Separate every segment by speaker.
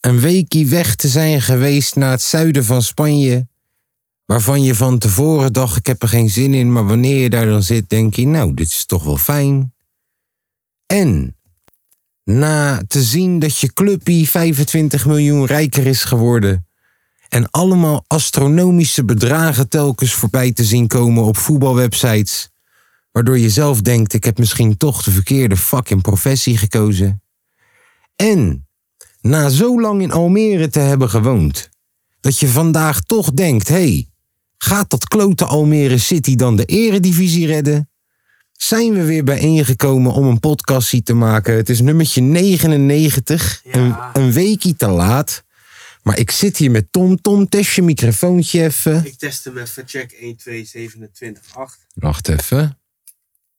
Speaker 1: een weekie weg te zijn geweest naar het zuiden van Spanje, waarvan je van tevoren dacht: ik heb er geen zin in, maar wanneer je daar dan zit, denk je: nou, dit is toch wel fijn. En na te zien dat je clubpie 25 miljoen rijker is geworden. En allemaal astronomische bedragen telkens voorbij te zien komen op voetbalwebsites waardoor je zelf denkt: ik heb misschien toch de verkeerde fucking professie gekozen. En na zo lang in Almere te hebben gewoond, dat je vandaag toch denkt: hé, hey, gaat dat klote Almere City dan de eredivisie redden? Zijn we weer bijeengekomen om een podcastie te maken? Het is nummertje 99, een, een weekie te laat. Maar ik zit hier met Tom. Tom, test je microfoontje even.
Speaker 2: Ik test hem even, check 1, 2, 27, 8.
Speaker 1: Wacht even.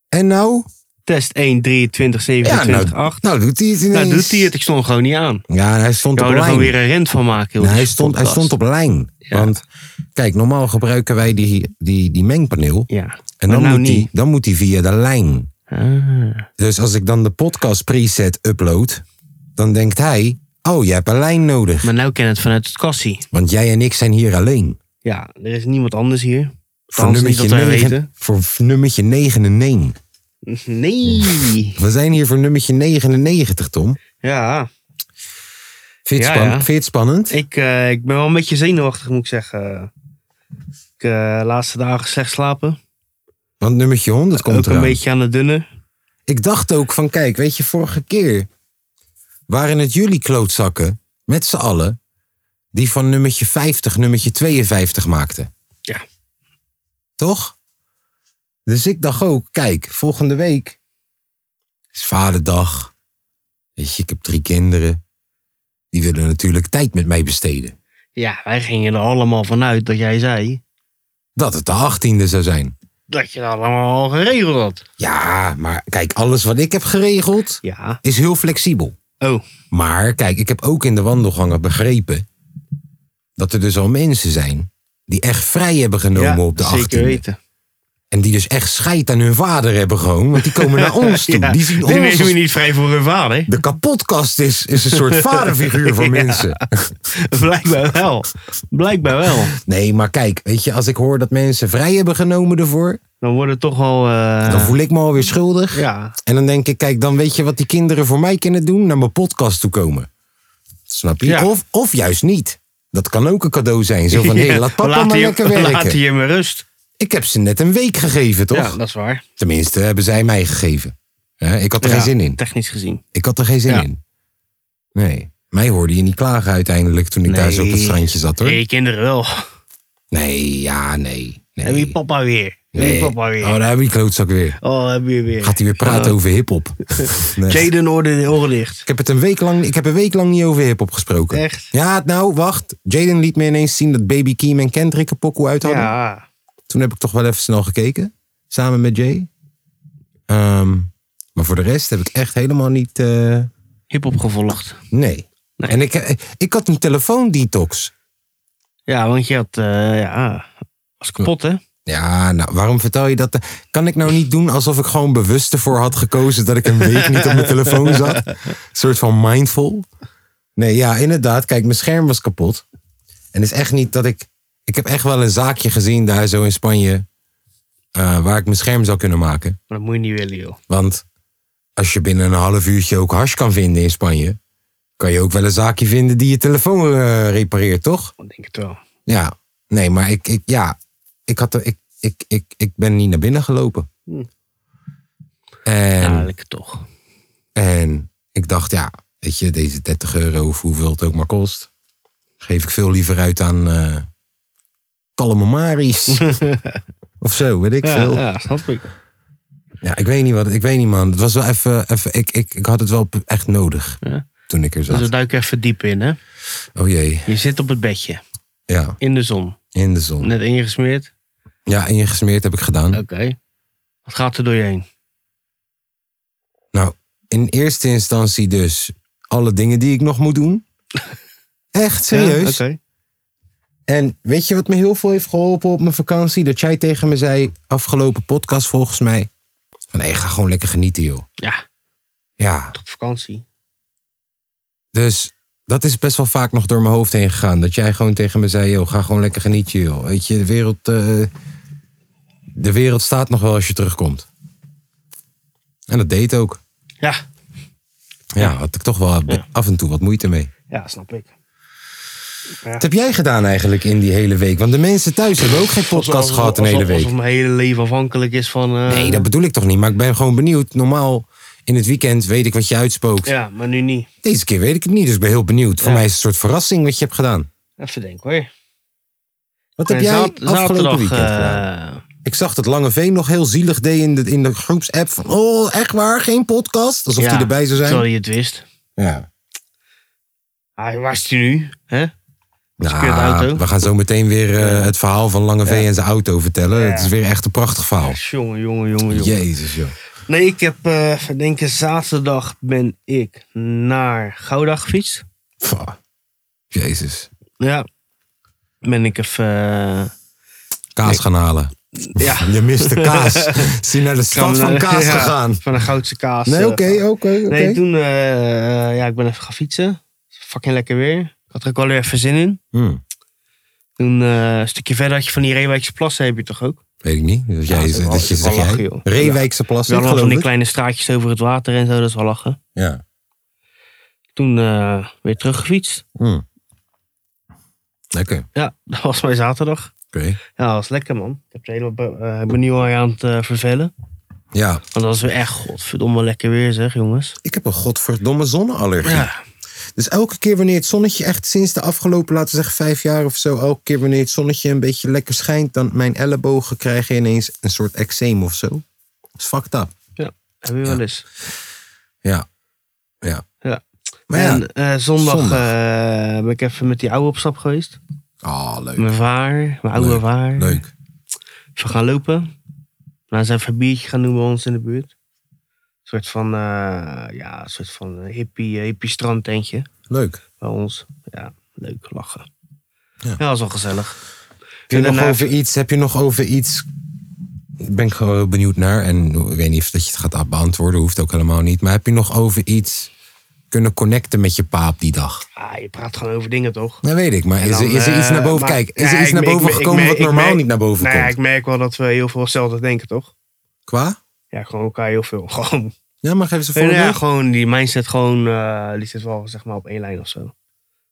Speaker 1: En nou?
Speaker 2: Test 1, 23, 27,
Speaker 1: nou,
Speaker 2: 8.
Speaker 1: nou doet hij het ineens.
Speaker 2: Nou, doet hij het, ik stond gewoon niet aan.
Speaker 1: Ja, en hij stond
Speaker 2: Ik
Speaker 1: op
Speaker 2: wou er gewoon
Speaker 1: lijn.
Speaker 2: weer een rent van maken. heel
Speaker 1: Nee, hij,
Speaker 2: deze
Speaker 1: stond, hij
Speaker 2: podcast.
Speaker 1: stond op lijn.
Speaker 2: Ja.
Speaker 1: Want kijk, normaal gebruiken wij die, die, die mengpaneel.
Speaker 2: Ja.
Speaker 1: En
Speaker 2: Maar
Speaker 1: dan,
Speaker 2: nou
Speaker 1: moet
Speaker 2: niet.
Speaker 1: die, dan moet die via de lijn.
Speaker 2: Ah.
Speaker 1: Dus als ik dan de podcast preset upload, dan denkt hij... Oh, je hebt een lijn nodig.
Speaker 2: Maar nou ken het vanuit het kassie.
Speaker 1: Want jij en ik zijn hier alleen.
Speaker 2: Ja, er is niemand anders hier.
Speaker 1: Voor
Speaker 2: Althans, niet
Speaker 1: nummertje,
Speaker 2: dat wij
Speaker 1: negen-
Speaker 2: weten.
Speaker 1: voor nummertje 99.
Speaker 2: Nee.
Speaker 1: We zijn hier voor nummertje 99, Tom.
Speaker 2: Ja,
Speaker 1: Vind je het
Speaker 2: Ja,
Speaker 1: span-
Speaker 2: ja.
Speaker 1: vind je het spannend?
Speaker 2: ik, eh, ik ben wel een beetje zenuwachtig, moet ik zeggen. Ik eh, de laatste dagen slecht slapen.
Speaker 1: Want nummertje 100 komt
Speaker 2: Ook een
Speaker 1: eraan.
Speaker 2: beetje aan het dunne.
Speaker 1: Ik dacht ook van, kijk, weet je, vorige keer waren het jullie klootzakken, met z'n allen, die van nummertje 50 nummertje 52 maakten.
Speaker 2: Ja.
Speaker 1: Toch? Dus ik dacht ook, kijk, volgende week is vaderdag. Weet je, ik heb drie kinderen. Die willen natuurlijk tijd met mij besteden.
Speaker 2: Ja, wij gingen er allemaal vanuit dat jij zei
Speaker 1: Dat het de 18e zou zijn.
Speaker 2: dat je dat allemaal al geregeld had.
Speaker 1: Ja, maar kijk, alles wat ik heb geregeld
Speaker 2: Ja.
Speaker 1: is heel flexibel.
Speaker 2: Oh,
Speaker 1: Maar kijk, ik heb ook in de wandelgangen begrepen dat er dus al mensen zijn die echt vrij hebben genomen op de
Speaker 2: zeker
Speaker 1: 18e.
Speaker 2: weten.
Speaker 1: En die dus echt scheid aan hun vader hebben gewoon, want die komen naar ons toe.
Speaker 2: Ja,
Speaker 1: die zien ons
Speaker 2: nemen
Speaker 1: als-
Speaker 2: je niet vrij voor hun vader.
Speaker 1: De kapotkast is, is een soort vaderfiguur voor mensen.
Speaker 2: Blijkbaar wel. Blijkbaar wel.
Speaker 1: Nee, maar kijk, weet je, als ik hoor dat mensen vrij hebben genomen ervoor,
Speaker 2: Dan wordt het toch wel... eh,
Speaker 1: dan voel ik me alweer schuldig.
Speaker 2: Ja,
Speaker 1: En dan denk ik, kijk, dan weet je wat die kinderen voor mij kunnen doen? Naar mijn podcast toe komen. Snap je?
Speaker 2: Ja.
Speaker 1: Of, of juist niet. Dat kan ook een cadeau zijn. Zo van, hé, laat papa
Speaker 2: Laat
Speaker 1: maar
Speaker 2: die-
Speaker 1: lekker werken.
Speaker 2: Laat hij hem rust.
Speaker 1: Ik heb ze net een week gegeven, toch?
Speaker 2: Ja, dat is waar.
Speaker 1: Tenminste, hebben zij mij gegeven. Hè, ik had er
Speaker 2: Ja,
Speaker 1: geen zin in.
Speaker 2: Technisch gezien.
Speaker 1: Ik had er geen zin
Speaker 2: Ja.
Speaker 1: in. Nee. Mij hoorde je niet klagen uiteindelijk toen ik daar zo op het
Speaker 2: Nee.
Speaker 1: strandje zat, hoor.
Speaker 2: Nee, kinderen wel.
Speaker 1: Nee, ja, nee. nee.
Speaker 2: Heb je papa weer? Heb je
Speaker 1: Nee.
Speaker 2: papa weer?
Speaker 1: Oh, daar heb je klootzak weer.
Speaker 2: Oh, heb je weer.
Speaker 1: Gaat hij weer praten
Speaker 2: Oh.
Speaker 1: over hiphop. nee.
Speaker 2: Jaden hoorde oren dicht.
Speaker 1: Ik heb het een week lang, ik heb een week lang niet over hiphop gesproken.
Speaker 2: Echt?
Speaker 1: Ja, nou, wacht. Jaden liet me ineens zien dat Baby Keem en Kendrick een pokoe uit hadden.
Speaker 2: Ja.
Speaker 1: Toen heb ik toch wel even snel gekeken. Samen met Jay. Ehm, maar voor de rest heb ik echt helemaal niet... eh,
Speaker 2: Hip-hop gevolgd.
Speaker 1: nee.
Speaker 2: Nee.
Speaker 1: En ik, eh, ik had een telefoondetox.
Speaker 2: Ja, want je had... eh, ja, was kapot hè?
Speaker 1: Ja, nou, waarom vertel je dat? Kan ik nou niet doen alsof ik gewoon bewust ervoor had gekozen... dat ik een week niet op mijn telefoon zat? Een soort van mindful. Nee, ja, inderdaad. Kijk, mijn scherm was kapot. En het is echt niet dat ik... Ik heb echt wel een zaakje gezien daar zo in Spanje... eh, waar ik mijn scherm zou kunnen maken.
Speaker 2: Maar dat moet je niet willen joh.
Speaker 1: Want als je binnen een half uurtje ook hash kan vinden in Spanje, kan je ook wel een zaakje vinden die je telefoon eh, repareert, toch?
Speaker 2: Ik denk het wel.
Speaker 1: Ja. Nee, maar ik, ik ja, ik, had, er- ik, ik, ik, ik ben niet naar binnen gelopen.
Speaker 2: Hm.
Speaker 1: En,
Speaker 2: Ja, lekker toch.
Speaker 1: en ik dacht, ja, weet je, deze 30 euro of hoeveel het ook maar kost, geef ik veel liever uit aan eh kalme maries. of zo, weet ik
Speaker 2: Ja,
Speaker 1: veel.
Speaker 2: ja, snap ik.
Speaker 1: Ja, ik weet niet wat. Ik weet niet, man. Het was wel even. even ik, ik, ik had het wel echt nodig.
Speaker 2: Ja.
Speaker 1: toen ik er
Speaker 2: Dus we
Speaker 1: zat.
Speaker 2: duiken even diep in, hè.
Speaker 1: Oh jee,
Speaker 2: Je zit op het bedje,
Speaker 1: ja,
Speaker 2: in de zon.
Speaker 1: in de zon.
Speaker 2: Net ingesmeerd.
Speaker 1: Ja, ingesmeerd heb ik gedaan.
Speaker 2: Oké. Wat gaat er door je heen?
Speaker 1: Nou, in eerste instantie dus alle dingen die ik nog moet doen. Echt serieus.
Speaker 2: Ja, Oké.
Speaker 1: En weet je wat me heel veel heeft geholpen op mijn vakantie? Dat jij tegen me zei, afgelopen podcast volgens mij. Van nee, ga gewoon lekker genieten, joh.
Speaker 2: Ja,
Speaker 1: Ja,
Speaker 2: op vakantie.
Speaker 1: dus dat is best wel vaak nog door mijn hoofd heen gegaan. Dat jij gewoon tegen me zei, joh, ga gewoon lekker genieten, joh. Weet je, de wereld, eh, de wereld staat nog wel als je terugkomt. En dat deed ook.
Speaker 2: Ja.
Speaker 1: Ja, had ik toch wel af en toe wat moeite mee.
Speaker 2: Ja, snap ik.
Speaker 1: Wat heb jij gedaan eigenlijk in die hele week? Want de mensen thuis hebben ook geen podcast
Speaker 2: Alsof-
Speaker 1: gehad een hele
Speaker 2: alsof-
Speaker 1: week.
Speaker 2: Alsof mijn hele leven afhankelijk is van... eh,
Speaker 1: Nee, dat bedoel ik toch niet. Maar ik ben gewoon benieuwd. Normaal in het weekend weet ik wat je uitspookt.
Speaker 2: Ja, maar nu niet.
Speaker 1: Deze keer weet ik het niet, dus ik ben heel benieuwd. Voor
Speaker 2: Ja.
Speaker 1: mij is het een soort verrassing wat je hebt gedaan.
Speaker 2: Even denken hoor.
Speaker 1: Wat heb
Speaker 2: En
Speaker 1: jij
Speaker 2: za-
Speaker 1: afgelopen weekend
Speaker 2: eh,
Speaker 1: gedaan? Ik zag dat Lange Veen nog heel zielig deed in de, in de groepsapp. Van, oh, echt waar? Geen podcast? Alsof
Speaker 2: ja,
Speaker 1: die erbij zou zijn.
Speaker 2: Terwijl je het wist.
Speaker 1: Ja.
Speaker 2: Hij was die nu, hè?
Speaker 1: Oh.
Speaker 2: Speelt
Speaker 1: Nou,
Speaker 2: auto.
Speaker 1: we gaan zo meteen weer eh, het verhaal van Lange Veen en zijn auto vertellen.
Speaker 2: Ja.
Speaker 1: Het is weer echt een prachtig verhaal.
Speaker 2: Jongen, jongen, jongen, jongen.
Speaker 1: Jezus, joh.
Speaker 2: Nee, ik heb, eh even denken, zaterdag ben ik naar Gouda gefietst.
Speaker 1: Pfa. Jezus.
Speaker 2: Ja. Ben ik even, eh,
Speaker 1: Kaas gaan halen.
Speaker 2: ja. eh,
Speaker 1: Je mist de kaas. Is hij naar de stad van kaas
Speaker 2: Ja,
Speaker 1: gegaan?
Speaker 2: Van de Goudse kaas.
Speaker 1: Nee,
Speaker 2: eh,
Speaker 1: oké, oké, oké.
Speaker 2: Nee, toen, eh, eh, ja, ik ben even gaan fietsen. Fucking lekker weer. Ik had er ook wel weer even zin in.
Speaker 1: Hmm,
Speaker 2: Toen eh, een stukje verder had je van die Reewijkse plassen, heb je toch ook?
Speaker 1: weet ik niet. Dat, jij,
Speaker 2: dat is wel-
Speaker 1: dat je
Speaker 2: dat is wel
Speaker 1: zegt jij.
Speaker 2: lachen, joh.
Speaker 1: Reewijkse plas,
Speaker 2: Wel nog
Speaker 1: geloof
Speaker 2: van die
Speaker 1: ik.
Speaker 2: kleine straatjes over het water en zo, dat is wel lachen.
Speaker 1: Ja.
Speaker 2: Toen eh, weer teruggefietst.
Speaker 1: Hmm. Lekker. Oké.
Speaker 2: Ja, dat was mijn zaterdag. Ja, dat was lekker man. Ik heb er helemaal be- eh, ik ben nu al aan het eh, vervellen.
Speaker 1: Ja,
Speaker 2: Want dat is weer echt godverdomme lekker weer zeg, jongens.
Speaker 1: ik heb een godverdomme zonneallergie.
Speaker 2: Ja.
Speaker 1: Dus elke keer wanneer het zonnetje echt sinds de afgelopen, laten we zeggen vijf jaar of zo, elke keer wanneer het zonnetje een beetje lekker schijnt, dan mijn ellebogen krijgen ineens een soort eczeem of zo. Dat is fucked up.
Speaker 2: Heb je wel eens.
Speaker 1: Ja. Ja.
Speaker 2: Ja.
Speaker 1: Maar ja.
Speaker 2: en eh, zondag,
Speaker 1: zondag.
Speaker 2: eh, ben ik even met die oude op stap geweest.
Speaker 1: Ah, leuk.
Speaker 2: Mijn vaar, mijn oude
Speaker 1: Leuk,
Speaker 2: vaar.
Speaker 1: Leuk.
Speaker 2: Dus we gaan lopen. Daarna zijn we even een biertje gaan doen bij ons in de buurt. Een soort van, eh, ja, een soort van eh, hippie, hippie strandtentje
Speaker 1: Leuk.
Speaker 2: bij ons. Ja, leuk lachen.
Speaker 1: Ja.
Speaker 2: Ja, dat was wel gezellig.
Speaker 1: Heb je,
Speaker 2: En
Speaker 1: nog
Speaker 2: daarna-
Speaker 1: over iets, heb je nog over iets? Ik ben gewoon benieuwd naar. En ik weet niet of dat je het gaat beantwoorden. Hoeft ook helemaal niet. Maar heb je nog over iets kunnen connecten met je paap die dag?
Speaker 2: Ah, je praat gewoon over dingen toch?
Speaker 1: Dat weet ik. Maar
Speaker 2: En
Speaker 1: is, er,
Speaker 2: dan,
Speaker 1: is er iets
Speaker 2: eh,
Speaker 1: naar boven?
Speaker 2: maar-
Speaker 1: Kijk, is
Speaker 2: Ja,
Speaker 1: er iets
Speaker 2: ik
Speaker 1: naar
Speaker 2: merk-
Speaker 1: boven
Speaker 2: ik merk-
Speaker 1: gekomen
Speaker 2: ik
Speaker 1: wat
Speaker 2: merk-
Speaker 1: normaal
Speaker 2: ik
Speaker 1: niet naar boven
Speaker 2: Nou, ja,
Speaker 1: komt?
Speaker 2: ik merk wel dat we heel veel hetzelfde denken toch?
Speaker 1: Qua?
Speaker 2: Ja, gewoon elkaar heel veel. Gewoon,
Speaker 1: Ja, maar geef ze een
Speaker 2: Nee, ja,
Speaker 1: voorbeeld.
Speaker 2: gewoon die mindset gewoon, eh, die zit wel zeg maar op één lijn of zo.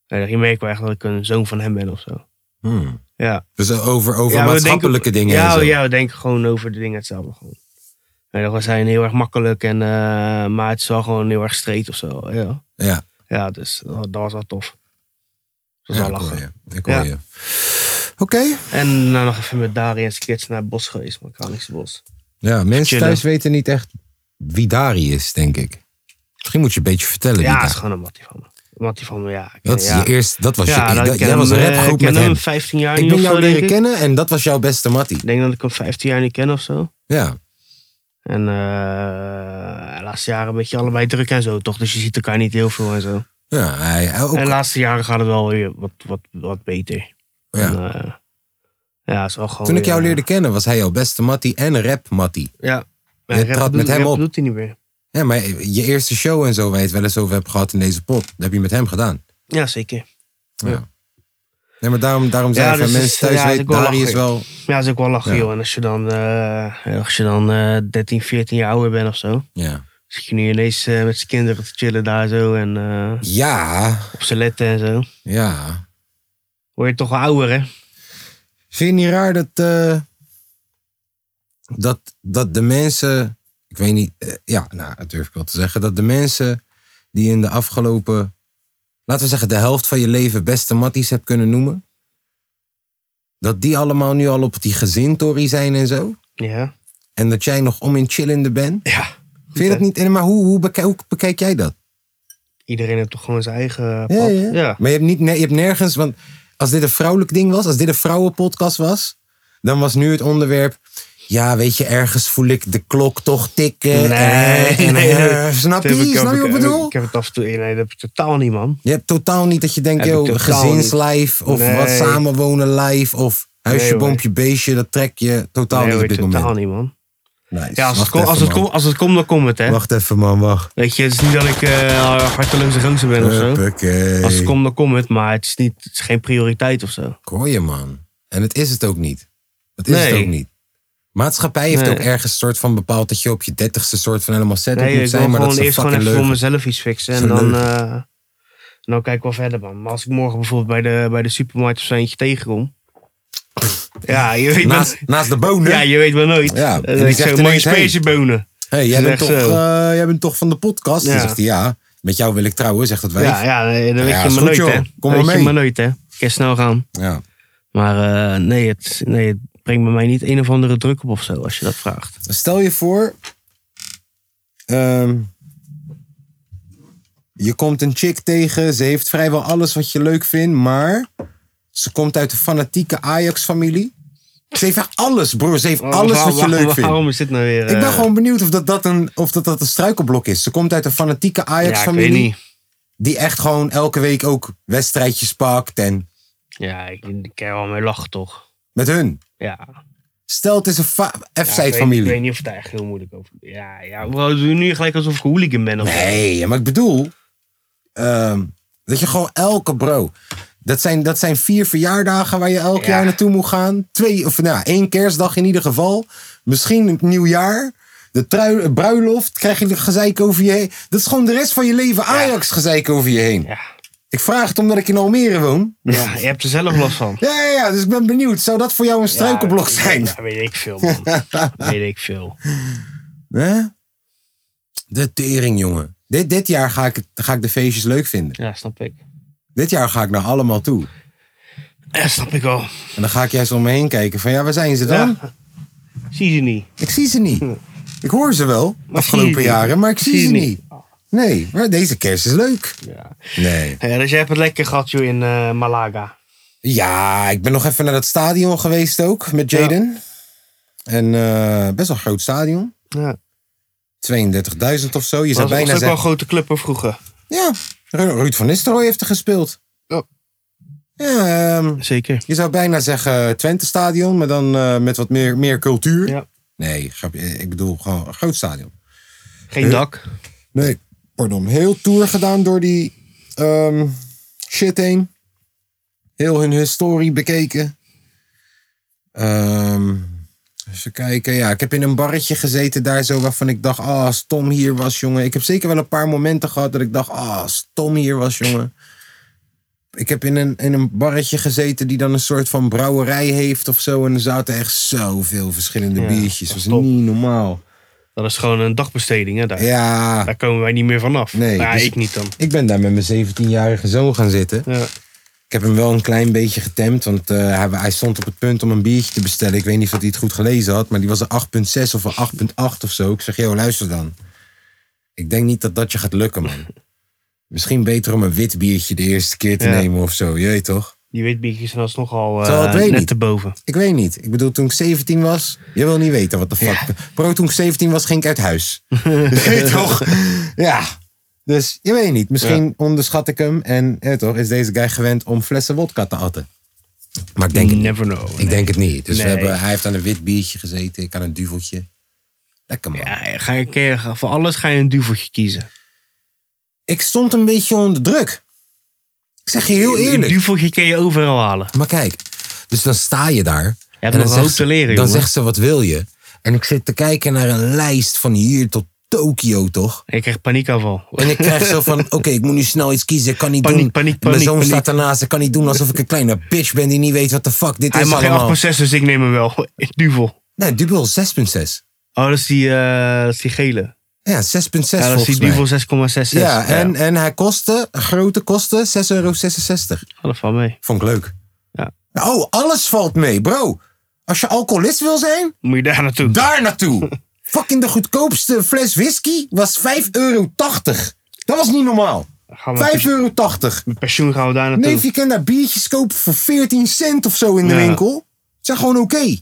Speaker 2: Nee, je merkt wel echt dat ik een zoon van hem ben of zo.
Speaker 1: Hmm.
Speaker 2: Ja.
Speaker 1: Dus over, over
Speaker 2: Ja, we
Speaker 1: maatschappelijke
Speaker 2: denken-
Speaker 1: dingen en
Speaker 2: ja, oh
Speaker 1: zo.
Speaker 2: Ja, we denken gewoon over de dingen hetzelfde. Gewoon. Ja, we zijn heel erg makkelijk, en, eh, maar het is wel gewoon heel erg streed of zo. Ja,
Speaker 1: Ja.
Speaker 2: ja dus dat, dat was wel tof. Dat was
Speaker 1: Ja,
Speaker 2: wel
Speaker 1: ik hoor
Speaker 2: lachen.
Speaker 1: je. Ik hoor
Speaker 2: Ja.
Speaker 1: je. Oké.
Speaker 2: En nou, nog even met Dari en zijn kids naar het bos geweest, maar Kralingse bos.
Speaker 1: Ja, mensen
Speaker 2: Chillen.
Speaker 1: thuis weten niet echt wie Dari is, denk ik. Misschien moet je een beetje vertellen wie
Speaker 2: Ja, het is
Speaker 1: Dari-
Speaker 2: gewoon een mattie van me. Een mattie van me, ja. ik-
Speaker 1: Dat, is
Speaker 2: ja.
Speaker 1: je eerste, dat was
Speaker 2: ja,
Speaker 1: je,
Speaker 2: dat
Speaker 1: dat,
Speaker 2: ik
Speaker 1: jij
Speaker 2: ken
Speaker 1: was een
Speaker 2: hem, eh,
Speaker 1: rapgroep
Speaker 2: ik ken
Speaker 1: met hem.
Speaker 2: hem 15 jaar
Speaker 1: Ik
Speaker 2: nu
Speaker 1: ben
Speaker 2: of
Speaker 1: jou
Speaker 2: zo, denk
Speaker 1: leren
Speaker 2: ik.
Speaker 1: kennen en dat was jouw beste mattie.
Speaker 2: Ik denk dat ik hem 15 jaar niet ken of zo.
Speaker 1: Ja,
Speaker 2: En eh, de laatste jaren een beetje allebei druk en zo, toch? Dus je ziet elkaar niet heel veel en zo.
Speaker 1: ja hij, hij ook.
Speaker 2: En de laatste jaren gaat het wel weer wat, wat, wat beter. En,
Speaker 1: ja.
Speaker 2: eh, ja, het is wel gewoon.
Speaker 1: Toen ik jou
Speaker 2: weer,
Speaker 1: leerde kennen was hij jouw beste mattie en rap mattie.
Speaker 2: eh, Ja,
Speaker 1: je
Speaker 2: Maar rap
Speaker 1: trad met
Speaker 2: doet-
Speaker 1: hem
Speaker 2: rap
Speaker 1: op.
Speaker 2: doet hij niet meer.
Speaker 1: Ja, maar je eerste show en zo waar je het wel eens over hebt gehad in deze pot, dat heb je met hem gedaan.
Speaker 2: Ja, zeker.
Speaker 1: Nee, maar daarom, daarom zijn
Speaker 2: Ja,
Speaker 1: van
Speaker 2: dus het
Speaker 1: mensen
Speaker 2: is-
Speaker 1: thuis
Speaker 2: ja, het is
Speaker 1: weten,
Speaker 2: ook wel
Speaker 1: Dari is
Speaker 2: lachen.
Speaker 1: wel...
Speaker 2: Ja, dat is ook wel lachen,
Speaker 1: Ja.
Speaker 2: joh. En als je dan, eh, als je dan eh 13, 14 jaar ouder bent of zo.
Speaker 1: Ja.
Speaker 2: Zit je nu ineens eh, met zijn kinderen te chillen daar zo en eh,
Speaker 1: ja,
Speaker 2: op z'n letten en zo.
Speaker 1: ja.
Speaker 2: Word je toch wel ouder, hè?
Speaker 1: Vind je niet raar dat, eh, dat, dat de mensen, ik weet niet, eh, ja, nou, dat durf ik wel te zeggen, dat de mensen die in de afgelopen, laten we zeggen, de helft van je leven beste matties hebt kunnen noemen, dat die allemaal nu al op die gezintory zijn en zo,
Speaker 2: Ja.
Speaker 1: en dat jij nog om in chillende bent?
Speaker 2: Ja.
Speaker 1: Vind je dat niet? en Maar hoe, hoe, bekijk, hoe bekijk jij dat?
Speaker 2: iedereen heeft toch gewoon zijn eigen pad.
Speaker 1: Ja,
Speaker 2: Ja,
Speaker 1: ja. Maar je hebt, niet, nee, je hebt nergens, want als dit een vrouwelijk ding was, als dit een vrouwenpodcast was, dan was nu het onderwerp. Ja, weet je, ergens voel ik de klok toch tikken.
Speaker 2: Nee,
Speaker 1: eh, en,
Speaker 2: nee,
Speaker 1: eh,
Speaker 2: nee.
Speaker 1: snap
Speaker 2: Dat heb
Speaker 1: je?
Speaker 2: ik-
Speaker 1: Snap je
Speaker 2: heb
Speaker 1: wat ik
Speaker 2: ik-
Speaker 1: bedoel?
Speaker 2: Ik heb het af en toe, nee, dat heb ik totaal niet, man.
Speaker 1: Je hebt totaal niet dat je denkt,
Speaker 2: Heb
Speaker 1: joh,
Speaker 2: ik totaal
Speaker 1: gezinslijf of
Speaker 2: Nee.
Speaker 1: wat samenwonen lijf of huisje,
Speaker 2: Nee, hoor.
Speaker 1: boompje, beestje, dat trek je totaal
Speaker 2: nee,
Speaker 1: niet op
Speaker 2: hoor,
Speaker 1: dit
Speaker 2: totaal
Speaker 1: moment.
Speaker 2: niet, man.
Speaker 1: Nice.
Speaker 2: Ja, als
Speaker 1: Wacht
Speaker 2: het, kom, als,
Speaker 1: even,
Speaker 2: het
Speaker 1: man.
Speaker 2: kom, als het komt, dan komt het, hè.
Speaker 1: Wacht even, man, wacht.
Speaker 2: Weet je, het is niet dat ik eh harteloze gozer ben of zo.
Speaker 1: Huppakee.
Speaker 2: Als het komt, dan komt het, maar het is, niet, het is geen prioriteit of zo.
Speaker 1: Ik hoor je, man. En het is het ook niet. Het is
Speaker 2: Nee.
Speaker 1: het ook niet. Maatschappij heeft
Speaker 2: Nee.
Speaker 1: ook ergens soort van bepaald dat je op je dertigste soort van helemaal set
Speaker 2: Nee,
Speaker 1: moet
Speaker 2: ik wil
Speaker 1: zijn. Maar dat
Speaker 2: gewoon
Speaker 1: is een
Speaker 2: eerst gewoon even
Speaker 1: fucking
Speaker 2: voor
Speaker 1: leuk.
Speaker 2: mezelf iets fixen.
Speaker 1: Zo'n
Speaker 2: En dan,
Speaker 1: leugen.
Speaker 2: eh, en dan kijk ik wel verder, man. Maar als ik morgen bijvoorbeeld bij de, bij de supermarkt of zo eentje tegenkom. ja, je weet maar,
Speaker 1: Naast, naast de bonen.
Speaker 2: ja, je weet maar nooit.
Speaker 1: Ja,
Speaker 2: Ja,
Speaker 1: en die
Speaker 2: ik
Speaker 1: zegt
Speaker 2: zo, mooie
Speaker 1: ineens, hey.
Speaker 2: spacebonen.
Speaker 1: hey, jij,
Speaker 2: Ze
Speaker 1: bent toch,
Speaker 2: zegt zo.
Speaker 1: eh, jij bent toch van de podcast? Dan
Speaker 2: Ja.
Speaker 1: zegt hij ja. Met jou wil ik trouwen, zegt het wijf.
Speaker 2: Ja,
Speaker 1: Ja,
Speaker 2: ja, nee, dat weet
Speaker 1: Nou Ja,
Speaker 2: je
Speaker 1: is
Speaker 2: maar
Speaker 1: goed,
Speaker 2: nooit,
Speaker 1: joh.
Speaker 2: hè.
Speaker 1: Kom
Speaker 2: Dat
Speaker 1: maar
Speaker 2: weet
Speaker 1: mee.
Speaker 2: je maar nooit, hè. Ik kan snel gaan. Maar eh, nee, het, nee, het brengt bij mij niet een of andere druk op of zo, als je dat vraagt.
Speaker 1: Stel je voor. ehm, je komt een chick tegen. Ze heeft vrijwel alles wat je leuk vindt. Maar ze komt uit de fanatieke Ajax-familie. Ze heeft echt alles, broer. Ze heeft
Speaker 2: Oh,
Speaker 1: Oh, alles wat je
Speaker 2: Waarom-
Speaker 1: leuk vindt.
Speaker 2: Waarom is dit nou weer...
Speaker 1: Ik ben
Speaker 2: eh,
Speaker 1: gewoon benieuwd of dat, dat, een, of dat, dat een struikelblok is. Ze komt uit een fanatieke
Speaker 2: Ja, ik weet
Speaker 1: Ajax-familie.
Speaker 2: niet.
Speaker 1: die echt gewoon elke week ook wedstrijdjes pakt. En
Speaker 2: Ja, ik, ik kan er wel mee lachen, toch?
Speaker 1: met hun.
Speaker 2: Ja.
Speaker 1: Stel, het is een fa-
Speaker 2: Ja, ik weet- Ik weet
Speaker 1: F-side-familie.
Speaker 2: niet of het eigenlijk heel moeilijk over Ja, ja. Bro, doe je nu gelijk alsof ik een hooligan ben of zo?
Speaker 1: Nee, maar ik bedoel... ehm, dat je gewoon elke bro... Dat zijn, dat zijn vier verjaardagen waar je elk
Speaker 2: Ja.
Speaker 1: jaar naartoe moet gaan. Twee, of nou, één kerstdag in ieder geval. Misschien een nieuwjaar. De trui, eh, bruiloft, krijg je de gezeik over je heen. Dat is gewoon de rest van je leven Ajax-gezeik over je heen.
Speaker 2: Ja.
Speaker 1: Ik vraag het omdat ik in Almere woon.
Speaker 2: ja, je hebt er zelf last van.
Speaker 1: Ja, ja, ja, dus ik ben benieuwd. Zou dat voor jou een struikelblok
Speaker 2: Ja,
Speaker 1: zijn?
Speaker 2: Ja, weet ik veel, man. weet ik veel.
Speaker 1: Hè? De tering, jongen. Dit, dit jaar ga ik, het- ga ik de feestjes leuk vinden.
Speaker 2: Ja, snap ik.
Speaker 1: Dit jaar ga ik naar allemaal toe.
Speaker 2: Ja, snap ik wel.
Speaker 1: En dan ga ik juist om me heen kijken van ja, waar zijn ze dan?
Speaker 2: Ja. Zie ze niet.
Speaker 1: Ik zie ze niet. Ik hoor ze wel,
Speaker 2: zie je
Speaker 1: afgelopen
Speaker 2: niet.
Speaker 1: jaren, maar ik zie,
Speaker 2: Zie je
Speaker 1: ze niet.
Speaker 2: niet.
Speaker 1: Nee, maar deze kerst is leuk.
Speaker 2: Ja.
Speaker 1: Nee.
Speaker 2: Ja, dus jij hebt het lekker gehad, joh, in eh, Malaga.
Speaker 1: Ja, ik ben nog even naar dat stadion geweest ook met Jaden. En eh, best wel een groot stadion.
Speaker 2: Ja.
Speaker 1: 32.000 of zo. Je zou
Speaker 2: Dat was
Speaker 1: bijna
Speaker 2: ook wel een
Speaker 1: zeggen.
Speaker 2: grote club hoor, vroeger.
Speaker 1: Ja, Ru- Ruud van Nistelrooy heeft er gespeeld.
Speaker 2: Ja.
Speaker 1: Ja, ehm,
Speaker 2: Zeker.
Speaker 1: Je zou bijna zeggen Twente Stadion, maar dan eh, met wat meer, meer cultuur.
Speaker 2: Ja.
Speaker 1: Nee, grapje, eh, ik bedoel gewoon een groot stadion.
Speaker 2: Geen dak.
Speaker 1: Nee, pardon. Heel tour gedaan door die ehm, shit heen. Heel hun historie bekeken. Ehm, even kijken. Ja, ik heb in een barretje gezeten daar zo waarvan ik dacht, ah, als Tom hier was, jongen. Ik heb zeker wel een paar momenten gehad dat ik dacht, ah, als Tom hier was, jongen. Ik heb in een, in een barretje gezeten die dan een soort van brouwerij heeft of zo. En er zaten echt zoveel verschillende
Speaker 2: Ja,
Speaker 1: biertjes.
Speaker 2: dat
Speaker 1: Dat
Speaker 2: is
Speaker 1: was
Speaker 2: top.
Speaker 1: niet normaal.
Speaker 2: Dat is gewoon een dagbesteding, hè. Daar,
Speaker 1: Ja.
Speaker 2: daar komen wij niet meer vanaf.
Speaker 1: Nee,
Speaker 2: Ja,
Speaker 1: dus-
Speaker 2: ik niet dan.
Speaker 1: Ik ben daar met mijn 17-jarige zoon gaan zitten.
Speaker 2: Ja.
Speaker 1: Ik heb hem wel een klein beetje getemd, want eh, hij, hij stond op het punt om een biertje te bestellen. Ik weet niet of hij het goed gelezen had, maar die was een 8,6 of een 8,8 of zo. Ik zeg, joh, luister dan. Ik denk niet dat dat je gaat lukken, man. Misschien beter om een wit biertje de eerste keer te
Speaker 2: Ja.
Speaker 1: nemen of zo. Je weet toch?
Speaker 2: Die witbiertjes zijn alsnog al
Speaker 1: Terwijl het
Speaker 2: eh,
Speaker 1: weet
Speaker 2: net
Speaker 1: niet.
Speaker 2: te boven.
Speaker 1: Ik weet niet. Ik bedoel, toen ik 17 was, je wil niet weten wat de fuck. Bro, toen ik 17 was, ging ik uit huis. je weet toch? Ja. Dus je weet niet. Misschien onderschat ik hem en je weet toch, is deze guy gewend om flessen wodka te atten. Maar ik denk, het,
Speaker 2: Mm, Never know.
Speaker 1: ik denk het niet. Dus we
Speaker 2: Nee.
Speaker 1: hebben, hij heeft aan een wit biertje gezeten, ik aan een duveltje. Lekker man.
Speaker 2: Ja, ga je, een keer- voor alles ga je een duveltje kiezen.
Speaker 1: Ik stond een beetje onder druk. Ik zeg je heel
Speaker 2: Een
Speaker 1: eerlijk.
Speaker 2: duveltje kun je overal halen.
Speaker 1: Maar kijk, dus dan sta je daar.
Speaker 2: hebt nog een
Speaker 1: zegt
Speaker 2: hoop
Speaker 1: ze-
Speaker 2: te leren,
Speaker 1: Dan
Speaker 2: jongen.
Speaker 1: zegt ze, wat wil je? En ik zit te kijken naar een lijst van hier tot Tokio, toch?
Speaker 2: En je krijgt paniekaanval.
Speaker 1: En ik krijg zo van, oké, ik moet nu snel iets kiezen. Ik kan niet
Speaker 2: Paniek,
Speaker 1: doen.
Speaker 2: paniek,
Speaker 1: Mijn
Speaker 2: paniek,
Speaker 1: zoon
Speaker 2: paniek.
Speaker 1: staat ernaast. Ik kan niet doen alsof ik een kleine bitch ben die niet weet wat de fuck dit
Speaker 2: Hij
Speaker 1: is
Speaker 2: mag
Speaker 1: allemaal.
Speaker 2: geen 8,6, dus ik neem hem wel. Duvel.
Speaker 1: Nee, dubbel 6.6.
Speaker 2: Oh, dat is die, eh, dat is die gele.
Speaker 1: Ja, 6.6
Speaker 2: Ja, dat is
Speaker 1: volgens
Speaker 2: die
Speaker 1: mij.
Speaker 2: duvel 6,66.
Speaker 1: ja, en, en hij kostte, grote kosten, 6,66 euro.
Speaker 2: Ja, dat valt mee.
Speaker 1: Vond ik leuk.
Speaker 2: Ja.
Speaker 1: Oh, alles valt mee, bro. Als je alcoholist wil zijn,
Speaker 2: Moet je daar naartoe.
Speaker 1: daar naartoe. Fucking de goedkoopste fles whisky was 5,80 euro. Dat was niet normaal.
Speaker 2: Gaan we
Speaker 1: 5,80
Speaker 2: met,
Speaker 1: euro.
Speaker 2: met pensioen gaan we daar naartoe.
Speaker 1: Neef, je kan daar biertjes kopen voor 14 cent of zo in de
Speaker 2: Ja.
Speaker 1: winkel. Het zijn gewoon oké.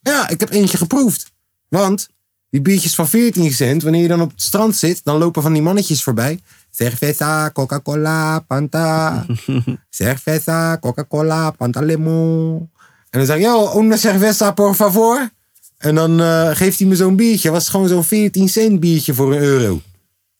Speaker 1: Ja, ik heb eentje geproefd. Want die biertjes van 14 cent, wanneer je dan op het strand zit, dan lopen van die mannetjes voorbij. Cerveza, Coca-Cola, Panta. Cerveza, Coca-Cola, Panta Lemon. En dan zeg ik, yo, una cerveza, por favor. En dan eh, geeft hij me zo'n biertje. Was gewoon zo'n 14 cent biertje voor een euro.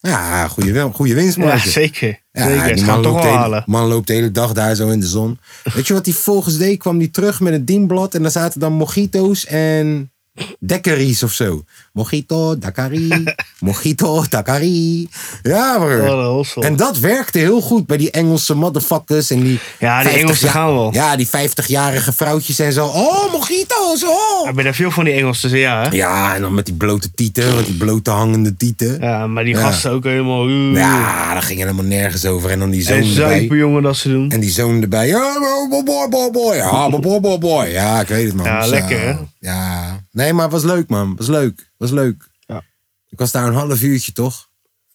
Speaker 1: Ja, goede, wel- goede
Speaker 2: ja,
Speaker 1: winstmarge.
Speaker 2: zeker.
Speaker 1: Ja,
Speaker 2: zeker.
Speaker 1: die
Speaker 2: Ze
Speaker 1: man,
Speaker 2: gaan toch
Speaker 1: loopt
Speaker 2: wel
Speaker 1: de hele-
Speaker 2: halen.
Speaker 1: man loopt de hele dag daar zo in de zon. Weet je wat die volgens deed? Kwam die terug met een dienblad en daar zaten dan mojito's en dekkeries of zo. Mojito, dakari, mojito, dakari. Ja,
Speaker 2: Wat
Speaker 1: broer.
Speaker 2: een hossel.
Speaker 1: En dat werkte heel goed bij die Engelse motherfuckers en die...
Speaker 2: Ja, die
Speaker 1: 50
Speaker 2: Engelsen
Speaker 1: ja-
Speaker 2: gaan wel.
Speaker 1: Ja, die 50-jarige vrouwtjes en zo. Oh, mojito's, oh!
Speaker 2: Ik ben er veel van die Engelsen, ja. Hè?
Speaker 1: Ja, en dan met die blote tieten, met die blote hangende tieten.
Speaker 2: Ja, maar die
Speaker 1: Ja.
Speaker 2: gasten ook helemaal... uh,
Speaker 1: Ja, daar ging helemaal nergens over. En dan die zoon
Speaker 2: en
Speaker 1: erbij.
Speaker 2: zuipen, jongen, dat ze doen.
Speaker 1: En die zoon erbij. Ja, boy, boy, boy, boy. Ja, boy, boy, boy, boy. Ja, ik weet het, man.
Speaker 2: Ja,
Speaker 1: Zo.
Speaker 2: lekker, hè?
Speaker 1: Ja. Nee, maar het was leuk, man. Het was leuk. Het was leuk.
Speaker 2: Ja.
Speaker 1: Ik was daar een half uurtje, toch?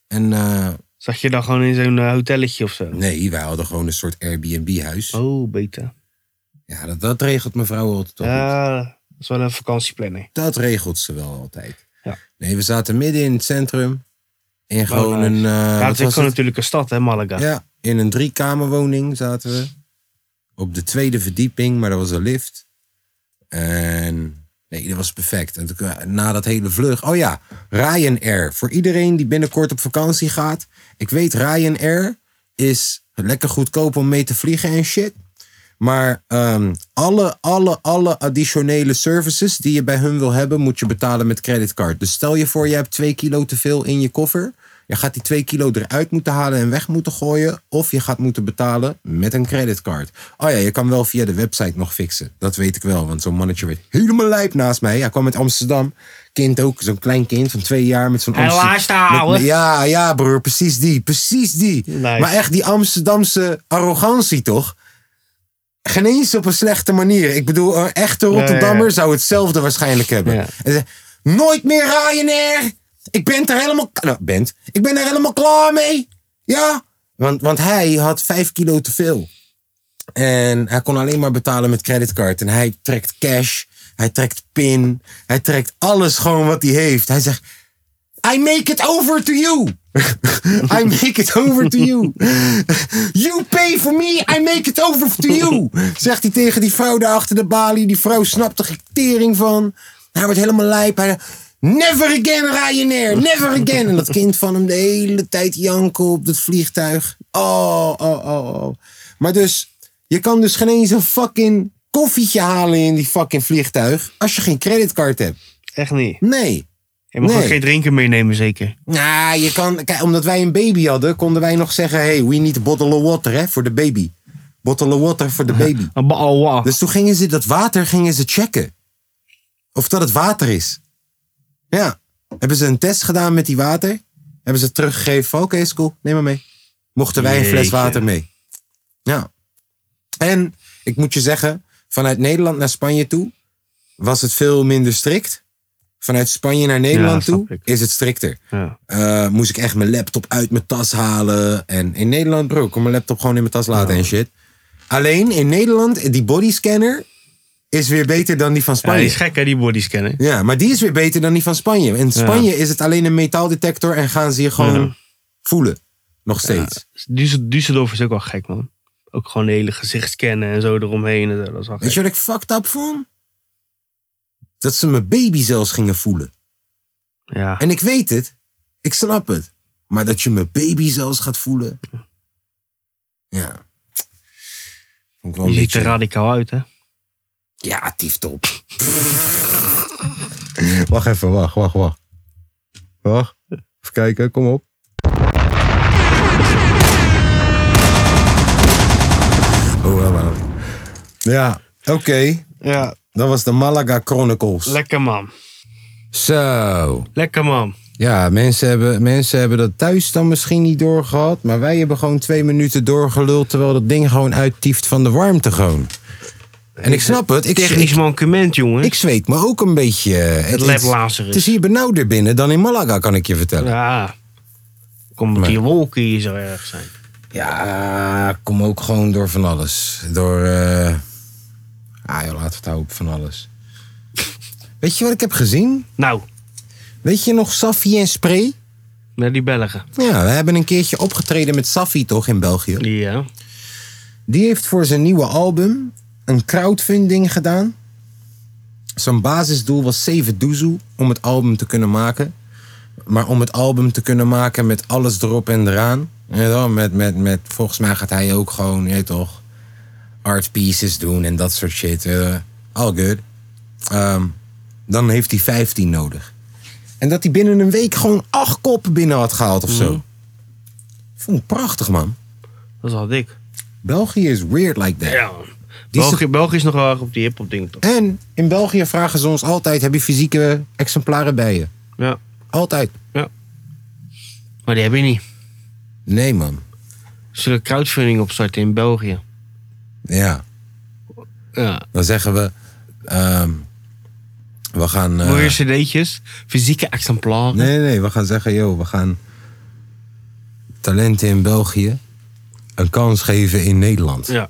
Speaker 1: En eh,
Speaker 2: Zag je dan gewoon in zo'n eh, hotelletje of zo?
Speaker 1: nee, wij hadden gewoon een soort Airbnb-huis.
Speaker 2: Oh, beter.
Speaker 1: Ja, dat, dat regelt mevrouw altijd toch goed.
Speaker 2: Ja, dat is wel een vakantieplanning.
Speaker 1: Dat regelt ze wel altijd.
Speaker 2: Ja.
Speaker 1: Nee, we zaten midden in het centrum. In gewoon
Speaker 2: nice.
Speaker 1: een... eh,
Speaker 2: ja,
Speaker 1: wat
Speaker 2: het is
Speaker 1: was
Speaker 2: gewoon
Speaker 1: het?
Speaker 2: natuurlijk een stad, hè, Malaga.
Speaker 1: Ja, in een driekamerwoning zaten we. Op de tweede verdieping, maar dat was een lift. En nee, dat was perfect. En toen, na dat hele vlug. Oh ja, Ryanair. Voor iedereen die binnenkort op vakantie gaat. Ik weet, Ryanair is lekker goedkoop om mee te vliegen en shit. Maar ehm, alle, alle, alle additionele services die je bij hun wil hebben, moet je betalen met creditcard. Dus stel je voor, je hebt 2 kilo te veel in je koffer. Je gaat die 2 kilo eruit moeten halen en weg moeten gooien. Of je gaat moeten betalen met een creditcard. Oh ja, je kan wel via de website nog fixen. Dat weet ik wel, want zo'n mannetje werd helemaal lijp naast mij. Hij kwam uit Amsterdam. Kind ook, zo'n klein kind van twee jaar met zo'n
Speaker 2: Hij
Speaker 1: Amster-
Speaker 2: laast houden.
Speaker 1: met- Ja, ja broer, precies die, precies die.
Speaker 2: Nice.
Speaker 1: Maar echt die Amsterdamse arrogantie toch? geen eens op een slechte manier. Ik bedoel, een echte Rotterdammer
Speaker 2: ja, ja.
Speaker 1: zou hetzelfde waarschijnlijk hebben.
Speaker 2: Ja.
Speaker 1: En ze- Nooit meer Ryanair! Ik ben er helemaal... Nou, bent. Ik ben er helemaal klaar mee. Ja. Want, want hij had vijf kilo te veel. En hij kon alleen maar betalen met creditcard. En hij trekt cash. Hij trekt pin. Hij trekt alles gewoon wat hij heeft. Hij zegt... I make it over to you. I make it over to you. You pay for me, I make it over to you. Zegt hij tegen die vrouw daar achter de balie. Die vrouw snapt er geen tering van. Hij wordt helemaal lijp. Hij, never again Ryanair, never again. En dat kind van hem de hele tijd janken op dat vliegtuig. Oh, oh, oh, oh. Maar dus, je kan dus geen eens een fucking koffietje halen in die fucking vliegtuig. Als je geen creditcard hebt.
Speaker 2: Echt niet.
Speaker 1: Nee.
Speaker 2: Je mag
Speaker 1: Nee.
Speaker 2: ook geen drinken meenemen, zeker.
Speaker 1: Nou, je kan, kijk, omdat wij een baby hadden, konden wij nog zeggen: hey, we need a bottle of water hè, voor de baby. Bottle of water voor de baby.
Speaker 2: Een oh, baalwa.
Speaker 1: Dus toen gingen ze dat water gingen ze checken. Of dat het water is. Ja. Hebben ze een test gedaan met die water? Hebben ze het teruggegeven van: oké, is cool, neem maar mee. Mochten wij een fles
Speaker 2: Jeetje.
Speaker 1: water mee. Ja. En ik moet je zeggen: vanuit Nederland naar Spanje toe was het veel minder strikt. Vanuit Spanje naar Nederland
Speaker 2: snap
Speaker 1: toe
Speaker 2: ik.
Speaker 1: is het strikter.
Speaker 2: Ja.
Speaker 1: Eh, moest ik echt mijn laptop uit mijn tas halen. En in Nederland, bro, ik kon mijn laptop gewoon in mijn tas laten en shit. Alleen in Nederland, die bodyscanner is weer beter dan die van
Speaker 2: Ja, die
Speaker 1: Spanje.
Speaker 2: is gek, hè, die bodyscanner.
Speaker 1: Ja, maar die is weer beter dan die van Spanje. In Spanje is het alleen een metaaldetector en gaan ze je gewoon
Speaker 2: Ja.
Speaker 1: voelen. Nog steeds.
Speaker 2: Duze- Düsseldorf is ook wel gek, man. Ook gewoon de hele gezichtscannen en zo eromheen. En zo. Dat is wel gek.
Speaker 1: Weet je wat ik fucked up vond? Dat ze mijn baby zelfs gingen voelen.
Speaker 2: Ja.
Speaker 1: En ik weet het. Ik snap het. Maar dat je mijn baby zelfs gaat voelen. Ja. Vond ik wel
Speaker 2: Je
Speaker 1: een
Speaker 2: ziet er
Speaker 1: beetje...
Speaker 2: radicaal uit, hè?
Speaker 1: Ja, tieftop. wacht even, wacht, wacht, wacht. Wacht. Even kijken, kom op. Oh, wel, wel. Ja, oké.
Speaker 2: Ja.
Speaker 1: Dat was de Malaga Chronicles.
Speaker 2: Lekker, man.
Speaker 1: Zo.
Speaker 2: Lekker, man.
Speaker 1: Ja, mensen hebben, mensen hebben dat thuis dan misschien niet doorgehad. Maar wij hebben gewoon twee minuten doorgeluld. Terwijl dat ding gewoon uittieft van de warmte gewoon. En ik snap het. Ik,
Speaker 2: Technisch
Speaker 1: ik,
Speaker 2: mankement, jongen.
Speaker 1: ik zweet me ook een beetje. eh, Het,
Speaker 2: lab
Speaker 1: is-
Speaker 2: Lazarus.
Speaker 1: Het is hier benauwder binnen dan in Malaga, kan ik je vertellen.
Speaker 2: Ja. Komt omdat
Speaker 1: Nee.
Speaker 2: die wolken hier zo erg zijn.
Speaker 1: Ja, kom ook gewoon door van alles. Door. eh, Ah, joh, laten we het houden op van alles. Weet je wat ik heb gezien?
Speaker 2: Nou,
Speaker 1: Weet je nog Safi en Spray?
Speaker 2: naar die Belgen.
Speaker 1: Ja, we hebben een keertje opgetreden met Safi toch in België.
Speaker 2: Ja.
Speaker 1: Die heeft voor zijn nieuwe album een crowdfunding gedaan. Zijn basisdoel was 7 doezoe om het album te kunnen maken. Maar om het album te kunnen maken met alles erop en eraan. Ja, dan met, met, met, volgens mij gaat hij ook gewoon, je weet toch, art pieces doen en dat soort shit. eh, all good. Ehm, dan heeft hij 15 nodig. En dat hij binnen een week gewoon acht koppen binnen had gehaald of zo. Vond ik prachtig, man.
Speaker 2: Dat is al dik.
Speaker 1: België is weird like that.
Speaker 2: Ja.
Speaker 1: Die is-
Speaker 2: België, België is nog wel erg op die hip-hop dingen toch?
Speaker 1: En in België vragen ze ons altijd: heb je fysieke exemplaren bij je?
Speaker 2: Ja.
Speaker 1: Altijd.
Speaker 2: Maar die heb je niet.
Speaker 1: Nee, man.
Speaker 2: Ze zullen crowdfunding opstarten in België.
Speaker 1: Ja,
Speaker 2: Ja.
Speaker 1: dan zeggen we: ehm, we gaan. eh,
Speaker 2: Mooie cd'tjes, fysieke exemplaren.
Speaker 1: nee, nee, we gaan zeggen: joh, we gaan talenten in België een kans geven in Nederland.
Speaker 2: Ja.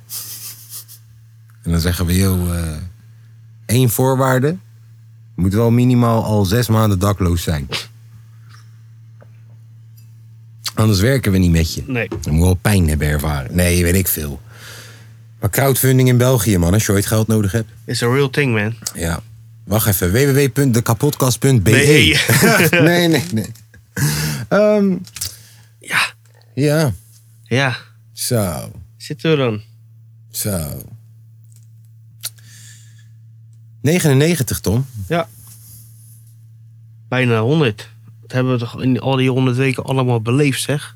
Speaker 1: En dan zeggen we: joh, eh, één voorwaarde. Moet wel minimaal al zes maanden dakloos zijn. Anders werken we niet met je.
Speaker 2: Nee.
Speaker 1: Dan moet je wel pijn hebben ervaren. Nee, weet ik veel. Maar crowdfunding in België, man, als je ooit geld nodig hebt.
Speaker 2: It's a real thing, man.
Speaker 1: Ja. Wacht even, www.dekapotkast.be.
Speaker 2: Nee.
Speaker 1: nee, nee, nee. Ehm,
Speaker 2: ja.
Speaker 1: ja,
Speaker 2: Ja.
Speaker 1: zo,
Speaker 2: Zitten we dan?
Speaker 1: zo. 99, Tom.
Speaker 2: Ja. Bijna 100. Dat hebben we toch in al die 100 weken allemaal beleefd, zeg.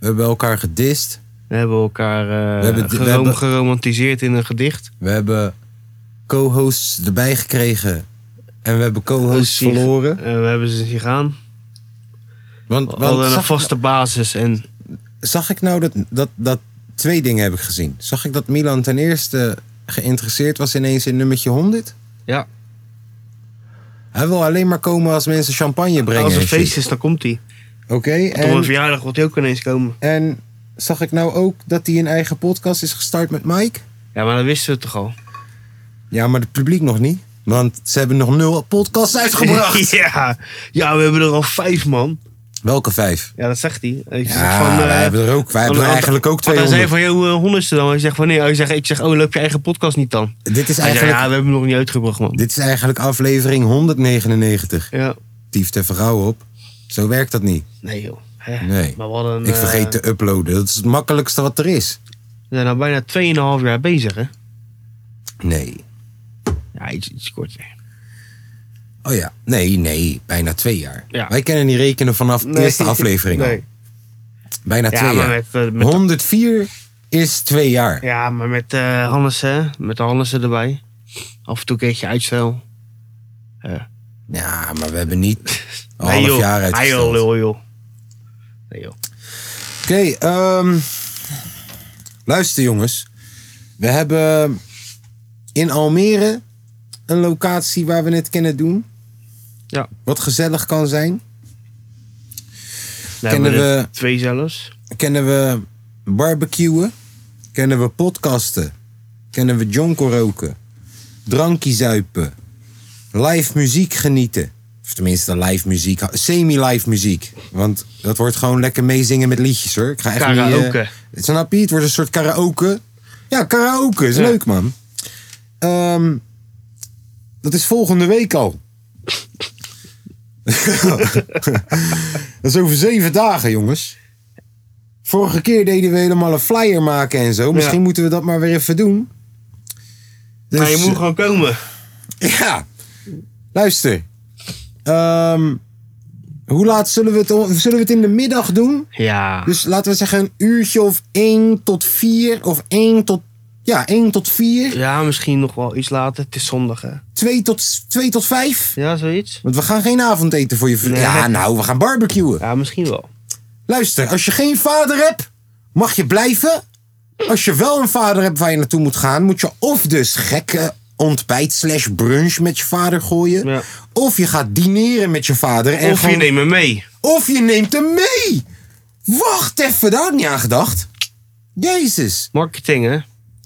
Speaker 1: We hebben elkaar gedist.
Speaker 2: We hebben elkaar eh,
Speaker 1: We hebben- we
Speaker 2: gerom-
Speaker 1: hebben-
Speaker 2: geromantiseerd in een gedicht.
Speaker 1: We hebben co-hosts erbij gekregen. En we hebben co-hosts
Speaker 2: Een sig-
Speaker 1: verloren.
Speaker 2: Eh, we hebben ze zien gaan.
Speaker 1: Want,
Speaker 2: We
Speaker 1: want
Speaker 2: hadden een
Speaker 1: zag-
Speaker 2: vaste basis en
Speaker 1: zag ik nou dat, dat, dat twee dingen heb ik gezien. Zag ik dat Milan ten eerste geïnteresseerd was ineens in nummertje 100?
Speaker 2: Ja.
Speaker 1: Hij wil alleen maar komen als mensen champagne brengen.
Speaker 2: als er
Speaker 1: en
Speaker 2: feest
Speaker 1: shit.
Speaker 2: is, dan komt hij.
Speaker 1: Oké,
Speaker 2: Op een
Speaker 1: en,
Speaker 2: verjaardag wordt hij ook ineens komen.
Speaker 1: en zag ik nou ook dat hij een eigen podcast is gestart met Mike?
Speaker 2: Ja, maar dat wisten we toch al.
Speaker 1: Ja, maar het publiek nog niet. Want ze hebben nog nul podcasts uitgebracht.
Speaker 2: ja. ja, we hebben er al vijf, man.
Speaker 1: Welke vijf?
Speaker 2: Ja, dat zegt hij. Ik zeg
Speaker 1: Ja,
Speaker 2: eh,
Speaker 1: wij hebben er ook, wij hebben er
Speaker 2: want-
Speaker 1: eigenlijk ook
Speaker 2: want Hij
Speaker 1: 200.
Speaker 2: zei van, joh, eh, honderdste dan. Hij zegt van, nee. Hij zegt, ik zeg, oh, loop je eigen podcast niet dan?
Speaker 1: Dit is
Speaker 2: Hij zei,
Speaker 1: eigenlijk,
Speaker 2: ja, we hebben hem nog niet uitgebracht, man.
Speaker 1: dit is eigenlijk aflevering 199.
Speaker 2: Ja.
Speaker 1: Tief ter vrouw op. Zo werkt dat niet.
Speaker 2: Nee, joh. Hè?
Speaker 1: Nee.
Speaker 2: Maar we hadden...
Speaker 1: Ik vergeet
Speaker 2: het.
Speaker 1: te uploaden. Dat is het makkelijkste wat er is.
Speaker 2: We zijn nou bijna 2,5 jaar bezig, hè?
Speaker 1: Nee.
Speaker 2: Ja, iets, iets korter.
Speaker 1: Oh ja. Nee, nee. Bijna twee jaar.
Speaker 2: Ja.
Speaker 1: Wij kennen die rekenen vanaf de eerste aflevering. al.
Speaker 2: Nee.
Speaker 1: Bijna
Speaker 2: Ja,
Speaker 1: twee
Speaker 2: maar
Speaker 1: jaar.
Speaker 2: met, eh, met-
Speaker 1: 104 is twee jaar.
Speaker 2: Ja, maar met eh Hannes, hè? Met de Hannessen erbij. Af en toe een keertje uitstel.
Speaker 1: Ja, maar we hebben niet een
Speaker 2: Nee,
Speaker 1: half
Speaker 2: joh.
Speaker 1: jaar uitgesteld.
Speaker 2: Nee, joh, lul, joh. Nee, joh.
Speaker 1: Oké, ehm, luister jongens. We hebben in Almere een locatie waar we het kunnen doen.
Speaker 2: Ja.
Speaker 1: Wat gezellig kan zijn.
Speaker 2: Dan
Speaker 1: Kennen
Speaker 2: hebben er
Speaker 1: we-
Speaker 2: Twee zelfs.
Speaker 1: kennen we barbecuen, kennen we podcasten, kennen we jonko roken, drankje zuipen, live muziek genieten. Of tenminste live muziek, semi-live muziek. Want dat wordt gewoon lekker meezingen met liedjes hoor. Ik ga echt Niet, eh,
Speaker 2: Karaoke.
Speaker 1: Snap je? Het wordt een soort karaoke. Ja, karaoke. Is
Speaker 2: Ja.
Speaker 1: leuk, man. Ehm, dat is volgende week al. dat is over zeven dagen, jongens. Vorige keer deden we helemaal een flyer maken en zo. Misschien
Speaker 2: Ja.
Speaker 1: moeten we dat maar weer even doen. Dus,
Speaker 2: Maar je moet gewoon komen.
Speaker 1: Ja. Luister. Ehm, hoe laat zullen we, het, zullen we het in de middag doen?
Speaker 2: Ja.
Speaker 1: Dus laten we zeggen een uurtje of 1 tot 4 of 1 tot ja, 1 tot 4,
Speaker 2: Ja, misschien nog wel iets later. Het is zondag, hè?
Speaker 1: 2 tot 2 tot 5.
Speaker 2: Ja, zoiets?
Speaker 1: Want we gaan geen avondeten voor je vri-
Speaker 2: Nee.
Speaker 1: Ja, nou, we gaan barbecuen.
Speaker 2: Ja, misschien wel.
Speaker 1: Luister, als je geen vader hebt, mag je blijven. Als je wel een vader hebt waar je naartoe moet gaan, moet je of dus gekke ontbijt slash brunch met je vader gooien.
Speaker 2: Ja.
Speaker 1: Of je gaat dineren met je vader. En
Speaker 2: of
Speaker 1: gewoon-
Speaker 2: je neemt me mee.
Speaker 1: of je neemt hem mee. Wacht even, daar had ik niet aan gedacht. Jezus.
Speaker 2: Marketing, hè?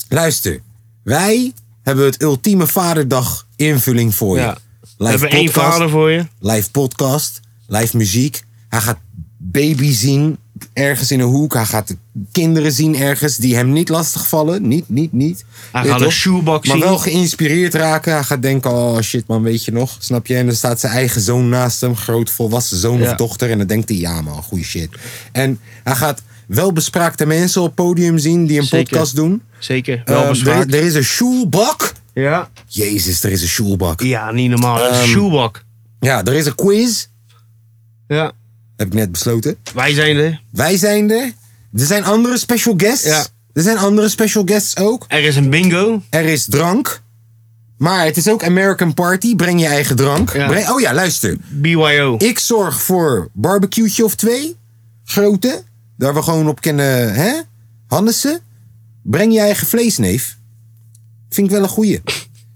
Speaker 1: Luister, wij hebben het ultieme vaderdag invulling voor je.
Speaker 2: Ja. We
Speaker 1: Live
Speaker 2: hebben één
Speaker 1: podcast,
Speaker 2: vader voor je.
Speaker 1: Live podcast, live muziek. Hij gaat baby zien ergens in een hoek. Hij gaat de kinderen zien ergens die hem niet lastigvallen. Niet, niet, niet.
Speaker 2: Hij
Speaker 1: Ja,
Speaker 2: gaat een
Speaker 1: toch?
Speaker 2: shoebak
Speaker 1: Maar
Speaker 2: zien.
Speaker 1: wel geïnspireerd raken. Hij gaat denken, oh shit man, weet je nog? Snap je? En dan staat zijn eigen zoon naast hem, groot volwassen zoon
Speaker 2: Ja.
Speaker 1: of dochter. En dan denkt hij, ja man, goeie shit. En hij gaat wel bespraakte mensen op het podium zien die een
Speaker 2: Zeker.
Speaker 1: podcast doen.
Speaker 2: Zeker.
Speaker 1: Eh,
Speaker 2: Wel
Speaker 1: er,
Speaker 2: beschaafd.
Speaker 1: is- er is een shoelbak.
Speaker 2: Ja.
Speaker 1: Jezus, er is een shoelbak.
Speaker 2: Ja, niet normaal. Dat is een
Speaker 1: Ehm,
Speaker 2: shoebak.
Speaker 1: Ja, er is een quiz.
Speaker 2: Ja.
Speaker 1: Heb ik net besloten.
Speaker 2: Wij zijn er.
Speaker 1: Wij zijn er. Er zijn andere special guests.
Speaker 2: Ja.
Speaker 1: Er zijn andere special guests ook.
Speaker 2: Er is een bingo.
Speaker 1: Er is drank. Maar het is ook American Party. Breng je eigen drank.
Speaker 2: Ja.
Speaker 1: Breng- oh ja, luister.
Speaker 2: BYO.
Speaker 1: Ik zorg voor barbecue'tje of twee. Grote. Daar we gewoon op kunnen. Hè? Hannessen. Breng je eigen vlees, neef. Vind ik wel een goeie.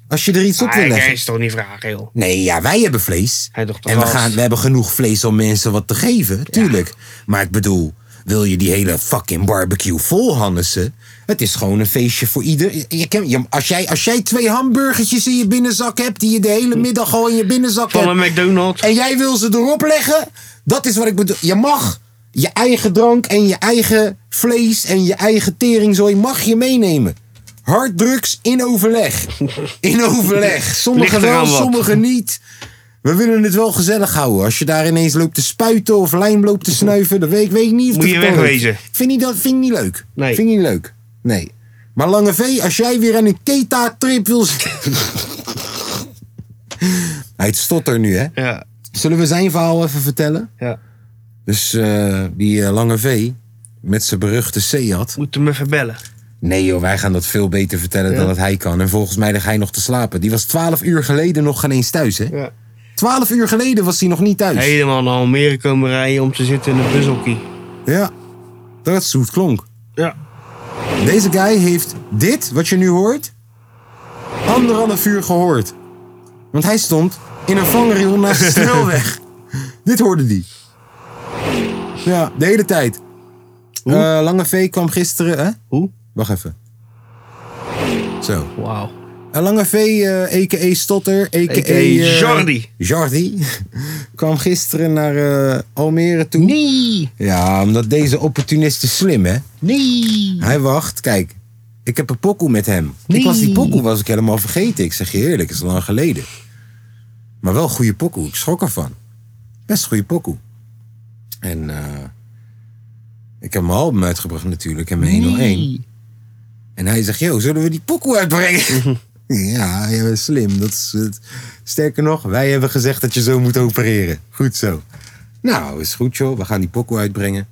Speaker 1: Als je er iets op
Speaker 2: Ah,
Speaker 1: wil
Speaker 2: ik
Speaker 1: leggen.
Speaker 2: is toch niet vragen, joh.
Speaker 1: Nee, ja, wij hebben vlees.
Speaker 2: Hij toch
Speaker 1: en we,
Speaker 2: gast.
Speaker 1: gaan, we hebben genoeg vlees om mensen wat te geven, tuurlijk. Maar ik bedoel, wil je die hele fucking barbecue vol hannessen? Het is gewoon een feestje voor ieder. Je- Je, ken- je- als, jij, als jij twee hamburgertjes in je binnenzak hebt... die je de hele middag al in je binnenzak
Speaker 2: Van
Speaker 1: hebt...
Speaker 2: een McDonald's.
Speaker 1: en jij wil ze erop leggen, dat is wat ik bedoel. Je mag je eigen drank en je eigen vlees en je eigen teringzooi mag je meenemen. Harddrugs in overleg. In overleg. Sommigen
Speaker 2: Ligt eraan
Speaker 1: wel,
Speaker 2: wat.
Speaker 1: sommigen niet. We willen het wel gezellig houden. Als je daar ineens loopt te spuiten of lijm loopt te snuiven, dan weet ik, weet ik niet of
Speaker 2: Moet
Speaker 1: dat
Speaker 2: je
Speaker 1: kan.
Speaker 2: wegwezen.
Speaker 1: Ik Vind je dat vind ik niet leuk?
Speaker 2: Nee.
Speaker 1: Vind ik niet leuk? Nee. Maar Lange V, als jij weer aan een Keta-trip wil zitten. Hij stot er nu, hè?
Speaker 2: Ja.
Speaker 1: Zullen we zijn verhaal even vertellen?
Speaker 2: ja.
Speaker 1: Dus eh, die eh, lange V met zijn beruchte Seat.
Speaker 2: Moet hem even bellen.
Speaker 1: Nee joh, wij gaan dat veel beter vertellen
Speaker 2: Ja.
Speaker 1: dan dat hij kan. En volgens mij lag hij nog te slapen. Die was 12 uur geleden nog geen eens thuis, hè?
Speaker 2: Ja.
Speaker 1: 12 uur geleden was hij nog niet thuis.
Speaker 2: Helemaal naar Almere komen rijden om te zitten in een bushokkie.
Speaker 1: Ja, dat is hoe het klonk.
Speaker 2: Ja.
Speaker 1: Deze guy heeft dit, wat je nu hoort, anderhalf uur gehoord. Want hij stond in een vangrail naast de snelweg. dit hoorde hij. Ja, de hele tijd. Eh, Lange V kwam gisteren... Hè?
Speaker 2: Hoe?
Speaker 1: Wacht even. Zo.
Speaker 2: Wauw.
Speaker 1: Eh, Lange V, eh a.k.a. Stotter, a.k.a.
Speaker 2: A.k.a.
Speaker 1: eh,
Speaker 2: Jordi.
Speaker 1: Jordi. kwam gisteren naar eh, Almere toe.
Speaker 2: Nee.
Speaker 1: Ja, omdat deze opportunist is slim, hè?
Speaker 2: Nee.
Speaker 1: Hij wacht, kijk. Ik heb een pokoe met hem. Ik was die pokoe was ik helemaal vergeten. Ik zeg je eerlijk, is lang geleden. Maar wel een goede pokoe. Ik schrok ervan. Best een goede pokoe. En eh, ik heb mijn album uitgebracht natuurlijk. En mijn 101. En hij zegt, yo, zullen we die pokoe uitbrengen? ja, jij bent slim. Dat is het. Sterker nog, wij hebben gezegd dat je zo moet opereren. Goed zo. Nou, is goed joh. We gaan die pokoe uitbrengen.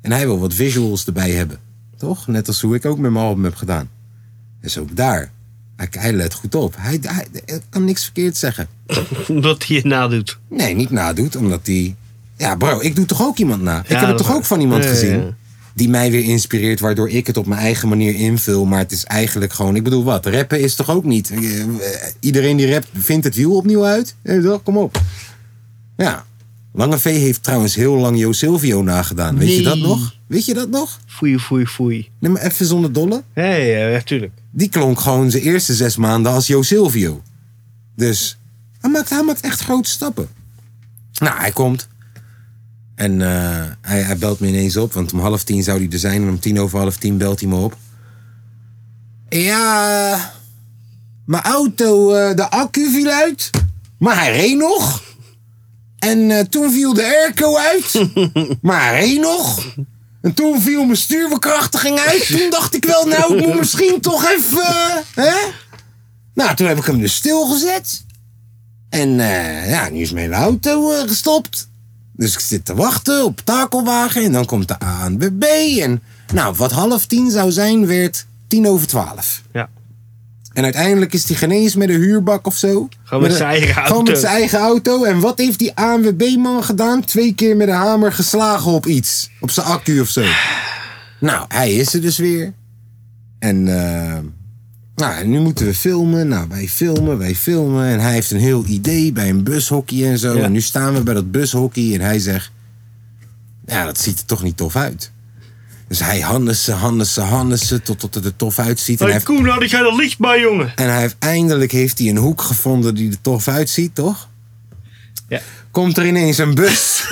Speaker 1: En hij wil wat visuals erbij hebben. Toch? Net als hoe ik ook met mijn album heb gedaan. Dus ook daar. Hij, hij let goed op. Hij, hij, hij kan niks verkeerd zeggen.
Speaker 2: Omdat hij het nadoet.
Speaker 1: Nee, niet nadoet, omdat die... Ja bro, ik doe toch ook iemand na? ik heb
Speaker 2: Ja,
Speaker 1: het
Speaker 2: dat
Speaker 1: toch
Speaker 2: waar.
Speaker 1: ook van iemand
Speaker 2: Ja, ja,
Speaker 1: gezien?
Speaker 2: ja.
Speaker 1: Die mij weer inspireert, waardoor ik het op mijn eigen manier invul. Maar het is eigenlijk gewoon... Ik bedoel, wat? Rappen is toch ook niet... eh, eh, Iedereen die rapt vindt het wiel opnieuw uit? Eh, toch? Kom op. Ja. Lange V heeft trouwens heel lang Jo Silvio nagedaan. Weet je dat
Speaker 2: Nee.
Speaker 1: nog? Weet je dat nog?
Speaker 2: Foei, foei, foei.
Speaker 1: Neem maar even zonder dolle.
Speaker 2: Hé, hey, ja, tuurlijk.
Speaker 1: Die klonk gewoon zijn eerste zes maanden als Jo Silvio. Dus hij maakt, hij maakt echt grote stappen. Nou, hij komt. En eh, hij, hij belt me ineens op, want om half tien zou hij er zijn. En om tien over half tien belt hij me op. Ja, eh, mijn auto, eh, de accu viel uit. Maar hij reed nog. En eh, toen viel de airco uit. maar hij reed nog. En toen viel mijn stuurbekrachtiging uit. Toen dacht ik wel, nou, ik moet misschien toch even... eh, hè? Nou, toen heb ik hem dus stilgezet. En eh, ja, nu is mijn auto eh, gestopt. Dus ik zit te wachten op takelwagen. En dan komt de A en de B. En nou, wat half tien zou zijn, werd tien over twaalf.
Speaker 2: Ja.
Speaker 1: En uiteindelijk is hij genees met een huurbak of zo.
Speaker 2: Gewoon met zijn
Speaker 1: een-
Speaker 2: eigen
Speaker 1: Gewoon
Speaker 2: auto.
Speaker 1: met zijn eigen auto. En wat heeft die ANWB-man gedaan? Twee keer met een hamer geslagen op iets. Op zijn accu of zo. Nou, hij is er dus weer. En eh, nou, en nu moeten we filmen. Nou, wij filmen, wij filmen. En hij heeft een heel idee bij een bushockey en zo.
Speaker 2: Ja.
Speaker 1: En nu staan we bij dat bushockey en hij zegt... Ja, dat ziet er toch niet tof uit. Dus hij Hannessen, Hannessen, Hannessen, tot, tot het er tof uitziet. En hij,
Speaker 2: Hey
Speaker 1: heeft,
Speaker 2: Koen, had Oh, ik jij dat licht bij, jongen?
Speaker 1: en hij heeft, eindelijk heeft hij een hoek gevonden die er tof uitziet, toch?
Speaker 2: Ja.
Speaker 1: Komt er ineens een bus.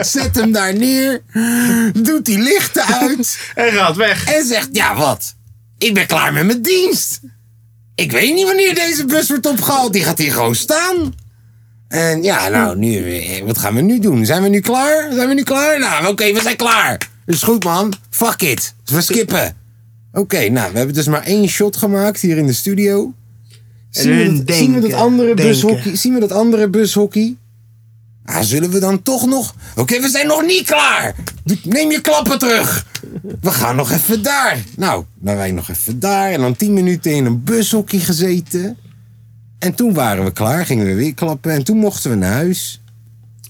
Speaker 1: Zet hem daar neer. Doet die lichten uit.
Speaker 2: En gaat weg.
Speaker 1: En zegt, ja wat? Ik ben klaar met mijn dienst. Ik weet niet wanneer deze bus wordt opgehaald. Die gaat hier gewoon staan. En ja, nou, nu, eh, wat gaan we nu doen? Zijn we nu klaar? Zijn we nu klaar? Nou, oké, we zijn klaar. Is goed, man. Fuck it. We skippen. Oké, nou, we hebben dus maar één shot gemaakt hier in de studio. Zien we,
Speaker 2: hun
Speaker 1: dat, zien we dat
Speaker 2: denken,
Speaker 1: andere
Speaker 2: denken.
Speaker 1: bushockey? Zien we dat andere bushockey? Ah, zullen we dan toch nog... Oké, we zijn nog niet klaar. Doe- Neem je klappen terug. We gaan nog even daar. Nou, dan wij nog even daar. En dan tien minuten in een bushockey gezeten. En toen waren we klaar, gingen we weer klappen. En toen mochten we naar huis.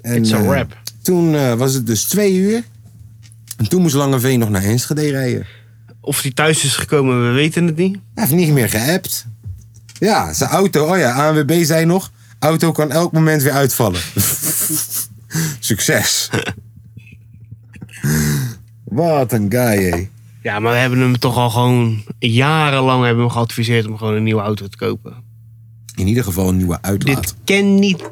Speaker 1: En,
Speaker 2: It's a
Speaker 1: eh,
Speaker 2: wrap.
Speaker 1: toen eh, was het dus twee uur. En toen moest Langeveen nog naar Enschede rijden.
Speaker 2: Of hij thuis is gekomen, we weten het niet.
Speaker 1: Hij heeft niet meer geappt. Ja, zijn auto. Oh ja, ANWB zei nog... Auto kan elk moment weer uitvallen. Succes. Wat een guy, hé.
Speaker 2: Ja, maar we hebben hem toch al gewoon jarenlang hebben we hem geadviseerd om gewoon een nieuwe auto te kopen.
Speaker 1: In ieder geval een nieuwe uitlaat.
Speaker 2: Dit kan niet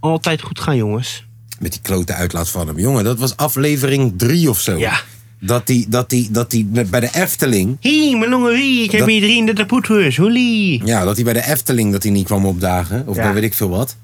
Speaker 2: altijd goed gaan, jongens.
Speaker 1: Met die klote uitlaat van hem. Jongen, dat was aflevering drie of zo.
Speaker 2: Ja.
Speaker 1: Dat die, dat die, dat die bij de Efteling...
Speaker 2: Hé, mijn longen, hé, ik heb
Speaker 1: Dat-
Speaker 2: hier 33 poeters, hoelie.
Speaker 1: Ja, dat hij bij de Efteling dat hij niet kwam opdagen. Of
Speaker 2: Ja.
Speaker 1: bij weet ik veel wat.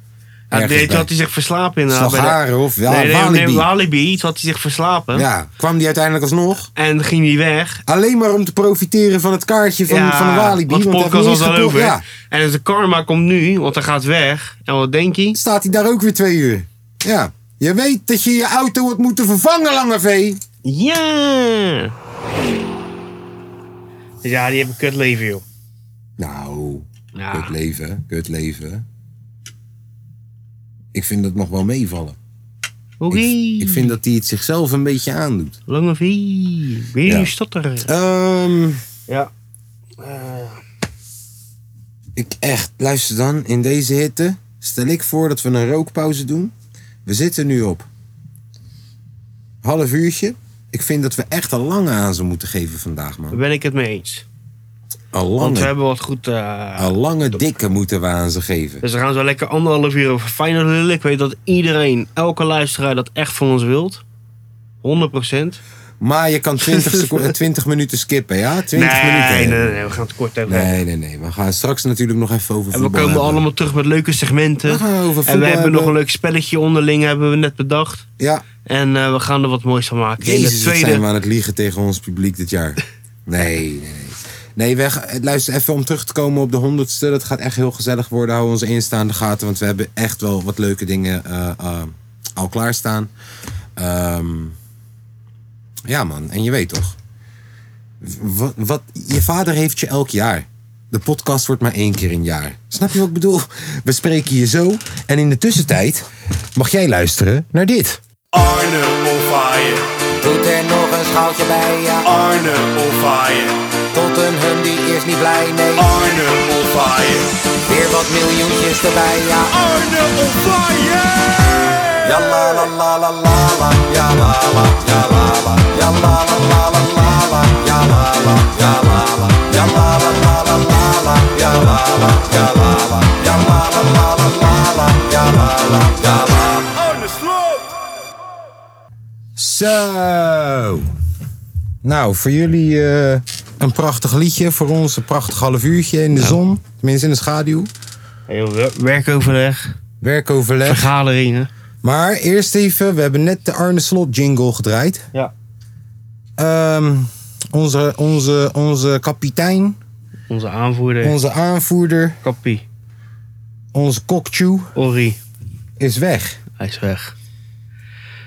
Speaker 2: Ja,
Speaker 1: Ergens
Speaker 2: dit
Speaker 1: bij.
Speaker 2: had hij zich verslapen inderdaad. bij de-
Speaker 1: Slagharen of ja,
Speaker 2: nee, nee,
Speaker 1: Walibi.
Speaker 2: nee, Walibi, toen had hij zich verslapen.
Speaker 1: Ja, kwam die uiteindelijk alsnog.
Speaker 2: En ging hij weg.
Speaker 1: Alleen maar om te profiteren van het kaartje van,
Speaker 2: ja,
Speaker 1: van de Walibi.
Speaker 2: Want de
Speaker 1: hij
Speaker 2: podcast
Speaker 1: heeft niet
Speaker 2: was al
Speaker 1: eens
Speaker 2: over.
Speaker 1: gepro- Ja,
Speaker 2: En dus de karma komt nu, want hij gaat weg. En wat denk je?
Speaker 1: staat hij daar ook weer twee uur. Ja. Je weet dat je je auto wordt moeten vervangen, Lange V.
Speaker 2: Ja! Dus Ja, die hebben een kut leven, joh.
Speaker 1: Nou,
Speaker 2: Ja.
Speaker 1: kut leven, kut leven. Ik vind dat nog wel meevallen.
Speaker 2: Oké.
Speaker 1: Ik, ik vind dat hij het zichzelf een beetje aandoet.
Speaker 2: Lange vie. Weer
Speaker 1: Ja.
Speaker 2: nu stotteren.
Speaker 1: Ehm,
Speaker 2: Ja.
Speaker 1: ik echt, luister dan, in deze hitte stel ik voor dat we een rookpauze doen. We zitten nu op half uurtje. Ik vind dat we echt al lange aan ze moeten geven vandaag, man.
Speaker 2: Daar ben ik het mee eens.
Speaker 1: Een
Speaker 2: Want we
Speaker 1: lange,
Speaker 2: hebben wat goed... eh,
Speaker 1: een lange dikke moeten we aan ze geven.
Speaker 2: Dus we gaan zo lekker anderhalf uur over Feyenoord lullen. Ik weet dat iedereen, elke luisteraar dat echt van ons wilt. 100 procent.
Speaker 1: Maar je kan 20, seco- eh, 20 minuten skippen, ja? 20
Speaker 2: Nee, nee,
Speaker 1: minuten.
Speaker 2: nee, we gaan het kort over hebben.
Speaker 1: nee, nee, nee. We gaan straks natuurlijk nog even over
Speaker 2: En we
Speaker 1: voetbal
Speaker 2: komen
Speaker 1: hebben.
Speaker 2: allemaal terug met leuke segmenten.
Speaker 1: We gaan over
Speaker 2: en we
Speaker 1: voetbal
Speaker 2: hebben, nog
Speaker 1: hebben.
Speaker 2: een leuk spelletje onderling, hebben we net bedacht.
Speaker 1: Ja,
Speaker 2: En eh, we gaan er wat moois van maken. In de
Speaker 1: Jezus, wat zijn we
Speaker 2: tweede.
Speaker 1: aan het liegen tegen ons publiek dit jaar. Nee, nee, nee. Nee, we, ga- luister, even om terug te komen op de honderdste. Dat gaat echt heel gezellig worden. Hou ons Insta in de gaten, want we hebben echt wel wat leuke dingen eh, eh, al klaarstaan. Ehm, ja, man. En je weet toch. Wat, wat, je vader heeft je elk jaar. De podcast wordt maar één keer in jaar. Snap je wat ik bedoel? We spreken je zo. En in de tussentijd mag jij luisteren naar dit.
Speaker 3: Arne on fire.
Speaker 4: Doet er nog een schaaltje bij, ja.
Speaker 3: Arne on fire.
Speaker 4: Tottenham die is niet blij, nee.
Speaker 1: Oh.
Speaker 3: Arne on fire.
Speaker 4: Weer wat miljoentjes erbij, ja.
Speaker 3: Arne on fire.
Speaker 4: Ja la la la la la la, ja la la, ja la la, ja la la la la la la, ja la la, ja la la, ja la la la la la la, ja la la, ja la la, ja la la la la la la, ja la la, ja la.
Speaker 3: Arne sloot.
Speaker 1: Zo. Nou, voor jullie eh, een prachtig liedje. Voor ons een prachtig half uurtje in de zon. Tenminste in de schaduw.
Speaker 2: Hey, we- werkoverleg,
Speaker 1: Werkoverleg.
Speaker 2: vergaderingen.
Speaker 1: Maar eerst even, we hebben net de Arne Slot jingle gedraaid.
Speaker 2: Ja.
Speaker 1: Ehm, onze, onze, onze kapitein,
Speaker 2: Onze aanvoerder,
Speaker 1: onze aanvoerder,
Speaker 2: Kappie,
Speaker 1: onze kokchu
Speaker 2: Ori,
Speaker 1: is weg.
Speaker 2: hij is weg.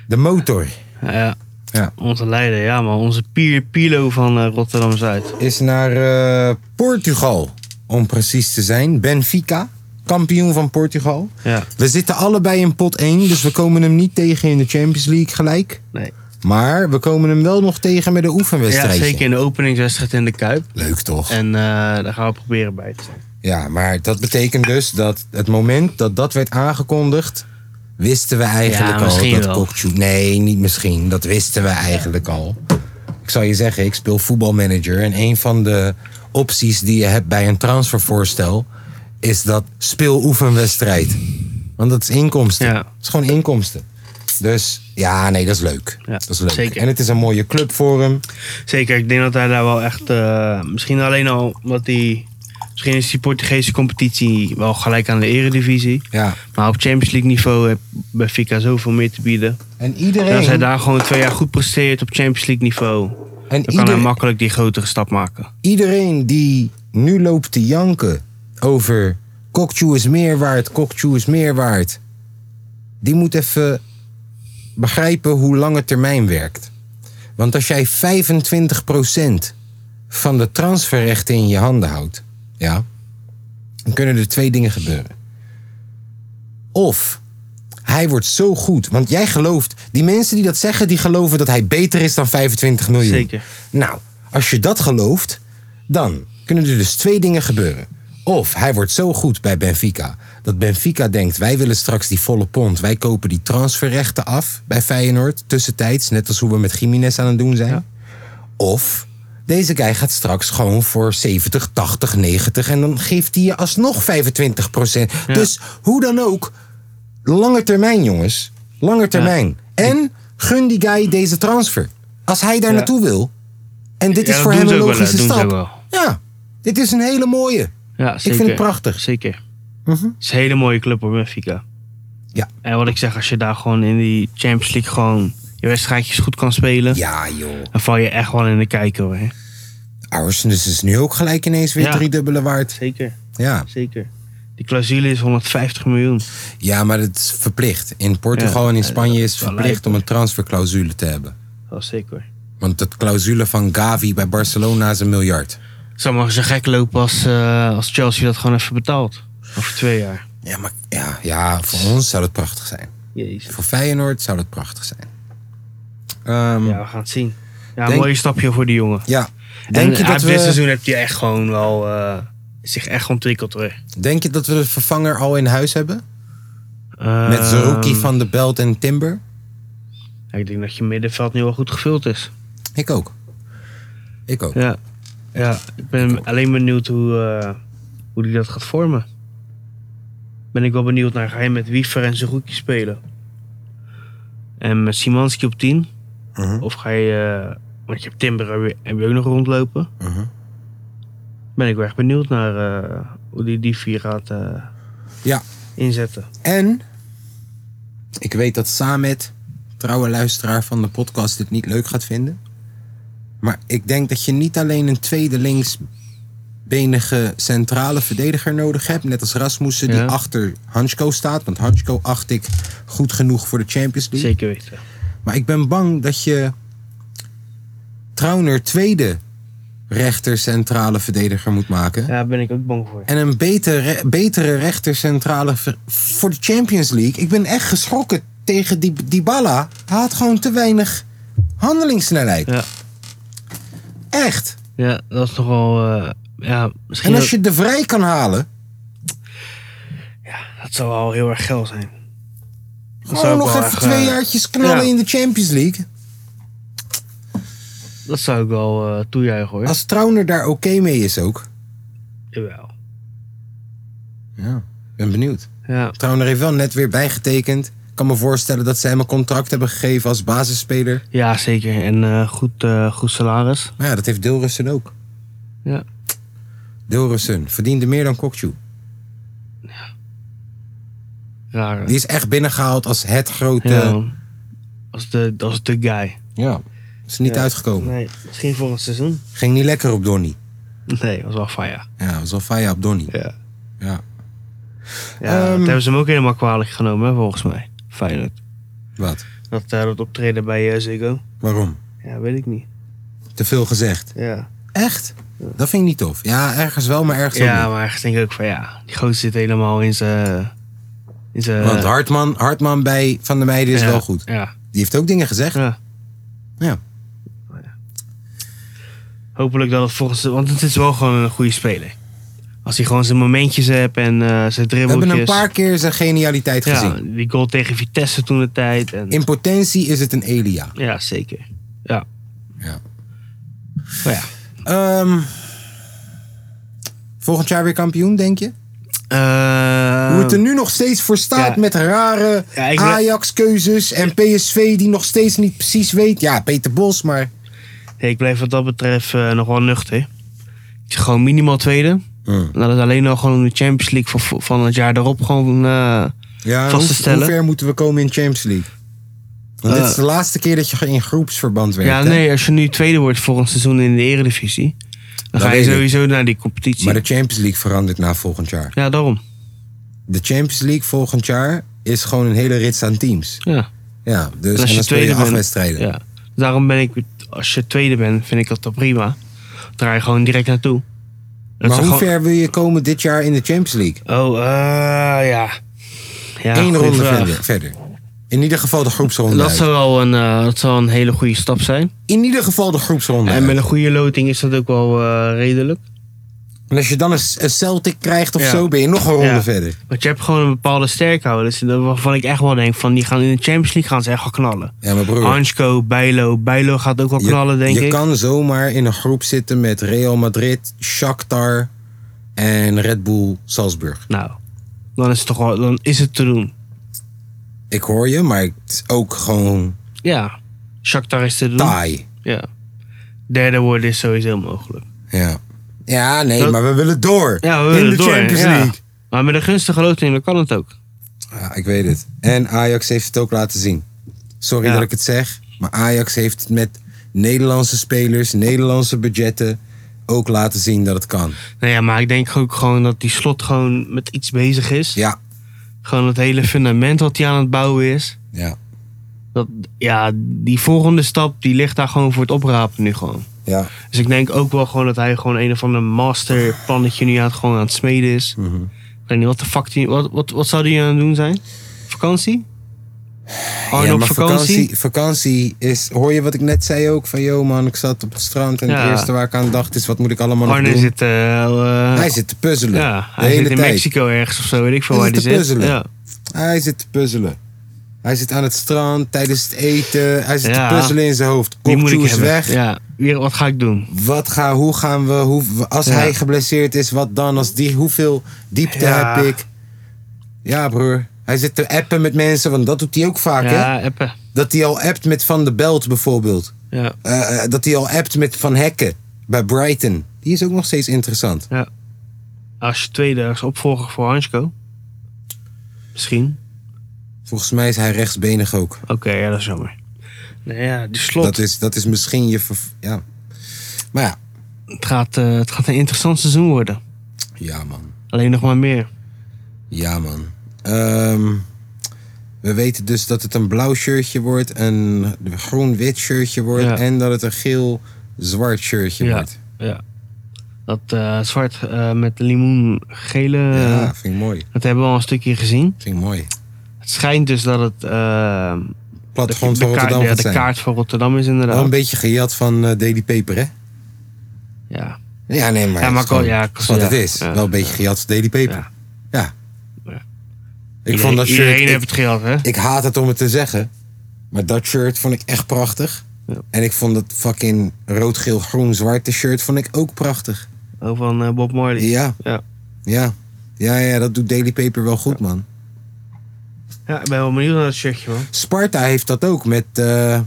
Speaker 1: De motor
Speaker 2: Ja.
Speaker 1: Ja.
Speaker 2: Onze leider, ja man. Onze pier, Pilo van eh, Rotterdam-Zuid.
Speaker 1: is naar eh, Portugal, om precies te zijn. Benfica, kampioen van Portugal.
Speaker 2: Ja,
Speaker 1: We zitten allebei in pot 1, dus we komen hem niet tegen in de Champions League gelijk.
Speaker 2: nee.
Speaker 1: Maar we komen hem wel nog tegen met een
Speaker 2: Ja,
Speaker 1: oefenwedstrijdje.
Speaker 2: zeker in de openingswedstrijd in de Kuip.
Speaker 1: Leuk toch?
Speaker 2: En eh, daar gaan we proberen bij te zijn.
Speaker 1: Ja, maar dat betekent dus dat het moment dat dat werd aangekondigd, wisten we eigenlijk
Speaker 2: Ja, misschien
Speaker 1: al dat
Speaker 2: wel.
Speaker 1: Kokchu... Nee, niet misschien. Dat wisten we eigenlijk al. Ik zal je zeggen, ik speel voetbalmanager. En een van de opties die je hebt bij een transfervoorstel... is dat speel oefenwedstrijd. Want dat is inkomsten.
Speaker 2: Ja.
Speaker 1: Het is gewoon inkomsten. Dus ja, nee, dat is leuk.
Speaker 2: Ja,
Speaker 1: dat is leuk.
Speaker 2: zeker.
Speaker 1: En het is een mooie club voor hem.
Speaker 2: Zeker, ik denk dat hij daar wel echt. eh, misschien alleen al omdat hij. Misschien is die Portugese competitie wel gelijk aan de Eredivisie.
Speaker 1: Ja.
Speaker 2: Maar op Champions League niveau heeft Benfica zoveel meer te bieden.
Speaker 1: En
Speaker 2: En
Speaker 1: iedereen...
Speaker 2: als hij daar gewoon twee jaar goed presteert op Champions League niveau.
Speaker 1: en
Speaker 2: Dan kan hij
Speaker 1: ieder-
Speaker 2: makkelijk die grotere stap maken.
Speaker 1: iedereen die nu loopt te janken over Kokchu is meer waard, Kokchu is meer waard. Die moet even begrijpen hoe lange termijn werkt. Want als jij 25% van de transferrechten in je handen houdt, ja, dan kunnen er twee dingen gebeuren. Of hij wordt zo goed, want jij gelooft, die mensen die dat zeggen, die geloven dat hij beter is dan 25 miljoen.
Speaker 2: Zeker.
Speaker 1: Nou, als je dat gelooft, dan kunnen er dus twee dingen gebeuren. Of hij wordt zo goed bij Benfica dat Benfica denkt: wij willen straks die volle pond. Wij kopen die transferrechten af bij Feyenoord tussentijds, net als hoe we met Jiménez aan het doen zijn. Of deze guy gaat straks gewoon voor 70, 80, 90 en dan geeft hij je alsnog 25 Dus hoe dan ook, lange termijn, jongens. Lange termijn. En gun die guy deze transfer. Als hij daar
Speaker 2: Ja.
Speaker 1: naartoe wil. En dit is
Speaker 2: Ja, dat
Speaker 1: voor
Speaker 2: doen
Speaker 1: hem
Speaker 2: ze
Speaker 1: een
Speaker 2: ook wel, hè.
Speaker 1: logische
Speaker 2: Doen ze
Speaker 1: stap.
Speaker 2: ook wel.
Speaker 1: Ja, dit is een hele mooie.
Speaker 2: Ja, zeker.
Speaker 1: vind het prachtig. Mhm.
Speaker 2: Zeker. Het is een hele mooie club hoor, Benfica.
Speaker 1: Ja.
Speaker 2: En wat ik zeg, als je daar gewoon in die Champions League gewoon je wedstrijdjes goed kan spelen.
Speaker 1: Ja, joh.
Speaker 2: Dan val je echt wel in de kijker hoor. hè.
Speaker 1: Arsenis is nu ook gelijk ineens weer
Speaker 2: Ja.
Speaker 1: drie dubbele waard.
Speaker 2: Zeker,
Speaker 1: Ja.
Speaker 2: zeker. Die clausule is 150 miljoen.
Speaker 1: ja, maar het is verplicht. In Portugal
Speaker 2: Ja,
Speaker 1: en in
Speaker 2: ja,
Speaker 1: Spanje
Speaker 2: dat
Speaker 1: is
Speaker 2: is
Speaker 1: het
Speaker 2: wel
Speaker 1: verplicht
Speaker 2: lijp,
Speaker 1: om een transferclausule te hebben.
Speaker 2: Dat is zeker.
Speaker 1: Want dat clausule van Gavi bij Barcelona is een miljard.
Speaker 2: Het zou maar zo gek lopen als, eh, als Chelsea dat gewoon even betaalt. Over twee jaar.
Speaker 1: Ja, maar ja, ja, voor ons zou dat prachtig zijn.
Speaker 2: Jezus.
Speaker 1: Voor Feyenoord zou dat prachtig zijn. Ehm,
Speaker 2: Ja, we gaan het zien. Ja,
Speaker 1: Denk-
Speaker 2: een mooie stapje voor die jongen.
Speaker 1: ja. Denk,
Speaker 2: en
Speaker 1: je
Speaker 2: hij
Speaker 1: dat
Speaker 2: heeft dit
Speaker 1: we,
Speaker 2: seizoen heb je echt gewoon wel eh, zich echt ontwikkeld hoor.
Speaker 1: denk je dat we de vervanger al in huis hebben? Met
Speaker 2: Ehm,
Speaker 1: Zerouki van de Belt en Timber?
Speaker 2: ja, ik denk dat je middenveld nu wel goed gevuld is.
Speaker 1: Ik ook. Ik ook.
Speaker 2: Ja. Ja, ik ben alleen benieuwd hoe, eh, hoe die dat gaat vormen. Ben ik wel benieuwd naar ga je met Wiefer en Zerouki spelen? En met Simanski op 10?
Speaker 1: Mhm.
Speaker 2: Of ga je, eh, want je hebt Timber heb je- heb je ook nog rondlopen.
Speaker 1: Mhm.
Speaker 2: Ben ik wel echt benieuwd naar eh, hoe die die vier gaat eh,
Speaker 1: Ja.
Speaker 2: inzetten.
Speaker 1: En ik weet dat Samet, trouwe luisteraar van de podcast, dit niet leuk gaat vinden. Maar ik denk dat je niet alleen een tweede linksbenige centrale verdediger nodig hebt. Net als Rasmussen die
Speaker 2: Ja.
Speaker 1: achter Hansko staat. Want Hansko acht ik goed genoeg voor de Champions League.
Speaker 2: Zeker weten.
Speaker 1: Maar ik ben bang dat je Trauner tweede rechter centrale verdediger moet maken.
Speaker 2: Ja, daar ben ik ook bang voor.
Speaker 1: En een betere, betere rechtercentrale ver- voor de Champions League. Ik ben echt geschrokken tegen die Dybala. Hij had gewoon te weinig handelingssnelheid.
Speaker 2: Ja.
Speaker 1: Echt.
Speaker 2: Ja, dat is nogal. eh ja, misschien.
Speaker 1: En als je de vrij kan halen,
Speaker 2: ook- Dat zou wel heel erg geil zijn. Dat zou
Speaker 1: gewoon
Speaker 2: ik
Speaker 1: nog
Speaker 2: wel
Speaker 1: even
Speaker 2: erg,
Speaker 1: twee
Speaker 2: eh,
Speaker 1: jaartjes knallen
Speaker 2: ja.
Speaker 1: in de Champions League.
Speaker 2: Dat zou ik wel eh, toejuichen hoor.
Speaker 1: Als Trauner daar oké mee is ook.
Speaker 2: Jawel.
Speaker 1: Ja, ben benieuwd.
Speaker 2: Ja,
Speaker 1: Trauner heeft wel net weer bijgetekend. Ik kan me voorstellen dat ze hem een contract hebben gegeven als basisspeler.
Speaker 2: ja zeker. En eh, goed, eh, goed salaris.
Speaker 1: Maar ja, dat heeft Dilrussen ook.
Speaker 2: Ja.
Speaker 1: Dilrussen verdiende meer dan Kokchu.
Speaker 2: Raar.
Speaker 1: Die is echt binnengehaald als het grote...
Speaker 2: ja. Als de, als de guy.
Speaker 1: Ja. Is er niet
Speaker 2: Ja.
Speaker 1: uitgekomen.
Speaker 2: Nee, misschien volgend seizoen.
Speaker 1: Ging niet lekker op Donny.
Speaker 2: Nee, was wel fire.
Speaker 1: Ja, was al faya op Donny.
Speaker 2: Ja.
Speaker 1: Ja.
Speaker 2: ja
Speaker 1: Ehm.
Speaker 2: dat hebben ze hem ook helemaal kwalijk genomen, hè, volgens mij. Feyenoord.
Speaker 1: Wat?
Speaker 2: Dat, eh, dat optreden bij eh, Ziggo.
Speaker 1: Waarom?
Speaker 2: Ja, weet ik niet.
Speaker 1: Te veel gezegd.
Speaker 2: Ja,
Speaker 1: Echt? Dat vind ik niet tof. Ja, ergens wel, maar ergens ook
Speaker 2: ja
Speaker 1: niet.
Speaker 2: maar ergens denk ik ook van ja, die gozer zit helemaal in zijn... in zijn-
Speaker 1: Want Hartman, Hartman bij Van der Meijden is
Speaker 2: eh, ja,
Speaker 1: wel goed.
Speaker 2: Ja,
Speaker 1: Die heeft ook dingen gezegd.
Speaker 2: ja.
Speaker 1: Ja.
Speaker 2: Hopelijk dat het volgens... Want het is wel gewoon een goede speler. Als hij gewoon zijn momentjes hebt en eh, zijn
Speaker 1: We hebben
Speaker 2: dribbeltjes.
Speaker 1: een paar keer zijn genialiteit
Speaker 2: ja,
Speaker 1: gezien.
Speaker 2: die goal tegen Vitesse toen de tijd. En,
Speaker 1: In potentie is het een Elia.
Speaker 2: ja, zeker. Ja.
Speaker 1: Ja.
Speaker 2: Maar ja.
Speaker 1: Ehm, volgend jaar weer kampioen, denk je?
Speaker 2: Eh,
Speaker 1: Hoe het er nu nog steeds voor staat
Speaker 2: Ja.
Speaker 1: met rare
Speaker 2: Ja, ik-
Speaker 1: Ajax-keuzes en PSV die nog steeds niet precies weet. Ja, Peter Bos, maar...
Speaker 2: Hey, ik blijf wat dat betreft eh, nog wel nuchter. Ik zeg gewoon minimaal tweede.
Speaker 1: Hmm.
Speaker 2: En dat is alleen al gewoon om de Champions League van, van het jaar daarop gewoon... eh,
Speaker 1: Ja,
Speaker 2: Vast
Speaker 1: hoe,
Speaker 2: te stellen.
Speaker 1: hoe ver moeten we komen in Champions League? Want dit
Speaker 2: Eh.
Speaker 1: is de laatste keer dat je in groepsverband werkt.
Speaker 2: ja,
Speaker 1: hè?
Speaker 2: nee, als je nu tweede wordt volgend seizoen in de eredivisie...
Speaker 1: Dat
Speaker 2: dan ga je
Speaker 1: weet ik.
Speaker 2: sowieso naar die competitie.
Speaker 1: Maar de Champions League verandert na volgend jaar.
Speaker 2: Ja, daarom.
Speaker 1: De Champions League volgend jaar is gewoon een hele rits aan teams.
Speaker 2: Ja.
Speaker 1: Ja, dus
Speaker 2: En
Speaker 1: en
Speaker 2: als je
Speaker 1: dan speel je
Speaker 2: tweede
Speaker 1: acht
Speaker 2: bent...
Speaker 1: wedstrijden.
Speaker 2: Ja. Dus Daarom ben ik... Als je tweede bent, vind ik dat toch prima. Draai je gewoon direct naartoe. Dat
Speaker 1: Maar
Speaker 2: is
Speaker 1: hoe
Speaker 2: gewoon-
Speaker 1: ver wil je komen dit jaar in de Champions League?
Speaker 2: Oh, eh, ja. ja
Speaker 1: Eén
Speaker 2: goeie
Speaker 1: ronde
Speaker 2: vraag.
Speaker 1: verder, verder. In ieder geval de groepsronde.
Speaker 2: Dat
Speaker 1: uit.
Speaker 2: zou wel een, eh, dat zou een hele goede stap zijn.
Speaker 1: In ieder geval de groepsronde.
Speaker 2: En met
Speaker 1: uit.
Speaker 2: een goede loting is dat ook wel eh, redelijk.
Speaker 1: En als je dan een S- een Celtic krijgt of
Speaker 2: Ja.
Speaker 1: zo, ben je nog een ronde
Speaker 2: Ja.
Speaker 1: verder.
Speaker 2: Want je hebt gewoon een bepaalde sterkhouders. en dat- Waarvan ik echt wel denk van die gaan in de Champions League gaan ze echt wel knallen.
Speaker 1: Ja, maar broer.
Speaker 2: Hansko, Bijlo. Bijlo gaat ook wel
Speaker 1: je,
Speaker 2: knallen, denk
Speaker 1: je
Speaker 2: ik.
Speaker 1: kan zomaar in een groep zitten met Real Madrid, Shakhtar en Red Bull Salzburg.
Speaker 2: Nou, dan is, het toch wel, dan is het te doen.
Speaker 1: Ik hoor je, maar het is ook gewoon
Speaker 2: Ja, Shakhtar is te doen.
Speaker 1: taai.
Speaker 2: Ja. Derde worden is sowieso mogelijk.
Speaker 1: Ja. Ja, nee,
Speaker 2: Dat-
Speaker 1: maar we willen door.
Speaker 2: Ja, we willen
Speaker 1: in de
Speaker 2: door,
Speaker 1: Champions
Speaker 2: ja.
Speaker 1: League.
Speaker 2: Maar met een gunstige loting dan kan het ook.
Speaker 1: Ja, ik weet het. En Ajax heeft het ook laten zien. Sorry
Speaker 2: Ja.
Speaker 1: dat ik het zeg, maar Ajax heeft het met Nederlandse spelers, Nederlandse budgetten ook laten zien dat het kan.
Speaker 2: Nou ja, maar ik denk ook gewoon dat die slot gewoon met iets bezig is.
Speaker 1: Ja,
Speaker 2: Gewoon het hele fundament wat hij aan het bouwen is.
Speaker 1: ja,
Speaker 2: Dat, ja, die volgende stap die ligt daar gewoon voor het oprapen nu gewoon.
Speaker 1: ja.
Speaker 2: Dus ik denk ook wel gewoon dat hij gewoon een of ander masterplannetje nu aan het, gewoon aan het smeden is.
Speaker 1: Mhm.
Speaker 2: Ik weet niet, wat de fuck die, wat, wat, wat zou die aan het doen zijn? Vakantie? Gewoon
Speaker 1: ja,
Speaker 2: op
Speaker 1: maar
Speaker 2: vakantie?
Speaker 1: vakantie, vakantie is, hoor je wat ik net zei ook? Van, yo man, ik zat op het strand en het
Speaker 2: Ja.
Speaker 1: eerste waar ik aan dacht is, wat moet ik allemaal nog
Speaker 2: Arne
Speaker 1: doen?
Speaker 2: zit, eh, eh,
Speaker 1: Hij zit te puzzelen,
Speaker 2: ja,
Speaker 1: de
Speaker 2: hij
Speaker 1: hele
Speaker 2: zit in
Speaker 1: tijd.
Speaker 2: Mexico ergens of zo, weet ik veel
Speaker 1: Hij
Speaker 2: waar hij
Speaker 1: zit
Speaker 2: zit.
Speaker 1: te puzzelen.
Speaker 2: Ja.
Speaker 1: Hij zit te puzzelen. Hij zit aan het strand tijdens het eten. Hij zit
Speaker 2: Ja.
Speaker 1: te puzzelen in zijn hoofd.
Speaker 2: Die moet
Speaker 1: Kopjoe
Speaker 2: ik
Speaker 1: is
Speaker 2: hebben.
Speaker 1: weg.
Speaker 2: Ja, weer, wat ga ik doen?
Speaker 1: Wat ga, hoe gaan we, hoe, als
Speaker 2: Ja.
Speaker 1: hij geblesseerd is, wat dan? Als die, hoeveel diepte
Speaker 2: Ja.
Speaker 1: heb ik? Ja, broer. Hij zit te appen met mensen, want dat doet hij ook vaak, hè?
Speaker 2: Ja, appen.
Speaker 1: Dat hij al appt met Van de Belt bijvoorbeeld.
Speaker 2: Ja,
Speaker 1: Eh, eh, dat hij al appt met Van Hekken bij Brighton. Die is ook nog steeds interessant.
Speaker 2: ja. Als je tweede als opvolger voor Hansko. Misschien.
Speaker 1: Volgens mij is hij rechtsbenig ook.
Speaker 2: Oké, ja, dat is jammer. Nou ja, die slot.
Speaker 1: Dat is, dat is misschien je... verv- Ja. Maar ja,
Speaker 2: Het, gaat, eh, het gaat een interessant seizoen worden.
Speaker 1: ja man.
Speaker 2: Alleen nog maar meer.
Speaker 1: Ja, man. Ehm, we weten dus dat het een blauw shirtje wordt, een groen-wit shirtje wordt
Speaker 2: Ja.
Speaker 1: en dat het een geel-zwart shirtje
Speaker 2: Ja.
Speaker 1: wordt.
Speaker 2: Ja. Dat eh, zwart eh, met limoengele.
Speaker 1: Ja, vind ik mooi.
Speaker 2: Dat hebben we al een stukje gezien.
Speaker 1: Vind ik mooi.
Speaker 2: Het schijnt dus dat het. eh,
Speaker 1: Plattegrond
Speaker 2: de-
Speaker 1: van
Speaker 2: de kaart-
Speaker 1: Rotterdam
Speaker 2: ja,
Speaker 1: gaat
Speaker 2: de
Speaker 1: zijn.
Speaker 2: kaart van Rotterdam is inderdaad.
Speaker 1: Wel een beetje gejat van eh, Daily Paper, hè?
Speaker 2: ja.
Speaker 1: Ja, nee, maar,
Speaker 2: Ja, maar
Speaker 1: het is gewoon-
Speaker 2: ko- ja,
Speaker 1: het is wat
Speaker 2: ja.
Speaker 1: het is.
Speaker 2: Ja.
Speaker 1: Wel een beetje gejat van Daily Paper. Ja.
Speaker 2: Ja. Ja.
Speaker 1: Ik vond dat shirt...
Speaker 2: Iedereen
Speaker 1: ik-
Speaker 2: heeft het gehad, hè?
Speaker 1: ik haat het om het te zeggen. Maar dat shirt vond ik echt prachtig.
Speaker 2: Ja.
Speaker 1: En ik vond dat fucking rood-geel-groen-zwarte shirt vond ik ook prachtig.
Speaker 2: Oh, van eh, Bob Marley.
Speaker 1: Ja.
Speaker 2: Ja.
Speaker 1: Ja. Ja, ja, dat doet Daily Paper wel goed, man.
Speaker 2: Ja, ik ben wel benieuwd naar dat shirtje, man.
Speaker 1: Sparta heeft dat ook met eh,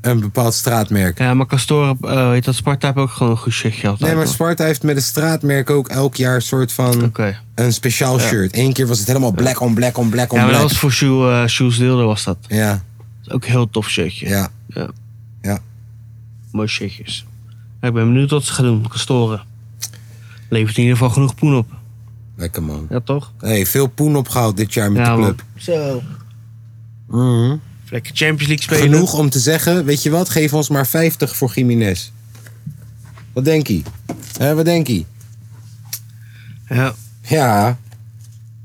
Speaker 1: een bepaald straatmerk.
Speaker 2: Ja, maar Castor, eh weet dat Sparta heeft ook gewoon een goed shirtje altijd.
Speaker 1: Nee, maar
Speaker 2: hoor.
Speaker 1: Sparta heeft met een straatmerk ook elk jaar een soort van
Speaker 2: Oké.
Speaker 1: een speciaal shirt. Eén keer was het helemaal black on black on black on
Speaker 2: Ja, maar
Speaker 1: black.
Speaker 2: dat was voor Shoes eh Sjoerd Deelder was dat.
Speaker 1: Ja,
Speaker 2: Dat is Ook een heel tof shirtje.
Speaker 1: ja.
Speaker 2: Ja.
Speaker 1: Ja.
Speaker 2: Mooi shirtjes. Ja, ik ben benieuwd wat ze gaan doen, Castoren. Levert in ieder geval genoeg poen op.
Speaker 1: Lekker man.
Speaker 2: Ja, toch?
Speaker 1: Hey, veel poen opgehaald dit jaar met
Speaker 2: ja,
Speaker 1: de
Speaker 2: man.
Speaker 1: club.
Speaker 2: Zo.
Speaker 1: Mhm.
Speaker 2: Lekker Champions League spelen.
Speaker 1: Genoeg om te zeggen, weet je wat, geef ons maar 50 voor Jiménez. Wat denk je? Hè, wat denk je?
Speaker 2: Ja.
Speaker 1: Ja.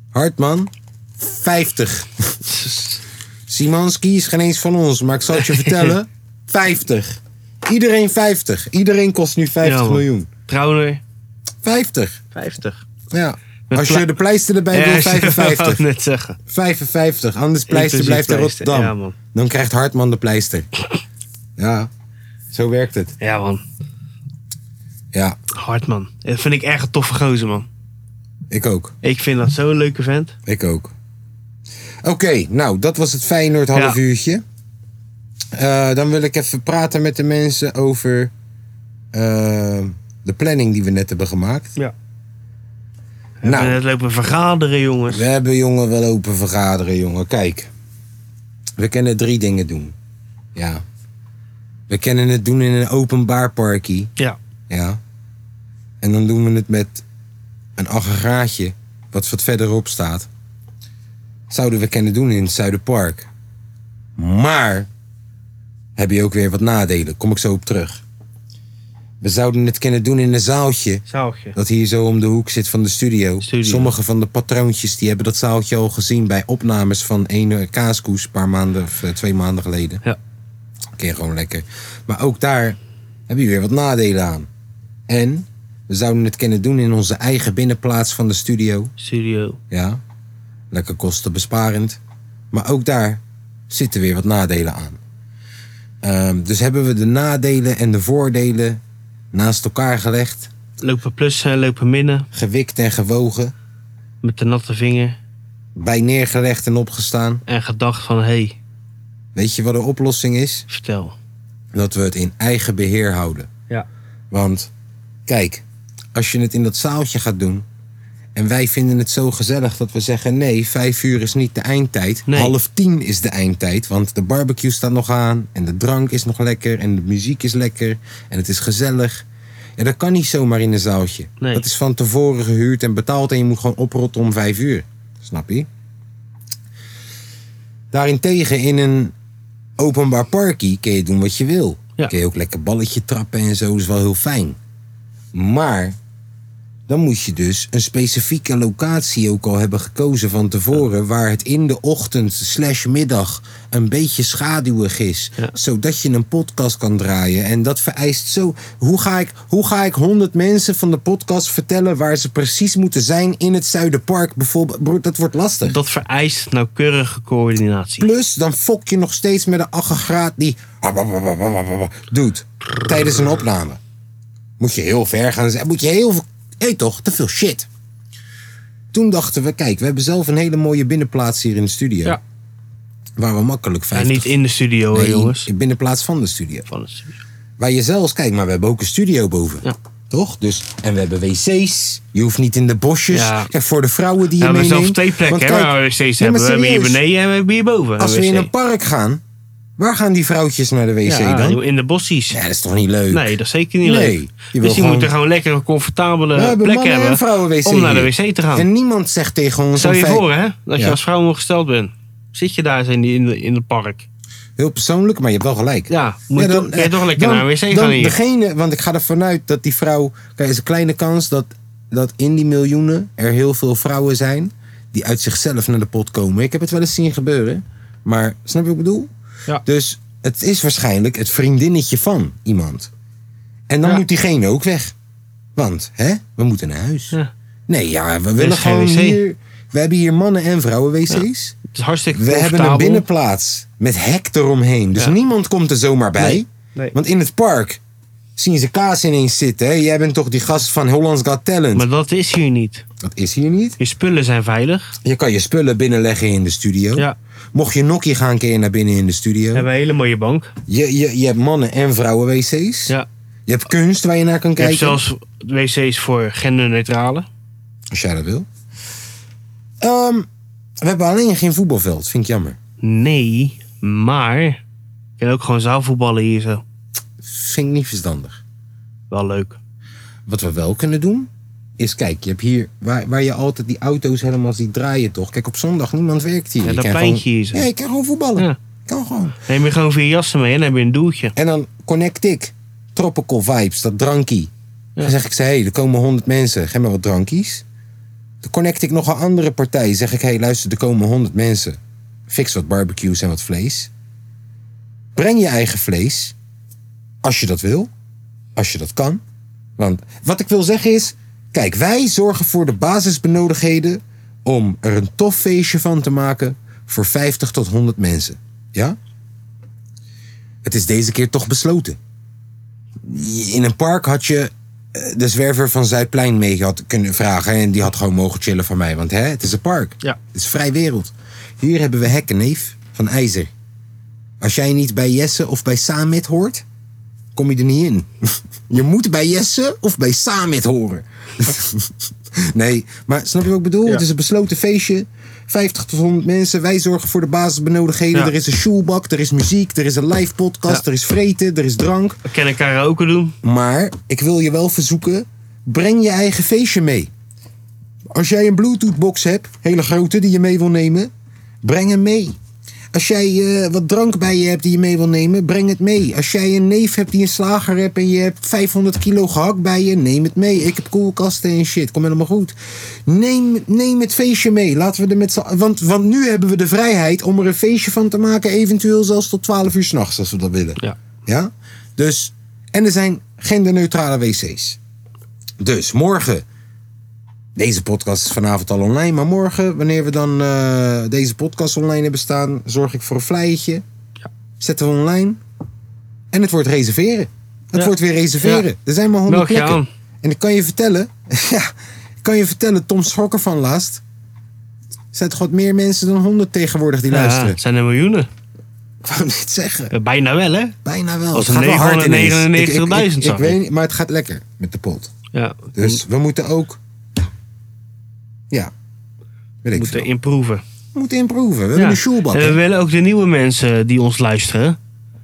Speaker 1: Hartman, 50. Simanski is geen eens van ons, maar ik zal het je vertellen. 50. Iedereen 50. Iedereen kost nu 50
Speaker 2: Ja, man.
Speaker 1: miljoen.
Speaker 2: Trouwner.
Speaker 1: 50.
Speaker 2: 50.
Speaker 1: Ja. Als je de pleister erbij wil,
Speaker 2: wou
Speaker 1: 55.
Speaker 2: ik net zeggen.
Speaker 1: 55, anders pleister
Speaker 2: Inclusief
Speaker 1: blijft in
Speaker 2: pleister,
Speaker 1: Rotterdam.
Speaker 2: Ja, man.
Speaker 1: Dan krijgt Hartman de pleister. Ja, zo werkt het.
Speaker 2: Ja, man.
Speaker 1: Ja,
Speaker 2: Hard, man. Dat vind ik echt een toffe gozer, man.
Speaker 1: ik ook.
Speaker 2: Ik vind dat zo'n leuke vent.
Speaker 1: Ik ook. Oké, nou, dat was het Feyenoord half
Speaker 2: Ja.
Speaker 1: uurtje. Eh, dan wil ik even praten met de mensen over eh, de planning die we net hebben gemaakt.
Speaker 2: Ja.
Speaker 1: Nou,
Speaker 2: En het lopen vergaderen, jongens.
Speaker 1: We hebben jongen wel open vergaderen, jongen. Kijk, we kunnen drie dingen doen. Ja. We kunnen het doen in een openbaar parkie.
Speaker 2: Ja.
Speaker 1: Ja. En dan doen we het met een aggregaatje wat wat verderop staat. Zouden we kunnen doen in het Zuiderpark. Maar heb je ook weer wat nadelen. Kom ik zo op terug. We zouden het kunnen doen in een zaaltje
Speaker 2: Zaaltje.
Speaker 1: dat hier zo om de hoek zit van de studio.
Speaker 2: Studio.
Speaker 1: Sommige van de patroontjes die hebben dat zaaltje al gezien bij opnames van één kaaskoes een paar maanden of eh, twee maanden geleden.
Speaker 2: Ja.
Speaker 1: Een keer gewoon lekker. Maar ook daar heb je weer wat nadelen aan. En we zouden het kunnen doen in onze eigen binnenplaats van de studio.
Speaker 2: Studio.
Speaker 1: Ja, lekker kostenbesparend. Maar ook daar zitten weer wat nadelen aan. Ehm, dus hebben we de nadelen en de voordelen naast elkaar gelegd,
Speaker 2: Lopen plussen, lopen minnen.
Speaker 1: gewikt en gewogen.
Speaker 2: Met de natte vinger.
Speaker 1: bij neergelegd en opgestaan.
Speaker 2: En gedacht van, hé, hey,
Speaker 1: Weet je wat de oplossing is?
Speaker 2: vertel.
Speaker 1: Dat we het in eigen beheer houden.
Speaker 2: Ja.
Speaker 1: Want kijk, als je het in dat zaaltje gaat doen. En wij vinden het zo gezellig dat we zeggen: nee, vijf uur is niet de eindtijd.
Speaker 2: Nee.
Speaker 1: Half tien is de eindtijd. Want de barbecue staat nog aan. En de drank is nog lekker. En de muziek is lekker. En het is gezellig. Ja, dat kan niet zomaar in een zaaltje.
Speaker 2: Nee.
Speaker 1: Dat is van tevoren gehuurd en betaald. En je moet gewoon oprotten om vijf uur. Snap je? Daarentegen in een openbaar parkie kun je doen wat je wil.
Speaker 2: Ja.
Speaker 1: Kun je ook lekker balletje trappen en zo, is wel heel fijn. Maar dan moet je dus een specifieke locatie ook al hebben gekozen van tevoren... waar het in de ochtend slash middag een beetje schaduwig is.
Speaker 2: Ja.
Speaker 1: Zodat je een podcast kan draaien. En dat vereist zo... Hoe ga, ik, hoe ga ik 100 mensen van de podcast vertellen waar ze precies moeten zijn... in het Zuiderpark bijvoorbeeld? Broer, Dat wordt lastig.
Speaker 2: Dat vereist nauwkeurige coördinatie.
Speaker 1: Plus, dan fok je nog steeds met een aggregaat die... doet tijdens een opname. Moet je heel ver gaan zijn. Moet je heel veel... Hé toch, te veel shit. Toen dachten we, kijk, we hebben zelf een hele mooie binnenplaats hier in de studio.
Speaker 2: Ja.
Speaker 1: Waar we makkelijk 50...
Speaker 2: En niet in de studio, hè,
Speaker 1: Nee,
Speaker 2: jongens.
Speaker 1: in binnenplaats van de studio.
Speaker 2: Van de studio.
Speaker 1: Waar je zelfs, kijk, maar we hebben ook een studio boven.
Speaker 2: Ja.
Speaker 1: Toch? Dus, en we hebben wc's. Je hoeft niet in de bosjes.
Speaker 2: Ja.
Speaker 1: Kijk, voor de vrouwen die
Speaker 2: We
Speaker 1: je
Speaker 2: hebben
Speaker 1: meeneemt.
Speaker 2: zelfs twee plekken,
Speaker 1: Want
Speaker 2: hè,
Speaker 1: kijk-
Speaker 2: waar we wc's
Speaker 1: Nee, maar
Speaker 2: hebben. We hebben hier
Speaker 1: serieus.
Speaker 2: beneden en we hebben hier boven
Speaker 1: Als
Speaker 2: een
Speaker 1: we in
Speaker 2: wc.
Speaker 1: een park gaan, waar gaan die vrouwtjes naar de wc
Speaker 2: ja, nou,
Speaker 1: dan?
Speaker 2: In de bossies.
Speaker 1: Ja, dat is toch niet leuk?
Speaker 2: Nee, dat is zeker niet
Speaker 1: Nee, je
Speaker 2: leuk.
Speaker 1: wil
Speaker 2: dus die
Speaker 1: gewoon-
Speaker 2: moeten gewoon lekker een comfortabele
Speaker 1: We hebben
Speaker 2: plek
Speaker 1: mannen
Speaker 2: eh, hebben
Speaker 1: en vrouwen wc
Speaker 2: om naar de
Speaker 1: hier.
Speaker 2: wc te gaan.
Speaker 1: En niemand zegt tegen ons...
Speaker 2: Stel
Speaker 1: om
Speaker 2: je
Speaker 1: vijf-
Speaker 2: voor, hè, dat
Speaker 1: Ja.
Speaker 2: je als vrouw ongesteld bent. Zit je daar eens in, die- in, de- in het park?
Speaker 1: Heel persoonlijk, maar je hebt wel gelijk.
Speaker 2: Ja, moet je toch- kan je
Speaker 1: eh,
Speaker 2: toch lekker naar een wc gaan
Speaker 1: dan
Speaker 2: hier.
Speaker 1: Degene, want ik ga ervan uit dat die vrouw... Kijk, is een kleine kans dat, dat in die miljoenen er heel veel vrouwen zijn... die uit zichzelf naar de pot komen. Ik heb het wel eens zien gebeuren. Maar snap je wat ik bedoel?
Speaker 2: Ja.
Speaker 1: Dus het is waarschijnlijk het vriendinnetje van iemand. En dan
Speaker 2: Ja.
Speaker 1: moet diegene ook weg. Want, hè, we moeten naar huis.
Speaker 2: Ja.
Speaker 1: Nee, ja, we willen
Speaker 2: is geen
Speaker 1: gewoon
Speaker 2: wc.
Speaker 1: hier... We hebben hier mannen en vrouwen wc's.
Speaker 2: Het is hartstikke
Speaker 1: We hebben een
Speaker 2: comfortabel.
Speaker 1: binnenplaats met hek eromheen. Dus
Speaker 2: Ja.
Speaker 1: niemand komt er zomaar bij.
Speaker 2: Nee, nee.
Speaker 1: Want in het park zien ze kaas ineens zitten. hè. Jij bent toch die gast van Hollands Got Talent.
Speaker 2: Maar dat is hier niet.
Speaker 1: dat is hier niet.
Speaker 2: Je spullen zijn veilig.
Speaker 1: Je kan je spullen binnenleggen in de studio.
Speaker 2: Ja.
Speaker 1: Mocht je nokkie gaan, kun je naar binnen in de studio.
Speaker 2: We hebben een hele mooie bank.
Speaker 1: Je, je, je hebt mannen- en vrouwen-wc's.
Speaker 2: Ja.
Speaker 1: Je hebt kunst waar je naar kan
Speaker 2: Je hebt
Speaker 1: kijken.
Speaker 2: zelfs wc's voor genderneutrale.
Speaker 1: Als jij dat wil. Ehm, we hebben alleen geen voetbalveld. Vind ik jammer.
Speaker 2: Nee, maar je kan ook gewoon zaalvoetballen hier zo.
Speaker 1: Vind ik niet verstandig.
Speaker 2: Wel leuk.
Speaker 1: Wat we wel kunnen doen, is kijk, je hebt hier waar, waar je altijd die auto's helemaal ziet draaien, toch? Kijk, op zondag niemand werkt hier.
Speaker 2: Ja,
Speaker 1: Je
Speaker 2: dat
Speaker 1: kan
Speaker 2: pleintje
Speaker 1: gewoon-
Speaker 2: hier zo.
Speaker 1: Ja, je kan gewoon voetballen.
Speaker 2: Ja.
Speaker 1: Kan gewoon.
Speaker 2: Neem je gewoon vier jassen mee en dan heb je een doeltje.
Speaker 1: En dan connect ik. Tropical vibes, dat drankie. Dan zeg ik ze, hé, hey, er komen honderd mensen, geef me wat drankies. Dan connect ik nog een andere partij. Zeg ik, hé, hey, luister, er komen honderd mensen. Fix wat barbecues en wat vlees. Breng je eigen vlees. Als je dat wil. Als je dat kan. Want wat ik wil zeggen is, Kijk, wij zorgen voor de basisbenodigdheden om er een tof feestje van te maken voor 50 tot 100 mensen. Ja? Het is deze keer toch besloten. In een park had je eh, de zwerver van Zuidplein mee gehad kunnen vragen. En die had gewoon mogen chillen van mij. Want hè, het is een park.
Speaker 2: Ja.
Speaker 1: Het is vrij wereld. Hier hebben we Hekken, neef, van IJzer. Als jij niet bij Jesse of bij Samit hoort, kom je er niet in. Je moet bij Jesse of bij Samit horen. Nee, maar snap je wat ik bedoel?
Speaker 2: Ja.
Speaker 1: Het is een besloten feestje. 50 tot 100 mensen. Wij zorgen voor de basisbenodigdheden.
Speaker 2: Ja.
Speaker 1: Er is een shoelbak, er is muziek, er is een live podcast,
Speaker 2: Ja.
Speaker 1: er is vreten, er is drank.
Speaker 2: We kunnen karaoke doen.
Speaker 1: Maar ik wil je wel verzoeken, breng je eigen feestje mee. Als jij een Bluetooth-box hebt, hele grote, die je mee wil nemen, breng hem mee. Als jij eh, wat drank bij je hebt die je mee wil nemen, breng het mee. Als jij een neef hebt die een slager hebt en je hebt 500 kilo gehakt bij je, neem het mee. Ik heb koelkasten en shit, kom helemaal goed. Neem, neem het feestje mee. Laten we er met z'n- want, want nu hebben we de vrijheid om er een feestje van te maken, eventueel zelfs tot 12 uur s'nachts als we dat willen.
Speaker 2: Ja.
Speaker 1: Ja? Dus, en er zijn genderneutrale wc's. Dus morgen. Deze podcast is vanavond al online, maar morgen, wanneer we dan eh, deze podcast online hebben staan, zorg ik voor een flyertje. Zetten we online. En het wordt reserveren. Het
Speaker 2: Ja.
Speaker 1: wordt weer reserveren.
Speaker 2: Ja.
Speaker 1: Er zijn maar honderd
Speaker 2: Meld je
Speaker 1: plekken.
Speaker 2: aan.
Speaker 1: En ik kan je vertellen, ja, ik kan je vertellen, Tom Schokker van laatst. Er zijn toch wat meer mensen dan 100 tegenwoordig die
Speaker 2: Ja,
Speaker 1: luisteren.
Speaker 2: het zijn er miljoenen.
Speaker 1: Ik wou net zeggen.
Speaker 2: Eh, Bijna wel, hè?
Speaker 1: Bijna wel.
Speaker 2: Als
Speaker 1: Het gaat wel hard ineens. Ik- ik- ik-
Speaker 2: 999.000
Speaker 1: Ik,
Speaker 2: zag Hm.
Speaker 1: weet niet, maar het gaat lekker met de pot.
Speaker 2: Ja.
Speaker 1: Dus we moeten ook... Ja. Weet
Speaker 2: we
Speaker 1: ik
Speaker 2: moeten
Speaker 1: veel.
Speaker 2: improven.
Speaker 1: We moeten improven. We hebben
Speaker 2: Ja.
Speaker 1: een shoelbak.
Speaker 2: En we
Speaker 1: hè?
Speaker 2: willen ook de nieuwe mensen die ons luisteren,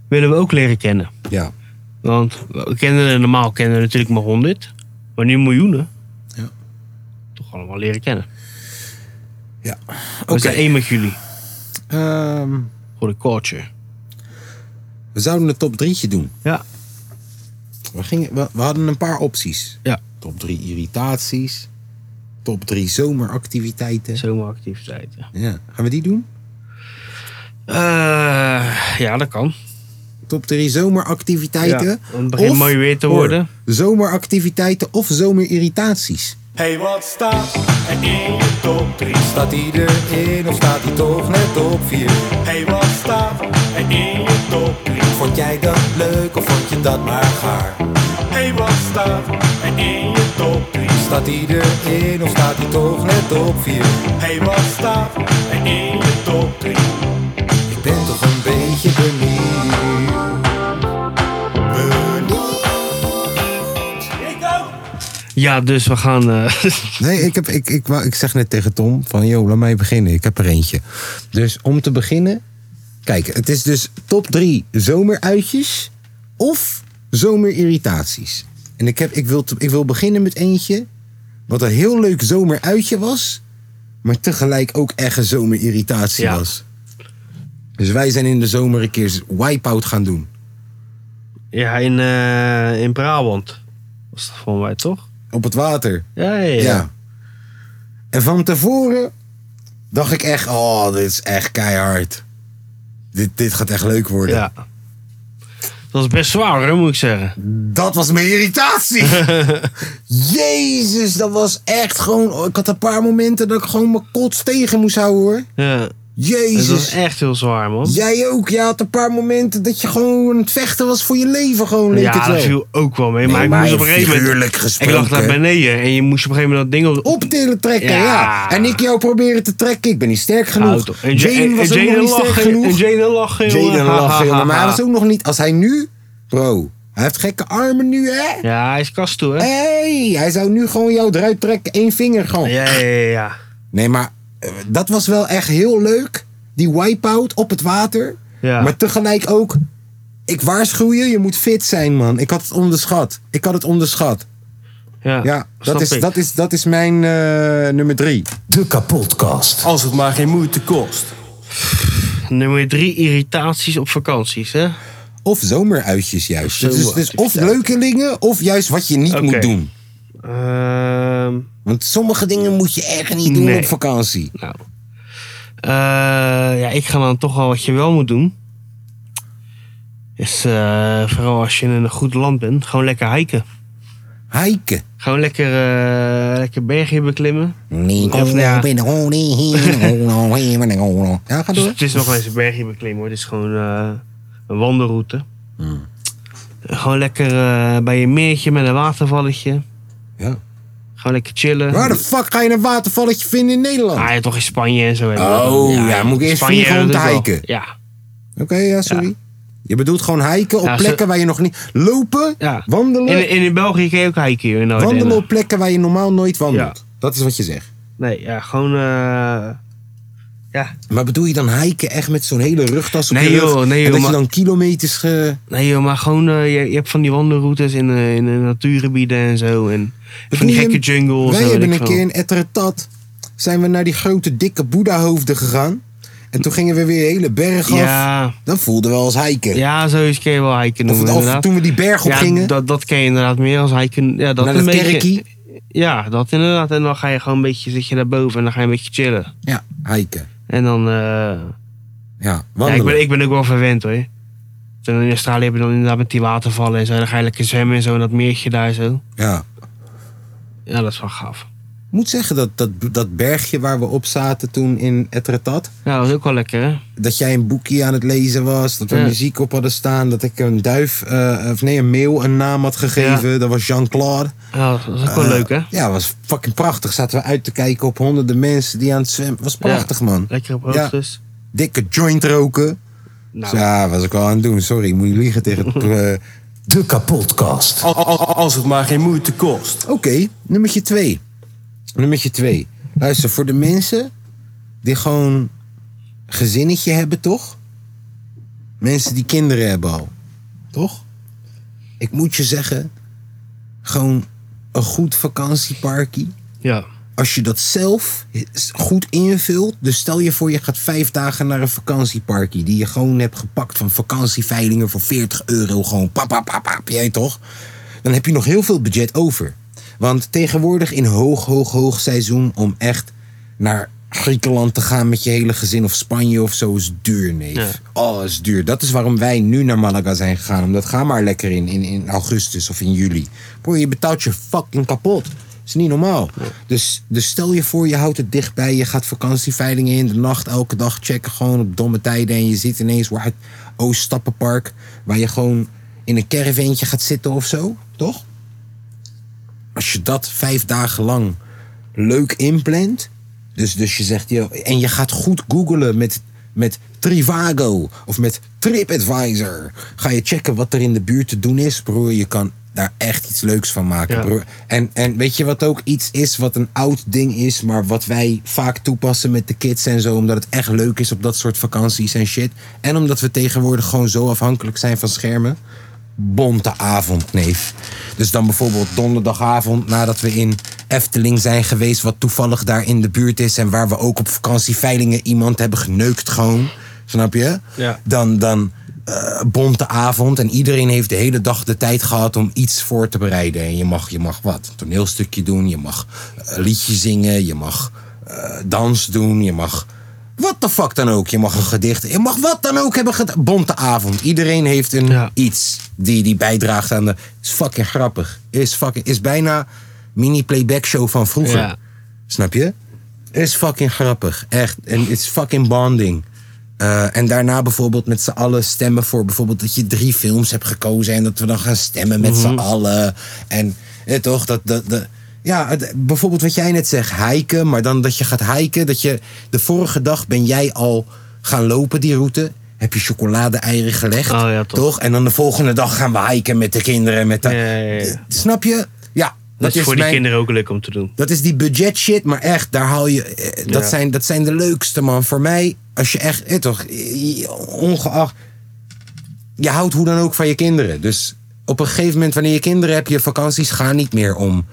Speaker 2: willen we ook leren kennen.
Speaker 1: Ja.
Speaker 2: Want we kennen er normaal kennen we natuurlijk maar honderd, maar nu miljoenen.
Speaker 1: Ja.
Speaker 2: Toch allemaal leren kennen.
Speaker 1: Ja.
Speaker 2: We zijn één met jullie
Speaker 1: Ehm,
Speaker 2: voor de culture.
Speaker 1: we zouden een top drietje doen.
Speaker 2: Ja.
Speaker 1: We, gingen, we, we hadden een paar opties.
Speaker 2: Ja.
Speaker 1: Top drie irritaties. Top drie zomeractiviteiten.
Speaker 2: Zomeractiviteiten.
Speaker 1: Ja. Gaan we die doen?
Speaker 2: Eh, ja, dat kan.
Speaker 1: Top drie zomeractiviteiten.
Speaker 2: Ja, want het begint
Speaker 1: Of-
Speaker 2: mooi weer te
Speaker 1: hoor,
Speaker 2: worden.
Speaker 1: Zomeractiviteiten of zomerirritaties.
Speaker 3: Hey, wat staat er in je top 3?
Speaker 4: Staat hij erin of staat hij toch net op 4?
Speaker 3: Hey, wat staat er in je top 3?
Speaker 4: Vond jij dat leuk of vond je dat maar gaar?
Speaker 3: Hey, wat staat er in je top 3?
Speaker 4: Staat hij erin of staat hij toch net op 4?
Speaker 3: Hey, wat staat er in je top 3?
Speaker 4: Ik ben toch een beetje benieuwd.
Speaker 3: Ik ook!
Speaker 2: Ja, dus we gaan. eh,
Speaker 1: Nee, ik, heb, ik, ik, wou- ik zeg net tegen Tom van, joh, laat mij beginnen. Ik heb er eentje. Dus om te beginnen, kijk, het is dus top drie zomeruitjes of zomerirritaties. En ik, heb, ik, wil, te- ik wil beginnen met eentje, wat een heel leuk zomeruitje was, maar tegelijk ook echt een zomerirritatie
Speaker 2: Ja.
Speaker 1: was. Dus wij zijn in de zomer een keer wipeout gaan doen.
Speaker 2: ja, in, eh, in Brabant. Was dat volgens mij toch?
Speaker 1: Op het water.
Speaker 2: Ja, ja, ja.
Speaker 1: Ja. En van tevoren dacht ik echt, oh, dit is echt keihard. Dit, dit gaat echt leuk worden.
Speaker 2: Ja. Dat was best zwaar, hè, moet ik zeggen.
Speaker 1: Dat was mijn irritatie. Jezus, dat was echt gewoon... Ik had een paar momenten dat ik gewoon mijn kots tegen moest houden, hoor.
Speaker 2: Ja. Het was
Speaker 1: Jezus.
Speaker 2: echt heel zwaar, man.
Speaker 1: Jij ook. Jij had een paar momenten dat je gewoon aan het vechten was voor je leven, gewoon, leek
Speaker 2: Ja,
Speaker 1: het wel.
Speaker 2: dat viel ook wel mee.
Speaker 1: Nee,
Speaker 2: Maar ik moest op een gegeven moment.
Speaker 1: figuurlijk
Speaker 2: Ik
Speaker 1: gesproken.
Speaker 2: lag naar beneden en je moest op een gegeven moment dat ding op.
Speaker 1: optillen trekken, ja.
Speaker 2: Ja.
Speaker 1: En ik jou proberen te trekken. Ik ben niet sterk genoeg.
Speaker 2: Auto. En Jane, en
Speaker 1: was ook nog
Speaker 2: Jane
Speaker 1: niet sterk
Speaker 2: lachen. En
Speaker 1: genoeg.
Speaker 2: Jane lachen.
Speaker 1: Jaden
Speaker 2: jongen.
Speaker 1: lachen, jongen. Maar hij was
Speaker 2: Ja,
Speaker 1: ook nog niet... Als hij nu... Bro, hij heeft gekke armen nu, hè?
Speaker 2: hij is kast toe, hè?
Speaker 1: hey, hij zou nu gewoon jou eruit trekken. één vinger gewoon.
Speaker 2: Ja, ja, ja. ja.
Speaker 1: Nee, maar eh, dat was wel echt heel leuk. Die wipeout op het water.
Speaker 2: Ja.
Speaker 1: Maar tegelijk ook... Ik waarschuw je, je moet fit zijn, man. Ik had het onderschat. Ik had het onderschat.
Speaker 2: ja.
Speaker 1: Ja,
Speaker 2: snap
Speaker 1: dat is,
Speaker 2: ik.
Speaker 1: dat is, dat is mijn eh, nummer drie.
Speaker 4: De kapotkast.
Speaker 3: Als het maar geen moeite kost.
Speaker 2: Nummer drie, irritaties op vakanties, hè?
Speaker 1: Of zomeruitjes juist.
Speaker 2: Of
Speaker 1: Dus, dus, dus of
Speaker 2: zomeractiviteiten.
Speaker 1: leukelingen, of juist wat je niet
Speaker 2: Oké.
Speaker 1: moet doen.
Speaker 2: Ehm,
Speaker 1: Want sommige dingen moet je echt niet doen
Speaker 2: Nee.
Speaker 1: op vakantie.
Speaker 2: nou. Eh, ja, ik ga dan toch wel wat je wel moet doen. Is eh, vooral als je in een goed land bent, gewoon lekker hiken.
Speaker 1: Hiken.
Speaker 2: Gewoon lekker, eh, lekker bergen beklimmen.
Speaker 1: Niet
Speaker 2: Of, nou ja.
Speaker 1: Ja, ga
Speaker 2: Dus
Speaker 1: door.
Speaker 2: het is nog wel eens een bergje beklimmen hoor. Het is gewoon eh, een wandelroute.
Speaker 1: Hmm.
Speaker 2: Gewoon lekker eh, bij een meertje met een watervalletje.
Speaker 1: Ja.
Speaker 2: Gewoon lekker chillen.
Speaker 1: Waar de fuck ga je een watervalletje vinden in Nederland?
Speaker 2: Ah, ja, toch in Spanje en zo. hè.
Speaker 1: Oh, ja, moet ik eerst vliegen om
Speaker 2: dat
Speaker 1: te
Speaker 2: is wel-
Speaker 1: hiken?
Speaker 2: Ja.
Speaker 1: Oké, ja, sorry. Je bedoelt gewoon hiken op
Speaker 2: Ja, ze-
Speaker 1: plekken waar je nog niet... Lopen,
Speaker 2: ja.
Speaker 1: wandelen.
Speaker 2: In, in, in België kun je ook hiken joh, in de
Speaker 1: wandelen
Speaker 2: Ardennen.
Speaker 1: op plekken waar je normaal nooit wandelt. Dat is wat je zegt.
Speaker 2: Nee, ja, gewoon... eh, ja.
Speaker 1: Maar bedoel je dan hiken echt met zo'n hele rugtas op
Speaker 2: Nee,
Speaker 1: je rug?
Speaker 2: joh, nee,
Speaker 1: en
Speaker 2: joh,
Speaker 1: dat
Speaker 2: maar-
Speaker 1: je dan kilometers... Ge...
Speaker 2: Nee joh, maar gewoon... eh, je, je hebt van die wandelroutes in, eh, in de natuurgebieden en zo. En van die
Speaker 1: Bedoel je-
Speaker 2: gekke jungles.
Speaker 1: Wij
Speaker 2: en weet
Speaker 1: hebben
Speaker 2: ik
Speaker 1: een
Speaker 2: veel.
Speaker 1: keer in Etretat... zijn we naar die grote dikke Boeddha hoofden gegaan. En toen gingen we weer hele berg af.
Speaker 2: Ja,
Speaker 1: Dat voelde wel als hiken.
Speaker 2: ja, zoiets kun je wel hiken
Speaker 1: Of,
Speaker 2: noemen
Speaker 1: of
Speaker 2: inderdaad.
Speaker 1: toen we die berg op
Speaker 2: ja,
Speaker 1: gingen,
Speaker 2: Dat, dat ken je inderdaad meer als hiken. Ja, dat
Speaker 1: naar
Speaker 2: een
Speaker 1: dat
Speaker 2: beetje.
Speaker 1: kerkie.
Speaker 2: Ja, dat inderdaad. En dan ga je gewoon een beetje, zit je daarboven en dan ga je een beetje chillen.
Speaker 1: Ja, hiken.
Speaker 2: En dan, eh,
Speaker 1: Ja,
Speaker 2: ja, ik,
Speaker 1: wandelen.
Speaker 2: ben, ik ben ook wel verwend hoor. Toen in Australië heb je dan inderdaad met die watervallen en zo. Dan ga je lekker zwemmen en zo in dat meertje daar zo.
Speaker 1: Ja.
Speaker 2: Ja, dat is wel gaaf.
Speaker 1: Ik moet zeggen dat, dat dat bergje waar we op zaten toen in Etretat...
Speaker 2: Ja, dat is ook wel lekker hè.
Speaker 1: dat jij een boekje aan het lezen was, dat we
Speaker 2: Ja.
Speaker 1: muziek op hadden staan, dat ik een duif, eh, of nee, een meeuw een naam had gegeven. Dat was Jean-Claude.
Speaker 2: Ja, dat is ook wel
Speaker 1: Eh,
Speaker 2: leuk hè.
Speaker 1: Ja, was fucking prachtig. Zaten we uit te kijken op honderden mensen die aan het zwemmen. Was prachtig, man.
Speaker 2: Lekker op
Speaker 1: Ja.
Speaker 2: hoogtes.
Speaker 1: Dikke joint roken. Dus
Speaker 2: Nou,
Speaker 1: ja, was ik wel aan het doen. Sorry, moet je liegen tegen het... eh,
Speaker 5: De kapotkast.
Speaker 6: Als het maar geen moeite kost.
Speaker 1: Oké, nummertje twee. Nummertje twee. Luister, voor de mensen die gewoon gezinnetje hebben, toch? Mensen die kinderen hebben al, toch? Ik moet je zeggen, gewoon een goed vakantieparkie.
Speaker 2: ja.
Speaker 1: Als je dat zelf goed invult. Dus stel je voor, je gaat vijf dagen naar een vakantieparkie. Die je gewoon hebt gepakt van vakantieveilingen voor 40 euro. Gewoon pap, pap, pap, pap, jij toch? Dan heb je nog heel veel budget over. Want tegenwoordig in hoog, hoog, hoog seizoen om echt naar Griekenland te gaan met je hele gezin of Spanje of zo is duur, neef.
Speaker 2: Ja.
Speaker 1: Oh, is duur. Dat is waarom wij nu naar Malaga zijn gegaan. Omdat ga maar lekker in, in, in augustus of in juli. Bro, je betaalt je fucking kapot. is niet normaal. Dus, dus stel je voor, je houdt het dichtbij. Je gaat vakantieveilingen in de nacht elke dag checken. Gewoon op domme tijden. En je zit ineens waar het Oost-Stappenpark. Waar je gewoon in een caravantje gaat zitten of zo. Toch? als je dat vijf dagen lang leuk inplant. Dus, dus je zegt, joh, en je gaat goed googlen met, met Trivago of met TripAdvisor. Ga je checken wat er in de buurt te doen is, broer. Je kan daar echt iets leuks van maken,
Speaker 2: Ja.
Speaker 1: broer. En, en weet je wat ook iets is wat een oud ding is, maar wat wij vaak toepassen met de kids en zo, omdat het echt leuk is op dat soort vakanties en shit. En omdat we tegenwoordig gewoon zo afhankelijk zijn van schermen bonte avond, neef. Dus dan bijvoorbeeld donderdagavond nadat we in Efteling zijn geweest... wat toevallig daar in de buurt is... en waar we ook op vakantieveilingen iemand hebben geneukt gewoon. Snap je?
Speaker 2: Ja.
Speaker 1: Dan, dan eh, bonte avond en iedereen heeft de hele dag de tijd gehad... om iets voor te bereiden. En je mag, je mag wat? Een toneelstukje doen, je mag eh, een liedje zingen... je mag eh, dans doen, je mag... Wat de fuck dan ook. Je mag een gedicht. Je mag wat dan ook hebben gedaan. Bonte avond. Iedereen heeft een
Speaker 2: Ja.
Speaker 1: iets die, die bijdraagt aan de... Is fucking grappig. Is, fucking, is bijna mini-playback show van vroeger.
Speaker 2: Ja.
Speaker 1: Snap je? Is fucking grappig. Echt. En is fucking bonding. Eh, en daarna bijvoorbeeld met z'n allen stemmen voor bijvoorbeeld dat je drie films hebt gekozen. En dat we dan gaan stemmen met
Speaker 2: Mhm.
Speaker 1: z'n allen. En eh, toch, dat, dat, dat- ja, het- bijvoorbeeld wat jij net zegt, hiken. Maar dan dat je gaat hiken, dat je de vorige dag ben jij al gaan lopen die route. Heb je chocolade-eieren gelegd.
Speaker 2: Oh ja, toch.
Speaker 1: En dan de volgende dag gaan we hiken met de kinderen. Met de,
Speaker 2: Ja, ja, ja, ja.
Speaker 1: Snap je? Ja, dat,
Speaker 2: Dat, is voor
Speaker 1: mijn,
Speaker 2: die kinderen ook leuk om te doen.
Speaker 1: dat is die budget shit, maar echt, daar haal je. eh, Dat,
Speaker 2: Ja.
Speaker 1: zijn, dat zijn de leukste, man. Voor mij, als je echt. eh, toch, eh, ongeacht. Je houdt hoe dan ook van je kinderen. Dus op een gegeven moment, wanneer je kinderen hebt, je vakanties gaan niet meer om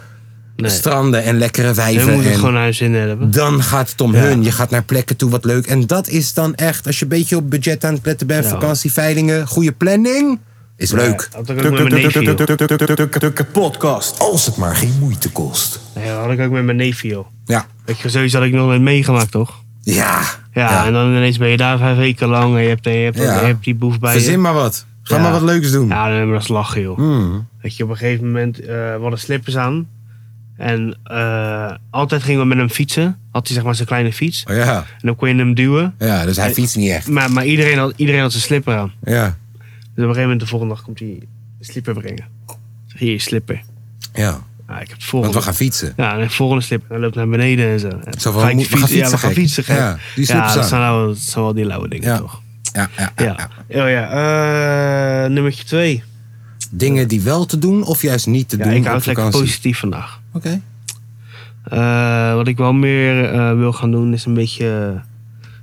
Speaker 2: Nee.
Speaker 1: stranden en lekkere
Speaker 2: We
Speaker 1: wijven.
Speaker 2: moeten
Speaker 1: en-
Speaker 2: gewoon huis in hebben.
Speaker 1: dan gaat het om
Speaker 2: Ja.
Speaker 1: hun. Je gaat naar plekken toe, wat leuk. En dat is dan echt, als je een beetje op budget aan het letten bent,
Speaker 2: Ja.
Speaker 1: vakantieveilingen, goede planning, is leuk.
Speaker 2: Ja, had ik ook met mijn neefje. joh.
Speaker 6: De podcast.
Speaker 5: Als het maar geen moeite kost.
Speaker 2: Nee, dat had ik ook met mijn neefje joh.
Speaker 1: Ja.
Speaker 2: Weet je, zoiets had ik nog nooit meegemaakt toch?
Speaker 1: Ja.
Speaker 2: Ja, en dan ineens ben je daar vijf weken lang en je hebt, je hebt,
Speaker 1: Ja.
Speaker 2: je hebt die boef bij je.
Speaker 1: Verzin maar wat. Ga
Speaker 2: Ja.
Speaker 1: maar wat leuks doen.
Speaker 2: Ja, dan hebben we dat is lachen, joh.
Speaker 1: Hmm.
Speaker 2: Dat je op een gegeven moment, eh we hadden slippers aan. En eh, altijd gingen we met hem fietsen. Had hij zeg maar zijn kleine fiets.
Speaker 1: Oh, ja.
Speaker 2: En dan kon je hem duwen.
Speaker 1: ja, dus hij fietst niet echt.
Speaker 2: Maar, maar iedereen, had, iedereen had zijn slipper aan.
Speaker 1: Ja,
Speaker 2: Dus op een gegeven moment de volgende dag komt hij de slipper brengen. Ik Zeg, hier je slipper.
Speaker 1: ja.
Speaker 2: Nou, ik heb
Speaker 1: want
Speaker 2: de volgende.
Speaker 1: we gaan fietsen.
Speaker 2: Ja, en de volgende slipper. Hij loopt naar beneden en zo. En
Speaker 1: Zo van,
Speaker 2: ga
Speaker 1: we
Speaker 2: ik
Speaker 1: moeten- we gaan
Speaker 2: Ja, we gaan
Speaker 1: fietsen,
Speaker 2: fietsen.
Speaker 1: gek.
Speaker 2: gek.
Speaker 1: Ja, die slippers
Speaker 2: Ja, dat
Speaker 1: aan.
Speaker 2: zijn, nou, dat zijn wel die lauwe dingen,
Speaker 1: Ja.
Speaker 2: toch?
Speaker 1: Ja, ja, ja, ja.
Speaker 2: Ja. Oh ja, eh, nummertje twee.
Speaker 1: Dingen die wel te doen of juist niet te
Speaker 2: Ja,
Speaker 1: doen
Speaker 2: ik
Speaker 1: op
Speaker 2: houd lekker
Speaker 1: vakantie.
Speaker 2: positief vandaag.
Speaker 1: Oké.
Speaker 2: Eh, wat ik wel meer eh, wil gaan doen is een beetje eh,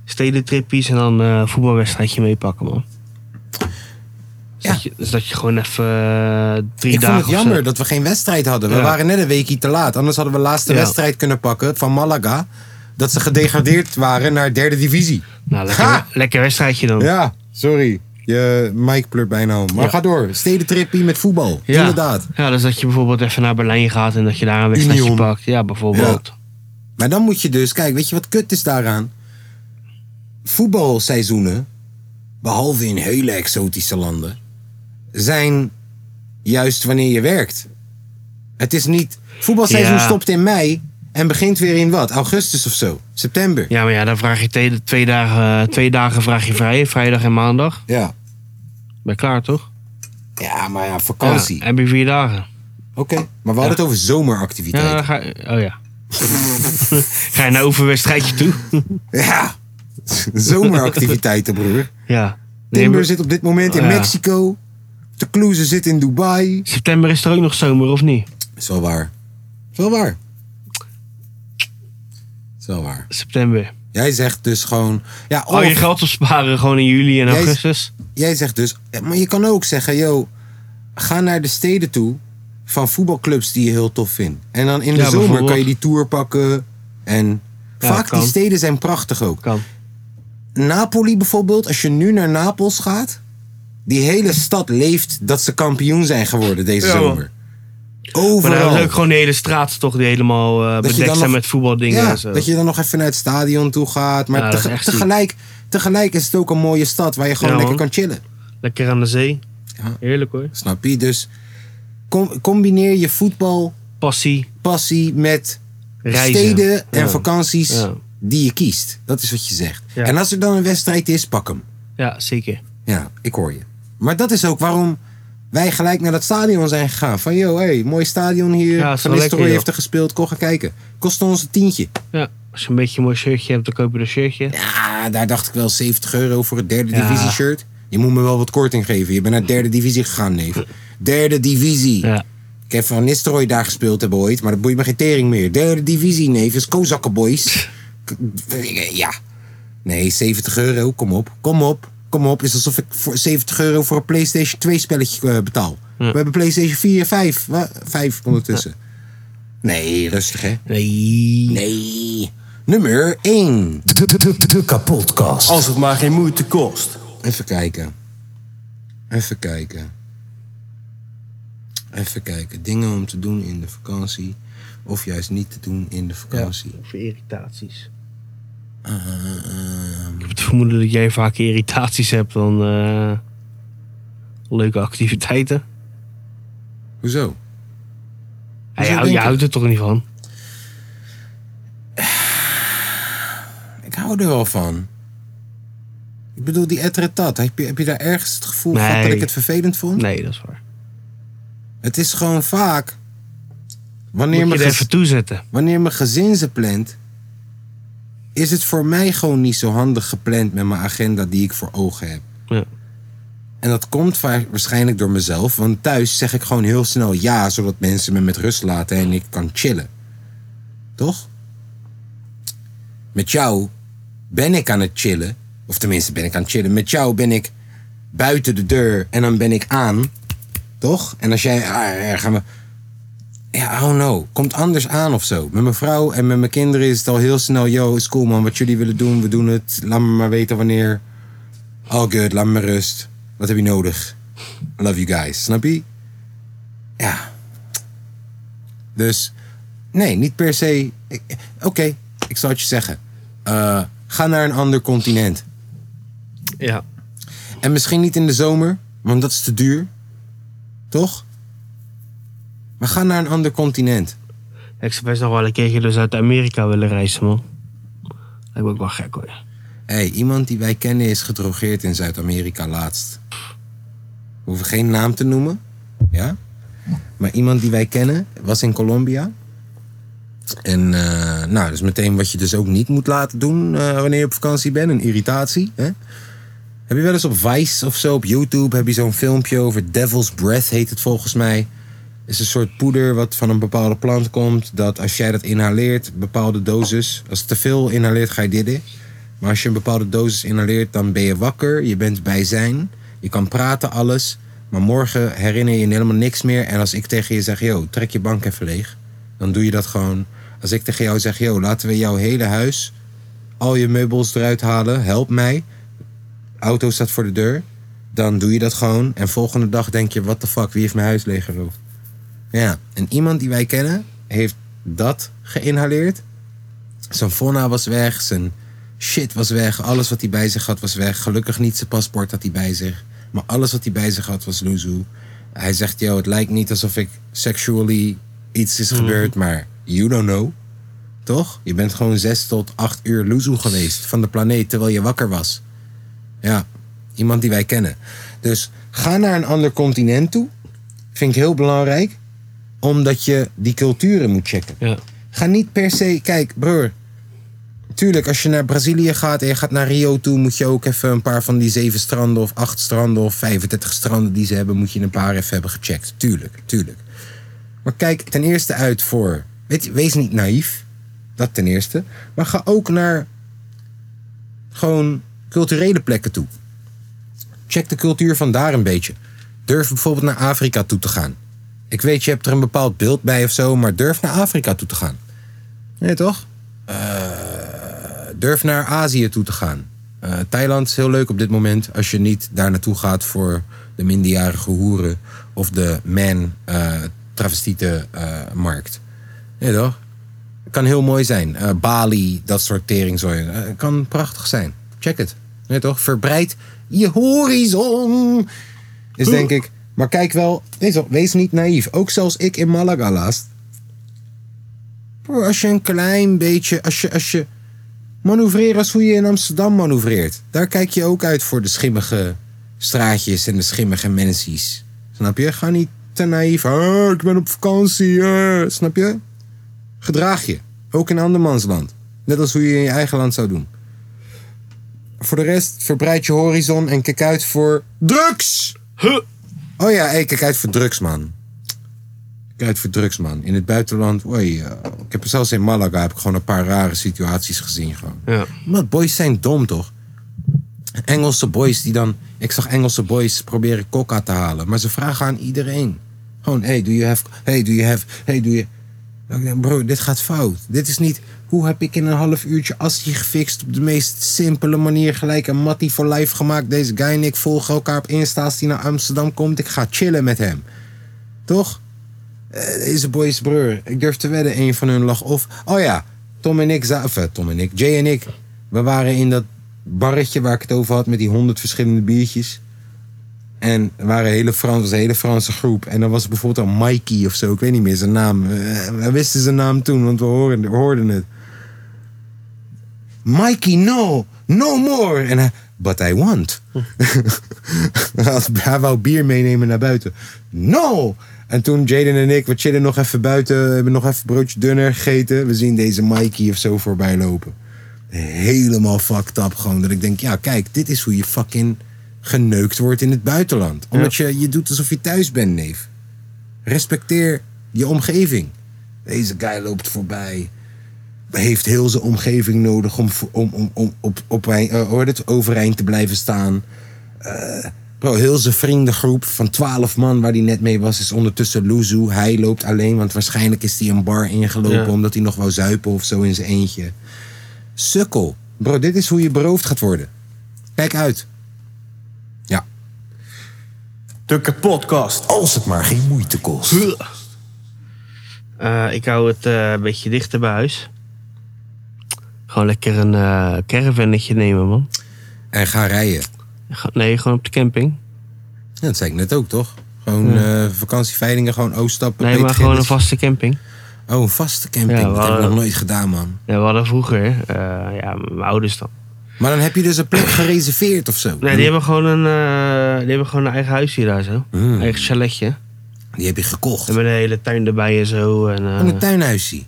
Speaker 2: stedentrippies en dan eh, een voetbalwedstrijdje meepakken, man.
Speaker 1: Ja.
Speaker 2: Zodat, je, zodat je gewoon even eh, drie
Speaker 1: Ik
Speaker 2: dagen
Speaker 1: vond het
Speaker 2: of zo-
Speaker 1: jammer dat we geen wedstrijd hadden. We
Speaker 2: Ja.
Speaker 1: waren net een weekje te laat. Anders hadden we de laatste
Speaker 2: Ja.
Speaker 1: wedstrijd kunnen pakken van Malaga. Dat ze gedegradeerd waren naar derde divisie.
Speaker 2: Nou, lekker,
Speaker 1: Ga!
Speaker 2: lekker wedstrijdje dan.
Speaker 1: Ja, sorry. Je mic pleurt bijna om. Maar
Speaker 2: Ja.
Speaker 1: ga door. Stedentrippie met voetbal.
Speaker 2: Ja.
Speaker 1: Inderdaad.
Speaker 2: Ja, dus dat je bijvoorbeeld even naar Berlijn gaat en dat je daar een wedstrijdje
Speaker 1: Union.
Speaker 2: pakt. Ja, bijvoorbeeld.
Speaker 1: Maar dan moet je dus, kijk, weet je wat kut is daaraan? Voetbalseizoenen, behalve in hele exotische landen, zijn juist wanneer je werkt. Het is niet. Voetbalseizoen
Speaker 2: Ja.
Speaker 1: stopt in mei en begint weer in wat? Augustus of zo? September.
Speaker 2: Ja, maar ja, dan vraag je twee, twee dagen, eh, twee dagen vraag je vrij, vrijdag en maandag.
Speaker 1: Ja,
Speaker 2: Ben je klaar, toch?
Speaker 1: ja maar ja, vakantie.
Speaker 2: Ja, heb je vier dagen.
Speaker 1: Oké, maar we hadden het over zomeractiviteiten.
Speaker 2: Ja, dan ga Oh ja. ga je naar overwedstrijdje toe?
Speaker 1: Ja, zomeractiviteiten, broer.
Speaker 2: ja.
Speaker 1: Timber zit op dit moment in
Speaker 2: Ja.
Speaker 1: Mexico. De Kloeze zit in Dubai.
Speaker 2: September is er ook nog zomer, of niet?
Speaker 1: Is wel waar. Is wel waar. Is wel waar.
Speaker 2: September.
Speaker 1: Jij zegt dus gewoon... Ja,
Speaker 2: Al je
Speaker 1: of-
Speaker 2: geld opsparen gewoon in juli en
Speaker 1: Jij-
Speaker 2: augustus.
Speaker 1: jij zegt dus... ja, Maar je kan ook zeggen, yo, ga naar de steden toe van voetbalclubs die je heel tof vindt. En dan in de
Speaker 2: Ja,
Speaker 1: zomer kan je
Speaker 2: bijvoorbeeld.
Speaker 1: die tour pakken. En
Speaker 2: Ja,
Speaker 1: vaak
Speaker 2: kan.
Speaker 1: die steden zijn prachtig ook.
Speaker 2: Kan.
Speaker 1: Napoli bijvoorbeeld, als je nu naar Napels gaat... Die hele stad leeft dat ze kampioen zijn geworden deze
Speaker 2: Ja, man.
Speaker 1: zomer.
Speaker 2: Maar dan
Speaker 1: Overal.
Speaker 2: is ook gewoon de hele straat toch die helemaal eh,
Speaker 1: je
Speaker 2: bedekt
Speaker 1: dan
Speaker 2: zijn
Speaker 1: nog-
Speaker 2: met voetbaldingen
Speaker 1: Ja,
Speaker 2: en zo.
Speaker 1: dat je dan nog even naar het stadion toe gaat. Maar
Speaker 2: Ja, dat is
Speaker 1: tege-
Speaker 2: echt ziek.
Speaker 1: tegelijk, tegelijk is het ook een mooie stad waar je gewoon
Speaker 2: Ja,
Speaker 1: lekker
Speaker 2: man.
Speaker 1: kan chillen.
Speaker 2: Lekker aan de zee.
Speaker 1: Ja.
Speaker 2: Heerlijk hoor.
Speaker 1: Snap je? Dus com- combineer je voetbalpassie
Speaker 2: Passie,
Speaker 1: met
Speaker 2: reizen.
Speaker 1: steden en
Speaker 2: Ja.
Speaker 1: vakanties
Speaker 2: Ja.
Speaker 1: die je kiest. Dat is wat je zegt.
Speaker 2: Ja.
Speaker 1: En als er dan een wedstrijd is, pak hem.
Speaker 2: Ja, zeker.
Speaker 1: Ja, ik hoor je. Maar dat is ook waarom wij gelijk naar dat stadion zijn gegaan. Van, joh, hey, mooi stadion hier.
Speaker 2: Ja, is
Speaker 1: Van
Speaker 2: wel lekker,
Speaker 1: Nistelrooy
Speaker 2: joh.
Speaker 1: heeft er gespeeld. Kom gaan kijken. Kostte ons een tientje.
Speaker 2: Ja. Als je een beetje een mooi shirtje hebt, dan koop je een shirtje.
Speaker 1: Ja, daar dacht ik wel 70 euro voor het derde
Speaker 2: Ja.
Speaker 1: divisie shirt. Je moet me wel wat korting geven. Je bent naar derde divisie gegaan, neef. Derde divisie.
Speaker 2: Ja.
Speaker 1: Ik heb van Nistelrooy daar gespeeld hebben ooit, maar dat boeit me geen tering meer. Derde divisie, neef, is Kozakken Boys. K- Ja. Nee, 70 euro, kom op. Kom op, kom op. Is alsof ik voor 70 euro voor een PlayStation 2 spelletje eh, betaal. We hebben PlayStation 4 en 5. Wa- 5 ondertussen. Nee, rustig hè.
Speaker 2: Nee.
Speaker 1: Nee. Nummer 1.
Speaker 5: De, de, de, de kapotkast.
Speaker 6: Als het maar geen moeite kost.
Speaker 1: Even kijken. Even kijken. Even kijken. Dingen om te doen in de vakantie. Of juist niet te doen in de vakantie.
Speaker 2: Of irritaties.
Speaker 1: Ehm,
Speaker 2: Ik heb het vermoeden dat jij vaker irritaties hebt dan eh, leuke activiteiten.
Speaker 1: hoezo?
Speaker 2: Ja, je,
Speaker 1: Hoezo
Speaker 2: hou-
Speaker 1: denk
Speaker 2: je
Speaker 1: ik?
Speaker 2: houdt er toch niet van?
Speaker 1: Ik hou er wel van. Ik bedoel, die etretat. Heb je, heb je daar ergens het gevoel van
Speaker 2: Nee.
Speaker 1: dat ik het vervelend vond?
Speaker 2: Nee, dat is waar.
Speaker 1: Het is gewoon vaak... Wanneer
Speaker 2: Moet
Speaker 1: mijn,
Speaker 2: je er
Speaker 1: gez-
Speaker 2: even toezetten.
Speaker 1: wanneer mijn gezin ze plant... is het voor mij gewoon niet zo handig gepland met mijn agenda die ik voor ogen heb.
Speaker 2: Ja.
Speaker 1: En dat komt vaak waarschijnlijk door mezelf, want thuis zeg ik gewoon heel snel ja, zodat mensen me met rust laten en ik kan chillen. Toch? Met jou ben ik aan het chillen, of tenminste ben ik aan het chillen. Met jou ben ik buiten de deur en dan ben ik aan, toch? En als jij, ah, ja, gaan we. Ja, oh no, komt anders aan of zo. Met mijn vrouw en met mijn kinderen is het al heel snel, yo, is cool man, wat jullie willen doen, we doen het. Laat me maar weten wanneer. All good, laat me maar rust. Wat heb je nodig? I Love you guys, snap je? Ja. Dus, nee, niet per se. ik- Oké, ik zal het je zeggen. Eh, ga naar een ander continent.
Speaker 2: Ja.
Speaker 1: En misschien niet in de zomer, Want dat is te duur. Toch? Maar ga naar een ander continent.
Speaker 2: Ik zou best nog wel een keertje dus uit Amerika willen reizen, man. Lijkt me ook wel gek, hoor.
Speaker 1: Hé, hey, iemand die wij kennen is gedrogeerd in Zuid-Amerika laatst. We hoeven geen naam te noemen, ja? Maar iemand die wij kennen was in Colombia. En eh, nou, dat is meteen wat je dus ook niet moet laten doen eh, wanneer je op vakantie bent. Een irritatie, hè? Heb je wel eens op Vice of zo, op YouTube, heb je zo'n filmpje over Devil's Breath, heet het volgens mij. Is een soort poeder wat van een bepaalde plant komt. Dat als jij dat inhaleert, bepaalde dosis. Als het te veel inhaleert, ga je dit in. Maar als je een bepaalde dosis inhaleert, dan ben je wakker. Je bent bij zijn. Je kan praten, alles. Maar morgen herinner je je helemaal niks meer. En als ik tegen je zeg, yo, trek je bank even leeg. Dan doe je dat gewoon. Als ik tegen jou zeg, yo, laten we jouw hele huis... al je meubels eruit halen, help mij. Auto staat voor de deur. Dan doe je dat gewoon. En volgende dag denk je, what the fuck, wie heeft mijn huis leeggeroofd? Ja, en iemand die wij kennen heeft dat geïnhaleerd. Zijn fauna was weg, zijn shit was weg, alles wat hij bij zich had was weg. Gelukkig niet zijn paspoort had hij bij zich, maar alles wat hij bij zich had was loezoe. Hij zegt, yo, het lijkt niet alsof ik sexually iets is gebeurd, maar you don't know. Toch? Je bent gewoon zes tot acht uur loezoe geweest van de planeet terwijl je wakker was. Ja, iemand die wij kennen. Dus ga naar een ander continent toe. Vind ik heel belangrijk. Omdat je die culturen moet checken.
Speaker 2: Ja.
Speaker 1: Ga niet per se... Kijk, broer. Tuurlijk, als je naar Brazilië gaat en je gaat naar Rio toe... moet je ook even een paar van die zeven stranden of acht stranden... of 35 stranden die ze hebben, moet je een paar even hebben gecheckt. Tuurlijk, tuurlijk. Maar kijk ten eerste uit voor... Weet je, wees niet naïef. Dat ten eerste. Maar ga ook naar gewoon culturele plekken toe. Check de cultuur van daar een beetje. Durf bijvoorbeeld naar Afrika toe te gaan. Ik weet, je hebt er een bepaald beeld bij of zo, maar durf naar Afrika toe te gaan. Nee, toch? Eh, durf naar Azië toe te gaan. Eh, Thailand is heel leuk op dit moment als je niet daar naartoe gaat voor de minderjarige hoeren of de eh, man-travestietenmarkt. eh, nee, toch? kan heel mooi zijn. Eh, Bali, dat soort teringzooi. Eh, kan prachtig zijn. Check het. Nee, toch? Verbreid je horizon. Is denk ik. Maar kijk wel, wees, wel- wees niet naïef. Ook zelfs ik in Malaga laatst. Broer, als je een klein beetje. Als je, als je manoeuvreert als hoe je in Amsterdam manoeuvreert. Daar kijk je ook uit voor de schimmige straatjes en de schimmige mensies. Snap je? Ga niet te naïef. "Ah, ik ben op vakantie. eh." Snap je? gedraag je. Ook in andermans land. Net als hoe je in je eigen land zou doen. Voor de rest, verbreid je horizon en kijk uit voor drugs! Oh ja, hey, kijk uit voor drugs, man. Kijk uit voor drugs, man. In het buitenland, oei, eh, ik heb er zelfs in Malaga heb ik gewoon een paar rare situaties gezien. Gewoon.
Speaker 2: Ja.
Speaker 1: Maar boys zijn dom, toch? Engelse boys die dan... Ik zag Engelse boys proberen coca te halen. Maar ze vragen aan iedereen. Gewoon, hey, do you have... Hey, do you have... Hey, do you... Dan denk ik, Bro, dit gaat fout. Dit is niet... Hoe heb ik in een half uurtje Assie gefixt... op de meest simpele manier gelijk een mattie voor life gemaakt? Deze guy en ik volgen elkaar op Insta als hij naar Amsterdam komt. Ik ga chillen met hem. Toch? Eh, deze boys, broer. Ik durf te wedden, een van hun lag of... Oh ja, Tom en ik... za- Of eh, Tom en ik, Jay en ik... We waren in dat barretje waar ik het over had... met die honderd verschillende biertjes. En er waren hele Frans, was een hele Franse groep. En dan was er bijvoorbeeld al Mikey of zo. Ik weet niet meer zijn naam. Eh, We wisten zijn naam toen, want we hoorden, we hoorden het. Mikey, no! No more! En hij, but I want. Hij- hij wou bier meenemen naar buiten. No! En toen Jaden en ik, we chillen nog even buiten. Hebben nog even broodje dunner gegeten. We zien deze Mikey of zo voorbij lopen. Helemaal fucked up gewoon. Dat ik denk, ja kijk, dit is hoe je fucking geneukt wordt in het buitenland. Omdat je, je doet alsof je thuis bent, neef. Respecteer je omgeving. Deze guy loopt voorbij. Heeft heel zijn omgeving nodig om, om, om, om op, op, eh, hoor het, overeind te blijven staan. Eh, bro, heel zijn vriendengroep van 12 man waar hij net mee was, is ondertussen Luzu. Hij loopt alleen, want waarschijnlijk is hij een bar ingelopen
Speaker 2: Ja.
Speaker 1: omdat hij nog wou zuipen of zo in zijn eentje. Sukkel. Bro, dit is hoe je beroofd gaat worden. Kijk uit. Ja.
Speaker 6: De kapotkast.
Speaker 5: Als het maar geen moeite kost.
Speaker 2: Eh, ik hou het eh, een beetje dichter bij huis. Gewoon lekker een eh caravannetje nemen, man.
Speaker 1: En ga rijden.
Speaker 2: Ga- Nee, gewoon op de camping.
Speaker 1: Ja, dat zei ik net ook, toch? Gewoon eh, vakantieveilingen, gewoon Oostappen.
Speaker 2: Nee, maar
Speaker 1: Peter
Speaker 2: gewoon een
Speaker 1: Gillis.
Speaker 2: vaste camping.
Speaker 1: Oh, een vaste camping.
Speaker 2: Ja, we
Speaker 1: dat heb ik
Speaker 2: hadden-
Speaker 1: nog nooit gedaan, man.
Speaker 2: Ja, we hadden vroeger, eh, ja, mijn ouders dan.
Speaker 1: Maar dan heb je dus een plek gereserveerd of zo.
Speaker 2: Nee, die hebben gewoon een, eh, die hebben gewoon een eigen huis hier daar zo.
Speaker 1: Hmm.
Speaker 2: Eigen chaletje.
Speaker 1: Die heb je gekocht.
Speaker 2: En met een hele tuin erbij en zo. En, eh,
Speaker 1: Van een tuinhuisje.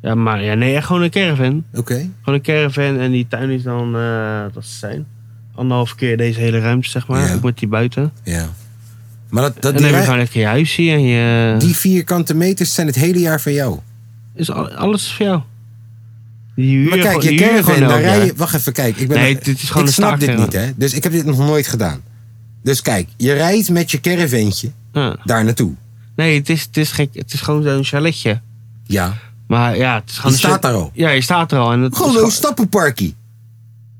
Speaker 2: ja, maar ja, nee, echt gewoon een caravan.
Speaker 1: Oké.
Speaker 2: Gewoon een caravan en die tuin is dan, eh dat zijn, anderhalf keer deze hele ruimte, zeg maar.
Speaker 1: Ja.
Speaker 2: Ook met die buiten.
Speaker 1: Ja. Maar dat, dat
Speaker 2: en dan
Speaker 1: die,
Speaker 2: heb je
Speaker 1: rij-
Speaker 2: gewoon lekker je huisje en je...
Speaker 1: die vierkante meters zijn het hele jaar van jou.
Speaker 2: Is al- alles is voor jou. Die huur,
Speaker 1: Maar kijk,
Speaker 2: die
Speaker 1: je
Speaker 2: huur
Speaker 1: caravan,
Speaker 2: gewoon
Speaker 1: daar
Speaker 2: elk
Speaker 1: rij je...
Speaker 2: jaar.
Speaker 1: Wacht even, kijk. Ik, ben
Speaker 2: Nee,
Speaker 1: nog-
Speaker 2: dit is gewoon
Speaker 1: ik
Speaker 2: een
Speaker 1: snap dit
Speaker 2: staartcaravan.
Speaker 1: niet, hè. Dus ik heb dit nog nooit gedaan. Dus kijk, je rijdt met je caravantje
Speaker 2: Ja.
Speaker 1: daar naartoe.
Speaker 2: Nee, het is, het is gek. Het is gewoon zo'n chaletje.
Speaker 1: Ja.
Speaker 2: Maar ja, het is gewoon...
Speaker 1: Je
Speaker 2: een
Speaker 1: staat
Speaker 2: cha-
Speaker 1: daar al.
Speaker 2: Ja, je staat er al. En dat is
Speaker 1: Gewoon
Speaker 2: gewoon-
Speaker 1: een stappenparkie.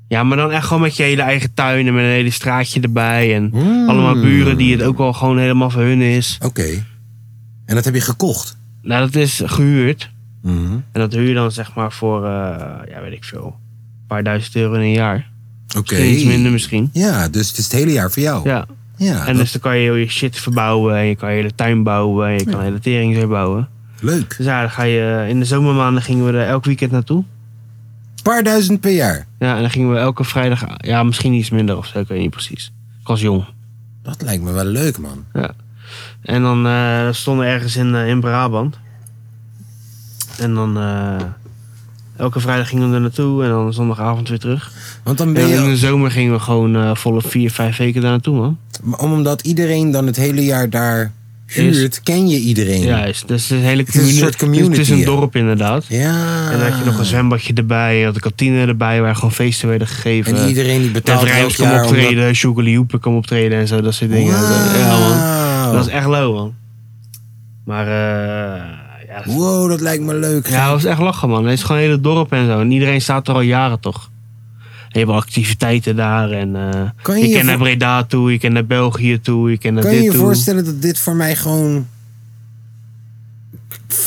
Speaker 2: Ja, maar dan echt gewoon met je hele eigen tuin en met een hele straatje erbij. En
Speaker 1: Hmm.
Speaker 2: allemaal buren die het ook al gewoon helemaal voor hun is.
Speaker 1: Oké. En dat heb je gekocht.
Speaker 2: Nou, dat is gehuurd.
Speaker 1: Mhm.
Speaker 2: En dat huur je dan zeg maar voor, eh, ja, weet ik veel, een paar duizend euro in een jaar.
Speaker 1: Oké.
Speaker 2: Misschien iets minder misschien.
Speaker 1: Ja, dus het is het hele jaar voor jou.
Speaker 2: Ja.
Speaker 1: Ja,
Speaker 2: En
Speaker 1: dat-
Speaker 2: dus dan kan je heel je shit verbouwen. En je kan je hele tuin bouwen. En je kan hele tering weer bouwen.
Speaker 1: leuk.
Speaker 2: Dus ja, dan ga je, in de zomermaanden gingen we er elk weekend naartoe.
Speaker 1: Een paar duizend per jaar.
Speaker 2: Ja, en dan gingen we elke vrijdag, ja, misschien iets minder of zo, ik weet niet precies. Ik was jong.
Speaker 1: Dat lijkt me wel leuk, man.
Speaker 2: En dan eh, dat stonden we ergens in, eh, in Brabant. En dan eh, elke vrijdag gingen we er naartoe en dan zondagavond weer terug.
Speaker 1: Want dan ben
Speaker 2: En in de
Speaker 1: je...
Speaker 2: zomer gingen we gewoon eh, volle vier, vijf weken daar naartoe, man.
Speaker 1: Omdat iedereen dan het hele jaar daar huurt, ken je iedereen.
Speaker 2: Ja, dus het is een hele
Speaker 1: is een
Speaker 2: communi-
Speaker 1: soort community, Ah.
Speaker 2: Het is een
Speaker 1: ja.
Speaker 2: dorp inderdaad.
Speaker 1: Ja.
Speaker 2: En dan had je nog een zwembadje erbij, je had een kantine erbij waar gewoon feesten werden gegeven.
Speaker 1: En iedereen die
Speaker 2: Ted
Speaker 1: betaalt elk
Speaker 2: Rijms kwam
Speaker 1: jaar...
Speaker 2: optreden, omdat... kwam optreden en zo, dat soort dingen. eh,
Speaker 1: Wauw.
Speaker 2: Ja, man. Dat is echt low, man. Maar, eh ja, dat is-
Speaker 1: Wow, dat lijkt me leuk.
Speaker 2: ja, dat was echt lachen, man. Het is gewoon een hele dorp en zo. En iedereen staat er al jaren, toch? En je hebt al activiteiten daar en eh,
Speaker 1: Kan je
Speaker 2: je,
Speaker 1: je
Speaker 2: kan naar
Speaker 1: voor-
Speaker 2: Breda toe, je kan naar België toe, je kan naar
Speaker 1: Kan je
Speaker 2: dit
Speaker 1: je
Speaker 2: toe.
Speaker 1: voorstellen dat dit voor mij gewoon...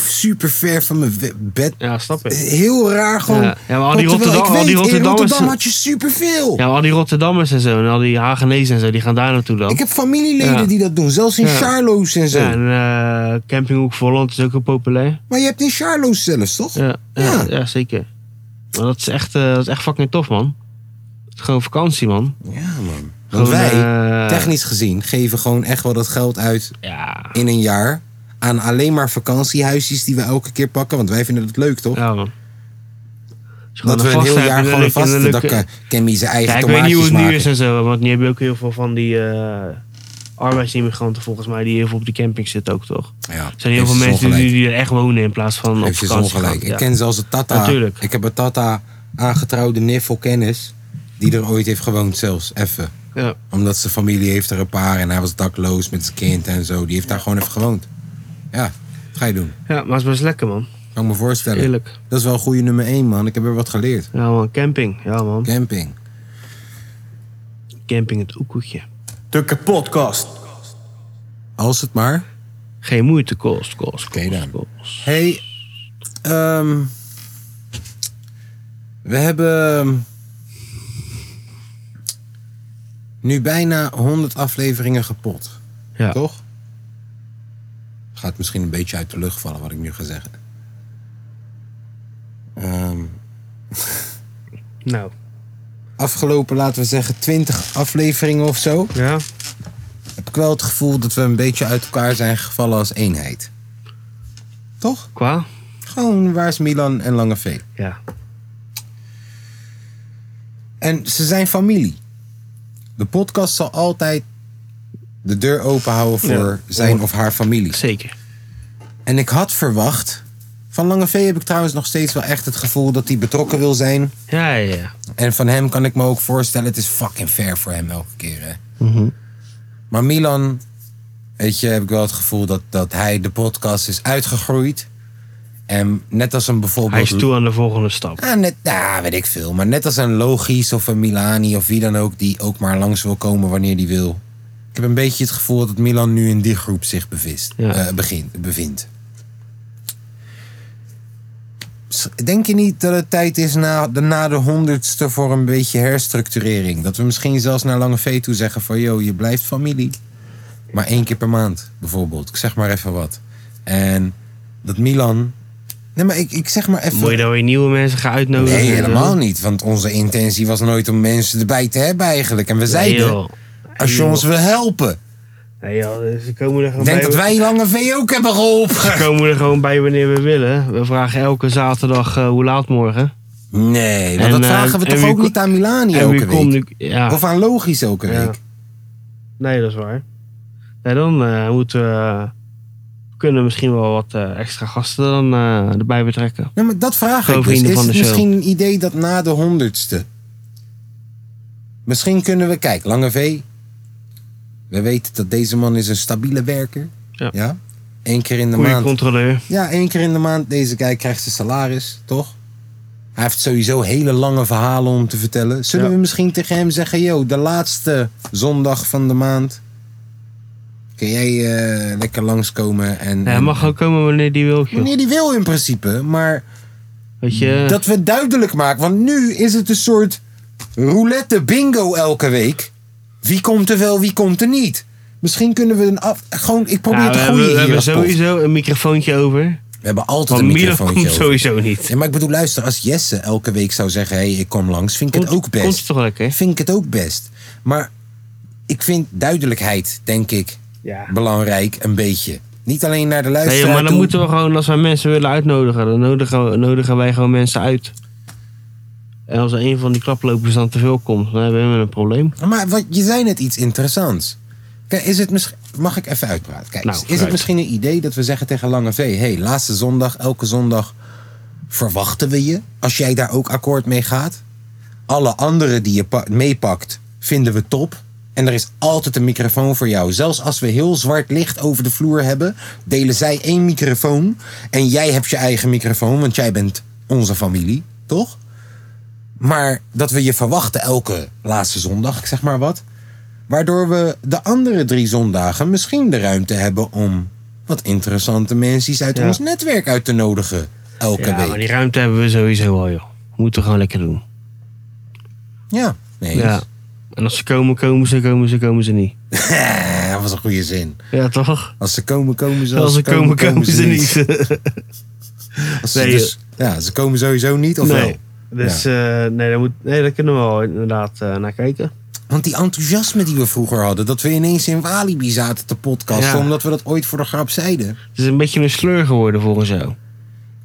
Speaker 1: super ver van mijn we- bed...
Speaker 2: Ja, snap ik.
Speaker 1: Heel raar gewoon...
Speaker 2: Ja. Ja, maar al die
Speaker 1: Want terwijl
Speaker 2: Rotterdam-
Speaker 1: ik
Speaker 2: al die
Speaker 1: weet, in
Speaker 2: Rotterdammers-
Speaker 1: Rotterdam had je superveel.
Speaker 2: Ja, maar al die Rotterdammers en zo en al die Hagenezen en zo, die gaan daar naartoe dan.
Speaker 1: Ik heb familieleden
Speaker 2: Ja.
Speaker 1: die dat doen. Zelfs in
Speaker 2: Ja.
Speaker 1: Charlo's en zo.
Speaker 2: Ja, en eh, Campinghoek Volland is ook heel populair.
Speaker 1: Maar je hebt in Charlo's zelfs, toch?
Speaker 2: Ja, ja.
Speaker 1: Ja.
Speaker 2: ja. zeker. Maar dat is, echt, eh, dat is echt fucking tof, man. Het is gewoon vakantie, man.
Speaker 1: Ja, man. Want
Speaker 2: Gewoon,
Speaker 1: wij,
Speaker 2: eh,
Speaker 1: technisch gezien, geven gewoon echt wel dat geld uit
Speaker 2: Ja,
Speaker 1: in een jaar. Aan alleen maar vakantiehuisjes die we elke keer pakken. Want wij vinden het leuk, toch?
Speaker 2: ja man. Als je gewoon
Speaker 1: dat we een heel
Speaker 2: vaste hebt
Speaker 1: jaar
Speaker 2: en
Speaker 1: gewoon een
Speaker 2: leuke- en
Speaker 1: vaste...
Speaker 2: leuke-
Speaker 1: Dat kan Cammy zijn eigen
Speaker 2: Ja, ik weet
Speaker 1: tomaatjes
Speaker 2: niet hoe het
Speaker 1: maken.
Speaker 2: nu is en zo, want nu heb je ook heel veel van die eh, arbeidsimmigranten volgens mij die heel veel op de camping zitten ook toch?
Speaker 1: Ja,
Speaker 2: Er zijn heel veel
Speaker 1: heeft ze
Speaker 2: mensen die,
Speaker 1: ongelijk.
Speaker 2: die er echt wonen in plaats van op
Speaker 1: Heeft je
Speaker 2: vakantie
Speaker 1: ongelijk.
Speaker 2: gaan.
Speaker 1: Ik
Speaker 2: Ja.
Speaker 1: ken zelfs een Tata.
Speaker 2: Natuurlijk.
Speaker 1: Ik heb een Tata aangetrouwde niffel kennis. Die er ooit heeft gewoond zelfs. Even.
Speaker 2: Ja.
Speaker 1: Omdat zijn familie heeft er een paar. En hij was dakloos met zijn kind en zo. Die heeft daar gewoon even gewoond. Ja, wat ga je doen?
Speaker 2: ja, maar het is best lekker man.
Speaker 1: Kan ik me voorstellen.
Speaker 2: Eerlijk.
Speaker 1: Dat is wel goede nummer 1, man. Ik heb weer wat geleerd.
Speaker 2: Ja man, camping. Ja man,
Speaker 1: Camping.
Speaker 2: camping het oekoetje.
Speaker 6: De kapotkast.
Speaker 1: Als het maar.
Speaker 2: Geen moeite kost, kost, kost,
Speaker 1: dan.
Speaker 2: kost.
Speaker 1: hey, ehm, we hebben ehm, nu bijna 100 afleveringen gepot.
Speaker 2: Ja.
Speaker 1: Toch? Gaat misschien een beetje uit de lucht vallen wat ik nu ga zeggen. Ehm,
Speaker 2: Nou,
Speaker 1: afgelopen, laten we zeggen, 20 afleveringen of zo.
Speaker 2: ja.
Speaker 1: Heb ik wel het gevoel dat we een beetje uit elkaar zijn gevallen als eenheid. Toch?
Speaker 2: Qua?
Speaker 1: Gewoon, waar is Milan en Lange V?
Speaker 2: Ja.
Speaker 1: En ze zijn familie. De podcast zal altijd de deur open houden voor
Speaker 2: Ja.
Speaker 1: zijn of haar familie.
Speaker 2: Zeker.
Speaker 1: En ik had verwacht. Van Lange V heb ik trouwens nog steeds wel echt het gevoel dat hij betrokken wil zijn.
Speaker 2: Ja, ja, ja.
Speaker 1: En van hem kan ik me ook voorstellen, het is fucking fair voor hem elke keer. Hè? Maar Milan, weet je, heb ik wel het gevoel dat, dat hij de podcast is uitgegroeid. En net als een bijvoorbeeld.
Speaker 2: Hij is toe aan de volgende stap.
Speaker 1: Ah, net, nou, weet ik veel. Maar net als een Logisch of een Milani of wie dan ook, die ook maar langs wil komen wanneer die wil. Ik heb een beetje het gevoel dat Milan nu in die groep zich bevist,
Speaker 2: Ja.
Speaker 1: eh, begint, bevindt. S- Denk je niet dat het tijd is na de, na de honderdste voor een beetje herstructurering? Dat we misschien zelfs naar Lange V toe zeggen van... ...joh, je blijft familie. maar één keer per maand bijvoorbeeld. Ik zeg maar even wat. En dat Milan. Nee, maar ik, ik zeg maar even.
Speaker 2: Moet je dan weer nieuwe mensen gaan uitnodigen?
Speaker 1: Nee, helemaal niet. Want onze intentie was nooit om mensen erbij te hebben eigenlijk. En we
Speaker 2: Nee,
Speaker 1: zeiden,
Speaker 2: joh.
Speaker 1: als je
Speaker 2: joh.
Speaker 1: ons wil helpen.
Speaker 2: Nee, joh. Dus Ze komen er gewoon
Speaker 1: Ik denk
Speaker 2: bij.
Speaker 1: dat wij Lange V ook hebben geholpen.
Speaker 2: Ze komen er gewoon bij wanneer we willen. We vragen elke zaterdag eh, hoe laat morgen.
Speaker 1: Nee, want
Speaker 2: En,
Speaker 1: dat
Speaker 2: eh,
Speaker 1: vragen we
Speaker 2: en
Speaker 1: toch
Speaker 2: wie
Speaker 1: ook
Speaker 2: ko-
Speaker 1: niet aan Milani
Speaker 2: en wie
Speaker 1: elke
Speaker 2: komt
Speaker 1: week.
Speaker 2: nu? Ja.
Speaker 1: Of aan Logisch elke
Speaker 2: Ja.
Speaker 1: week.
Speaker 2: Nee, dat is waar. Nee, dan eh, moeten we, eh, kunnen we misschien wel wat eh, extra gasten dan, eh, erbij betrekken.
Speaker 1: Nee, maar dat vraag
Speaker 2: Gewoon
Speaker 1: ik dus.
Speaker 2: vrienden
Speaker 1: Is
Speaker 2: van
Speaker 1: het
Speaker 2: de show.
Speaker 1: misschien een idee dat na de honderdste... Misschien kunnen we... Kijk, Lange V. We weten dat deze man is een stabiele werker.
Speaker 2: Ja.
Speaker 1: ja? Eén keer in de
Speaker 2: Goeie
Speaker 1: maand.
Speaker 2: controleur.
Speaker 1: Ja, één keer in de maand. Deze guy krijgt zijn salaris, toch? Hij heeft sowieso hele lange verhalen om te vertellen. Zullen
Speaker 2: Ja.
Speaker 1: we misschien tegen hem zeggen... Yo, de laatste zondag van de maand... Kun jij eh, lekker langskomen en...
Speaker 2: Ja, hij
Speaker 1: en-
Speaker 2: mag ook komen wanneer die wil, joh.
Speaker 1: Wanneer die wil in principe, maar...
Speaker 2: Weet je?
Speaker 1: Dat we het duidelijk maken. Want nu is het een soort roulette bingo elke week. Wie komt er wel, wie komt er niet. Misschien kunnen we een af... Gewoon, ik probeer
Speaker 2: Ja, Nou, we
Speaker 1: te
Speaker 2: hebben,
Speaker 1: groeien
Speaker 2: we
Speaker 1: hier.
Speaker 2: hebben
Speaker 1: als pof.
Speaker 2: sowieso een microfoontje over.
Speaker 1: We hebben altijd een
Speaker 2: Want Milan
Speaker 1: microfoon.
Speaker 2: komt sowieso niet.
Speaker 1: Ja, maar ik bedoel, luister, als Jesse elke week zou zeggen... hé, hey, ik kom langs, vind ik
Speaker 2: Komt,
Speaker 1: het ook
Speaker 2: komt
Speaker 1: best.
Speaker 2: toch lekker?
Speaker 1: Vind ik het ook best. Maar ik vind duidelijkheid, denk ik,
Speaker 2: Ja.
Speaker 1: belangrijk een beetje. Niet alleen naar de luisteraar
Speaker 2: Nee, maar dan
Speaker 1: toe.
Speaker 2: moeten we gewoon, als wij mensen willen uitnodigen, dan nodigen, we- nodigen wij gewoon mensen uit. En als er een van die klaplopers dan te veel komt, dan hebben we een probleem.
Speaker 1: Maar wat, je zei net iets interessants. Kijk, is het misschien, mag ik even uitpraten? Kijk,
Speaker 2: Nou,
Speaker 1: is het
Speaker 2: vooruit.
Speaker 1: misschien een idee dat we zeggen tegen Lange V... hé, hey, laatste zondag, elke zondag verwachten we je... als jij daar ook akkoord mee gaat. Alle anderen die je pa- meepakt, vinden we top. En er is altijd een microfoon voor jou. Zelfs als we heel zwart licht over de vloer hebben... delen zij één microfoon. En jij hebt je eigen microfoon, want jij bent onze familie, toch? Maar dat we je verwachten elke laatste zondag, ik zeg maar wat. Waardoor we de andere drie zondagen misschien de ruimte hebben om wat interessante mensen uit
Speaker 2: Ja.
Speaker 1: ons netwerk uit te nodigen. Elke
Speaker 2: Ja, maar
Speaker 1: week.
Speaker 2: die ruimte hebben we sowieso al, joh. Moeten we gewoon lekker doen.
Speaker 1: Ja, nee.
Speaker 2: Ja. En als ze komen, komen ze, komen ze, komen ze niet.
Speaker 1: eh, dat was een goede zin.
Speaker 2: Ja, toch?
Speaker 1: Als ze komen, komen ze.
Speaker 2: Als ze komen, komen ze niet.
Speaker 1: Als ze
Speaker 2: Nee,
Speaker 1: dus- ja, ze komen sowieso niet, of wel?
Speaker 2: Nee. Dus eh, nee, daar moet, nee, daar kunnen we wel inderdaad eh, naar kijken.
Speaker 1: Want die enthousiasme die we vroeger hadden, dat we ineens in Walibi zaten te podcasten,
Speaker 2: Ja.
Speaker 1: omdat we dat ooit voor de grap zeiden.
Speaker 2: Het is een beetje een sleur geworden volgens jou.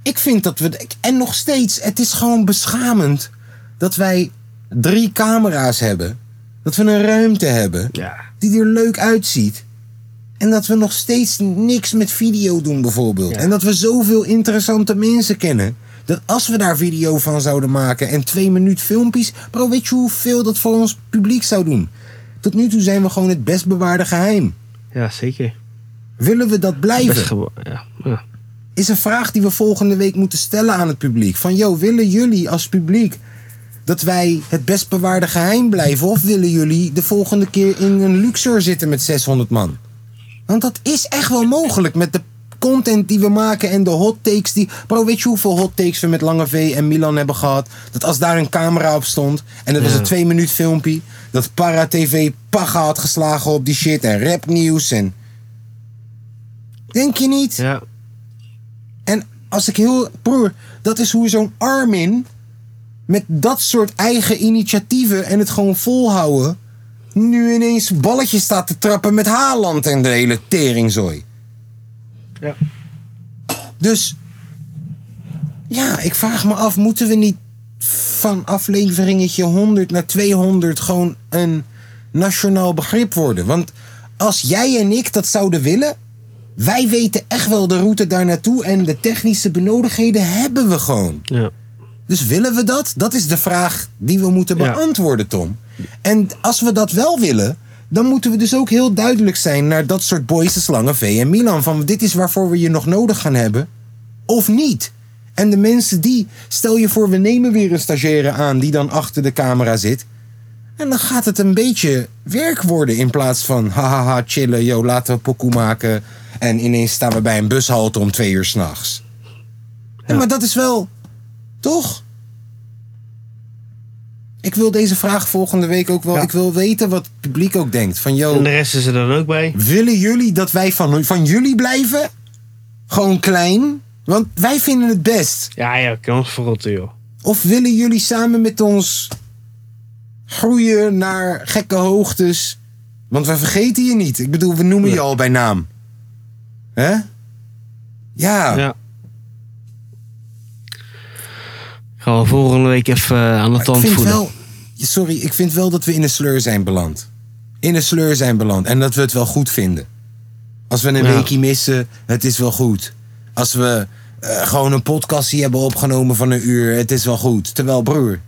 Speaker 1: Ik vind dat we. ik- En nog steeds, het is gewoon beschamend dat wij drie camera's hebben. Dat we een ruimte hebben
Speaker 2: Ja.
Speaker 1: die er leuk uitziet. En dat we nog steeds niks met video doen, bijvoorbeeld.
Speaker 2: Ja.
Speaker 1: En dat we zoveel interessante mensen kennen. Dat als we daar video van zouden maken en twee minuut filmpjes. Bro, weet je hoeveel dat voor ons publiek zou doen? Tot nu toe zijn we gewoon het best bewaarde geheim.
Speaker 2: Ja, zeker.
Speaker 1: Willen we dat blijven?
Speaker 2: Best gewo- ja. ja.
Speaker 1: is een vraag die we volgende week moeten stellen aan het publiek. Van, yo, willen jullie als publiek dat wij het best bewaarde geheim blijven? Of willen jullie de volgende keer in een Luxor zitten met 600 man? Want dat is echt wel mogelijk met de content die we maken en de hot takes die... Bro, weet je hoeveel hot takes we met Lange V en Milan hebben gehad? Dat als daar een camera op stond en dat was
Speaker 2: Ja.
Speaker 1: een twee minuut filmpje... dat Para TV paga had geslagen op die shit en rapnieuws en... Denk je niet?
Speaker 2: ja.
Speaker 1: En als ik heel. Broer, dat is hoe zo'n Armin. met dat soort eigen initiatieven. en het gewoon volhouden. nu ineens balletjes staat te trappen met Haaland en de hele teringzooi.
Speaker 2: Ja.
Speaker 1: Dus. ja, ik vraag me af, moeten we niet. van afleveringetje 100 naar 200 gewoon een nationaal begrip worden? Want als jij en ik dat zouden willen. Wij weten echt wel de route daar naartoe en de technische benodigdheden hebben we gewoon.
Speaker 2: ja.
Speaker 1: Dus willen we dat? Dat is de vraag die we moeten
Speaker 2: Ja.
Speaker 1: beantwoorden, Tom. En als we dat wel willen, dan moeten we dus ook heel duidelijk zijn naar dat soort boys als Lange V en Milan. Van dit is waarvoor we je nog nodig gaan hebben, of niet. En de mensen die, stel je voor, we nemen weer een stagiaire aan die dan achter de camera zit. En dan gaat het een beetje werk worden in plaats van hahaha chillen, yo laten we pokoe maken. En ineens staan we bij een bushalte om twee uur s'nachts. Ja. Maar dat is wel, toch? Ik wil deze vraag volgende week ook wel. Ik wil weten wat het publiek ook denkt. Van,
Speaker 2: En
Speaker 1: yo,
Speaker 2: de rest is er dan ook bij.
Speaker 1: willen jullie dat wij van, van jullie blijven? Gewoon klein? Want wij vinden het best.
Speaker 2: Ja, ja, kan ons verrotten, joh.
Speaker 1: Of willen jullie samen met ons groeien naar gekke hoogtes? Want we vergeten je niet. Ik bedoel, we noemen je al bij naam. Hè? Ja.
Speaker 2: Ja. Gaan we volgende week even eh, aan de
Speaker 1: Maar ik
Speaker 2: tand
Speaker 1: vind
Speaker 2: voelen.
Speaker 1: wel... Sorry, ik vind wel dat we in een sleur zijn beland. In een sleur zijn beland. En dat we het wel goed vinden. Als we een
Speaker 2: Ja.
Speaker 1: weekje missen, het is wel goed. Als we eh, gewoon een podcastje hebben opgenomen van een uur, het is wel goed. Terwijl, broer,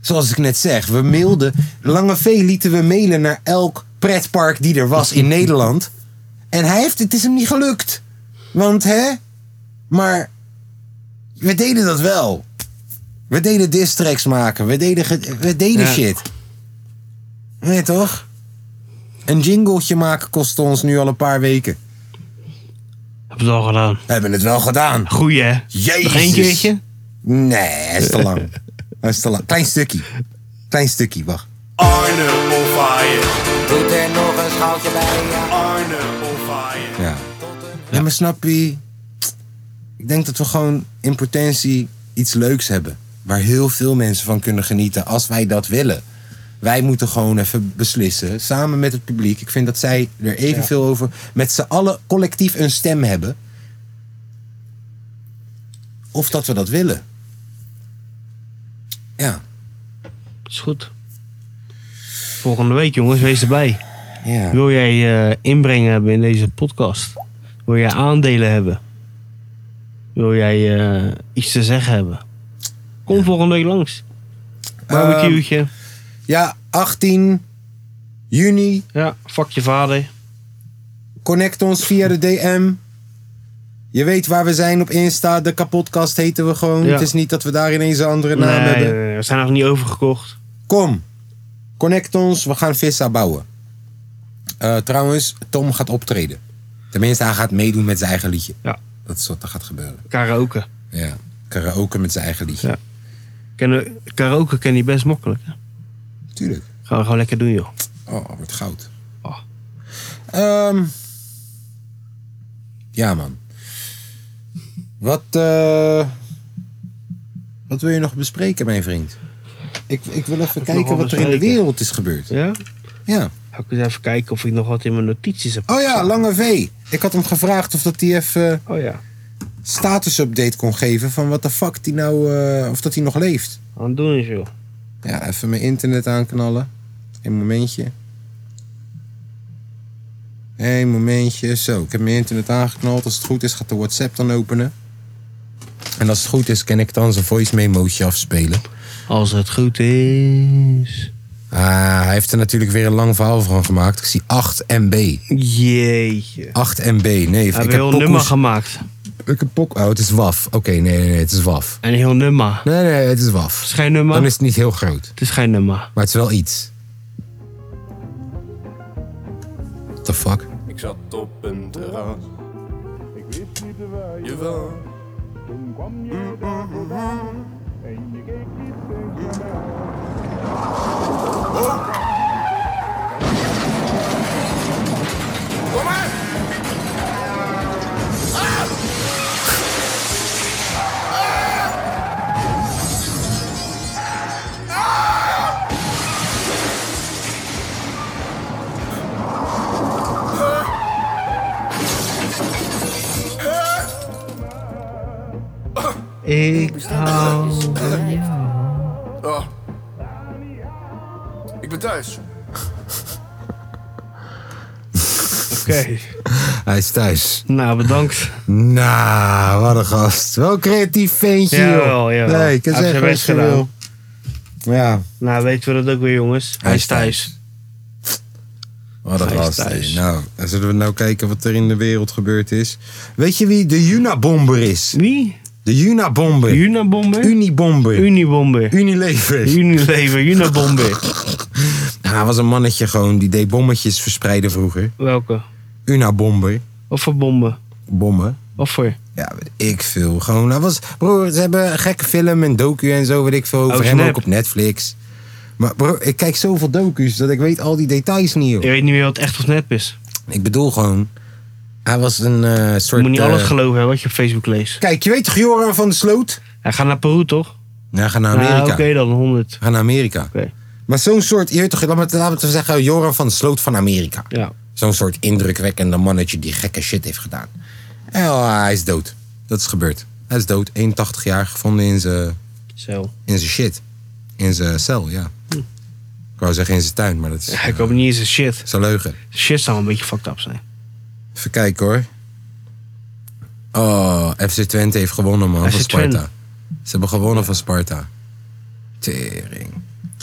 Speaker 1: zoals ik net zeg, we mailden... Lange V lieten we mailen naar elk pretpark die er was in Nederland. En hij heeft, het is hem niet gelukt. Want, hè? Maar we deden dat wel. We deden diss tracks maken. We deden, ge- we deden
Speaker 2: Ja.
Speaker 1: shit. Nee, toch? Een jingletje maken kostte ons nu al een paar weken.
Speaker 2: Heb het al gedaan.
Speaker 1: We hebben het wel gedaan.
Speaker 2: Goeie, hè?
Speaker 1: Jezus.
Speaker 2: Nog één keertje?
Speaker 1: Nee, dat is te lang. Dat is te lang. Klein stukje. Klein stukje, wacht.
Speaker 3: Arne on fire.
Speaker 4: Doet er nog een schaaltje bij, ja.
Speaker 3: Arne on fire.
Speaker 1: Ja. Ja, maar snap je? Ik denk dat we gewoon in potentie iets leuks hebben. Waar heel veel mensen van kunnen genieten als wij dat willen. Wij moeten gewoon even beslissen, samen met het publiek. Ik vind dat zij er evenveel over, met z'n allen collectief een stem hebben. Of dat we dat willen. Ja.
Speaker 2: Is goed. Volgende week, jongens, wees erbij.
Speaker 1: ja.
Speaker 2: Wil jij eh, inbreng hebben in deze podcast? Wil jij aandelen hebben? Wil jij eh, iets te zeggen hebben? Kom volgende week langs. Barbecue'tje.
Speaker 1: Ehm. Ja, 18 juni.
Speaker 2: ja, fuck je vader.
Speaker 1: Connect ons via de DM. Je weet waar we zijn op Insta. De kapotkast heten we gewoon.
Speaker 2: Ja.
Speaker 1: Het is niet dat we daar ineens een andere naam
Speaker 2: Nee,
Speaker 1: hebben.
Speaker 2: nee, we zijn nog niet overgekocht.
Speaker 1: Kom, connect ons. We gaan Vissa bouwen. Eh, trouwens, Tom gaat optreden. Tenminste, hij gaat meedoen met zijn eigen liedje.
Speaker 2: Ja.
Speaker 1: Dat is wat er gaat gebeuren.
Speaker 2: Karaoke.
Speaker 1: Ja. Karaoke met zijn eigen liedje.
Speaker 2: Ja. Kennen- karaoke ken je best makkelijk. Hè?
Speaker 1: Tuurlijk.
Speaker 2: Gaan we gewoon lekker doen, joh.
Speaker 1: Oh, wordt goud.
Speaker 2: Oh.
Speaker 1: Ehm, ja, man. Wat, eh, wat wil je nog bespreken, mijn vriend? Ik, ik wil even
Speaker 2: nog
Speaker 1: kijken
Speaker 2: wel
Speaker 1: wat er in de
Speaker 2: bespreken?
Speaker 1: wereld is gebeurd.
Speaker 2: Ja?
Speaker 1: Ja.
Speaker 2: Ga ik eens even kijken of ik nog wat in mijn notities heb.
Speaker 1: Oh ja, Lange V. Ik had hem gevraagd of dat hij even
Speaker 2: Oh ja.
Speaker 1: status-update kon geven van wat de fuck die nou, eh, of dat hij nog leeft.
Speaker 2: Aan het doen is, joh.
Speaker 1: Ja, even mijn internet aanknallen. Een momentje. Een momentje. Zo, ik heb mijn internet aangeknald. Als het goed is, gaat de WhatsApp dan openen. En als het goed is, kan ik dan zijn voice memootje afspelen.
Speaker 2: Als het goed is.
Speaker 1: Ah, hij heeft er natuurlijk weer een lang verhaal van gemaakt. Ik zie 8 MB.
Speaker 2: Jeetje.
Speaker 1: 8 MB. Nee, ik
Speaker 2: Hij
Speaker 1: heb,
Speaker 2: heeft heel een
Speaker 1: pokoes-
Speaker 2: nummer gemaakt.
Speaker 1: ik heb pok... Oh, het is WAF. Oké, nee, nee, nee, het is WAF.
Speaker 2: Een heel nummer.
Speaker 1: Nee, nee, het is
Speaker 2: Het
Speaker 1: WAF.
Speaker 2: is geen nummer.
Speaker 1: Dan is het niet heel groot.
Speaker 2: Het is geen nummer.
Speaker 1: Maar het is wel iets. What the fuck?
Speaker 7: Ik zat op een terras. Ik wist niet waar je was.
Speaker 2: Ik hou van jou.
Speaker 7: Oh. Ik ben thuis.
Speaker 2: Oké.
Speaker 1: Hij is thuis.
Speaker 2: Nou, bedankt.
Speaker 1: Nou, wat een gast. Wel een creatief ventje, joh.
Speaker 2: Jawel, jawel.
Speaker 1: Nee, ik kan
Speaker 2: Hij heeft
Speaker 1: zeggen
Speaker 2: zijn
Speaker 1: wat
Speaker 2: best
Speaker 1: je
Speaker 2: gedaan.
Speaker 1: wil. Ja,
Speaker 2: Nou, weten we dat ook weer, jongens. Hij is thuis.
Speaker 1: wat een
Speaker 2: Hij is
Speaker 1: gast.
Speaker 2: thuis.
Speaker 1: hé. Nou, dan zullen we nou kijken wat er in de wereld gebeurd is. Weet je wie de Junabomber is?
Speaker 2: Wie?
Speaker 1: De Junabomber.
Speaker 2: Unabomber?
Speaker 1: Unibomber.
Speaker 2: Unibomber.
Speaker 1: Unilever.
Speaker 2: Unilever, Unabomber.
Speaker 1: Nou, hij was een mannetje gewoon die deed bommetjes verspreiden vroeger.
Speaker 2: Welke?
Speaker 1: Unabomber.
Speaker 2: Of voor bomben?
Speaker 1: Bommen.
Speaker 2: Of voor?
Speaker 1: Ja, weet ik Nou, veel. Gewoon, hij was... Broer, ze hebben een gekke film en docu en zo, weet ik veel, over
Speaker 2: Oh,
Speaker 1: hem
Speaker 2: snap.
Speaker 1: ook op Netflix. Maar bro, ik kijk zoveel docu's dat ik weet al die details niet, joh.
Speaker 2: Je weet niet meer wat echt of nep is.
Speaker 1: Ik bedoel gewoon... Hij was een eh,
Speaker 2: Je
Speaker 1: soort...
Speaker 2: moet niet
Speaker 1: eh,
Speaker 2: alles geloven hè, wat je op Facebook leest.
Speaker 1: Kijk, je weet toch Joran van de Sloot?
Speaker 2: Hij gaat naar Peru, toch?
Speaker 1: Ja, ga naar
Speaker 2: Nou,
Speaker 1: Amerika.
Speaker 2: Oké, dan 100.
Speaker 1: Ga naar Amerika.
Speaker 2: Oké.
Speaker 1: Maar zo'n soort... Je weet toch, laten we- laten we zeggen, Joran van de Sloot van Amerika.
Speaker 2: Ja.
Speaker 1: Zo'n soort indrukwekkende mannetje die gekke shit heeft gedaan. En oh, hij is dood. Dat is gebeurd. Hij is dood. 81 jaar gevonden in zijn
Speaker 2: Zo.
Speaker 1: in zijn shit. In zijn cel, ja. Ik wou zeggen in zijn tuin, maar dat is,
Speaker 2: Hm. Ja, ik hoop niet eens een shit.
Speaker 1: is een leugen.
Speaker 2: Shit zou een beetje fucked up zijn.
Speaker 1: Even kijken hoor. Oh, FC Twente heeft gewonnen man,
Speaker 2: FC
Speaker 1: van Sparta.
Speaker 2: Twente.
Speaker 1: Ze hebben gewonnen van Sparta. Tering.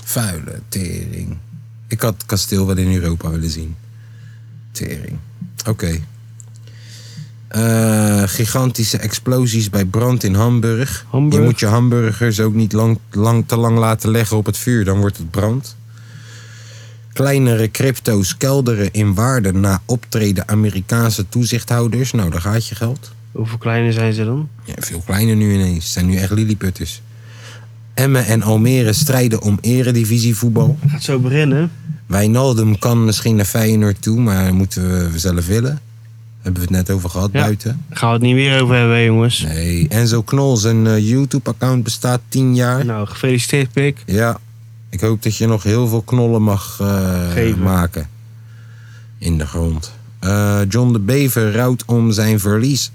Speaker 1: Vuile tering. Ik had Kasteel wel in Europa willen zien. Tering. Oké. Eh, gigantische explosies bij brand in Hamburg.
Speaker 2: Hamburg.
Speaker 1: Je moet je hamburgers ook niet lang, lang, te lang laten leggen op het vuur, dan wordt het brand. Kleinere crypto's kelderen in waarde na optreden Amerikaanse toezichthouders. Nou, daar gaat je geld.
Speaker 2: Hoeveel kleiner zijn ze dan?
Speaker 1: Ja, veel kleiner nu ineens. Het zijn nu echt lilliputters. Emmen en Almere strijden om eredivisievoetbal.
Speaker 2: Gaat zo beginnen.
Speaker 1: Wijnaldum kan misschien naar Feyenoord toe, maar dat moeten we zelf willen. Hebben we het net over gehad
Speaker 2: Ja.
Speaker 1: buiten.
Speaker 2: Gaan we het niet weer over hebben, hè, jongens.
Speaker 1: Nee, Enzo Knol, zijn eh, YouTube-account bestaat 10 jaar.
Speaker 2: Nou, gefeliciteerd, Pik.
Speaker 1: Ja, ik hoop dat je nog heel veel knollen mag eh,
Speaker 2: Geven.
Speaker 1: maken. In de grond. Eh, John de Bever rouwt om zijn verlies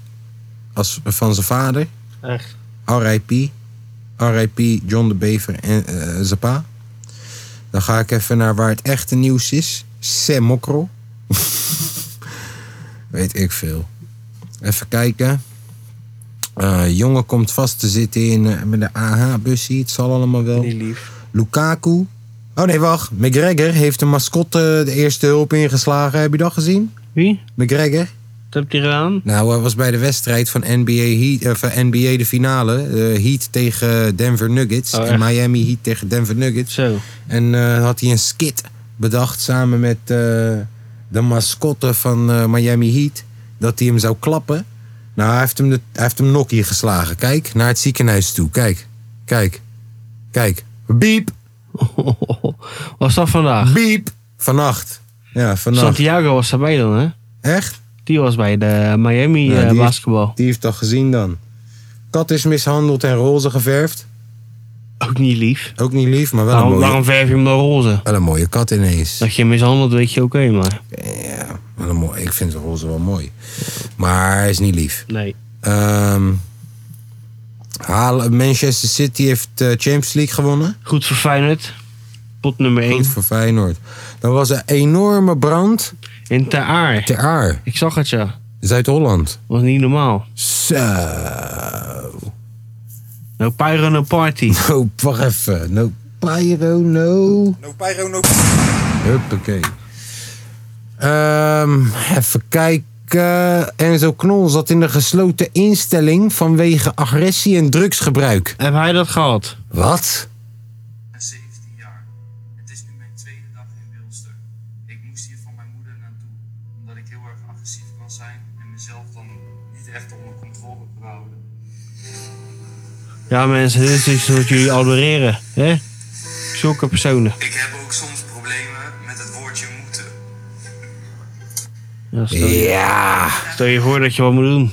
Speaker 1: als, van zijn vader.
Speaker 2: Echt.
Speaker 1: RIP. RIP John de Bever en eh, zijn pa. Dan ga ik even naar waar het echte nieuws is. Sam Mokro. Weet ik veel. Even kijken. Eh, jongen komt vast te zitten in, eh, met de AH-bussie. Het zal allemaal wel.
Speaker 2: Niet lief.
Speaker 1: Lukaku. Oh nee, wacht. McGregor heeft een mascotte eh, de eerste hulp ingeslagen. Heb je dat gezien?
Speaker 2: Wie?
Speaker 1: McGregor?
Speaker 2: Wat heb je gedaan?
Speaker 1: Nou, hij was bij de wedstrijd van NBA, Heat, eh, van NBA de finale. eh, Heat tegen Denver Nuggets.
Speaker 2: Oh, echt?
Speaker 1: en Miami Heat tegen Denver Nuggets.
Speaker 2: Zo.
Speaker 1: En eh, had hij een skit bedacht samen met eh, de mascotte van eh, Miami Heat. Dat hij hem zou klappen. Nou, hij heeft hem, de, hij heeft hem nokkie geslagen. Kijk, naar het ziekenhuis toe. Kijk, kijk, kijk. Biep,
Speaker 2: was dat vandaag?
Speaker 1: biep. Vannacht. Ja, vannacht.
Speaker 2: Santiago was daarbij dan, hè?
Speaker 1: Echt?
Speaker 2: Die was bij de Miami
Speaker 1: Ja,
Speaker 2: eh,
Speaker 1: die-
Speaker 2: basketbal.
Speaker 1: Die heeft dat gezien dan. Kat is mishandeld en roze geverfd.
Speaker 2: Ook niet lief.
Speaker 1: Ook niet lief, maar wel een
Speaker 2: Waarom,
Speaker 1: mooie,
Speaker 2: waarom verf je hem dan roze?
Speaker 1: wel een mooie kat ineens.
Speaker 2: Dat je hem mishandelt, weet je oké, maar...
Speaker 1: Ja, wel een mooi, ik vind de roze wel mooi. Maar hij is niet lief.
Speaker 2: Nee.
Speaker 1: Ehm, Haal- Manchester City heeft eh, Champions League gewonnen.
Speaker 2: Goed voor Feyenoord. Pot nummer 1.
Speaker 1: Goed voor Feyenoord. Dan was er enorme brand
Speaker 2: In Ter Aar.
Speaker 1: ter Aar,
Speaker 2: Ik zag het, ja.
Speaker 1: Zuid-Holland.
Speaker 2: Was niet normaal.
Speaker 1: Zo.
Speaker 2: No Nou, pyro, no party.
Speaker 1: Oh, wacht even. No pyro, no.
Speaker 4: No pyro, no...
Speaker 1: Huppakee. Ehm, even kijken. Enzo Knol zat in de gesloten instelling vanwege agressie en drugsgebruik.
Speaker 2: Heb hij dat gehad?
Speaker 1: Wat?
Speaker 8: ben 17 jaar. Het is nu mijn tweede dag in Wilster. Ik moest hier van mijn moeder naartoe, omdat ik heel erg agressief kan zijn en mezelf dan niet echt onder controle kan houden.
Speaker 2: Ja, mensen, dit is iets wat jullie adoreren, hè? Zulke personen.
Speaker 8: Ik heb ook soms problemen met het woordje moeten.
Speaker 2: Ja, stel, je,
Speaker 1: Ja.
Speaker 2: stel je voor dat je wat moet doen.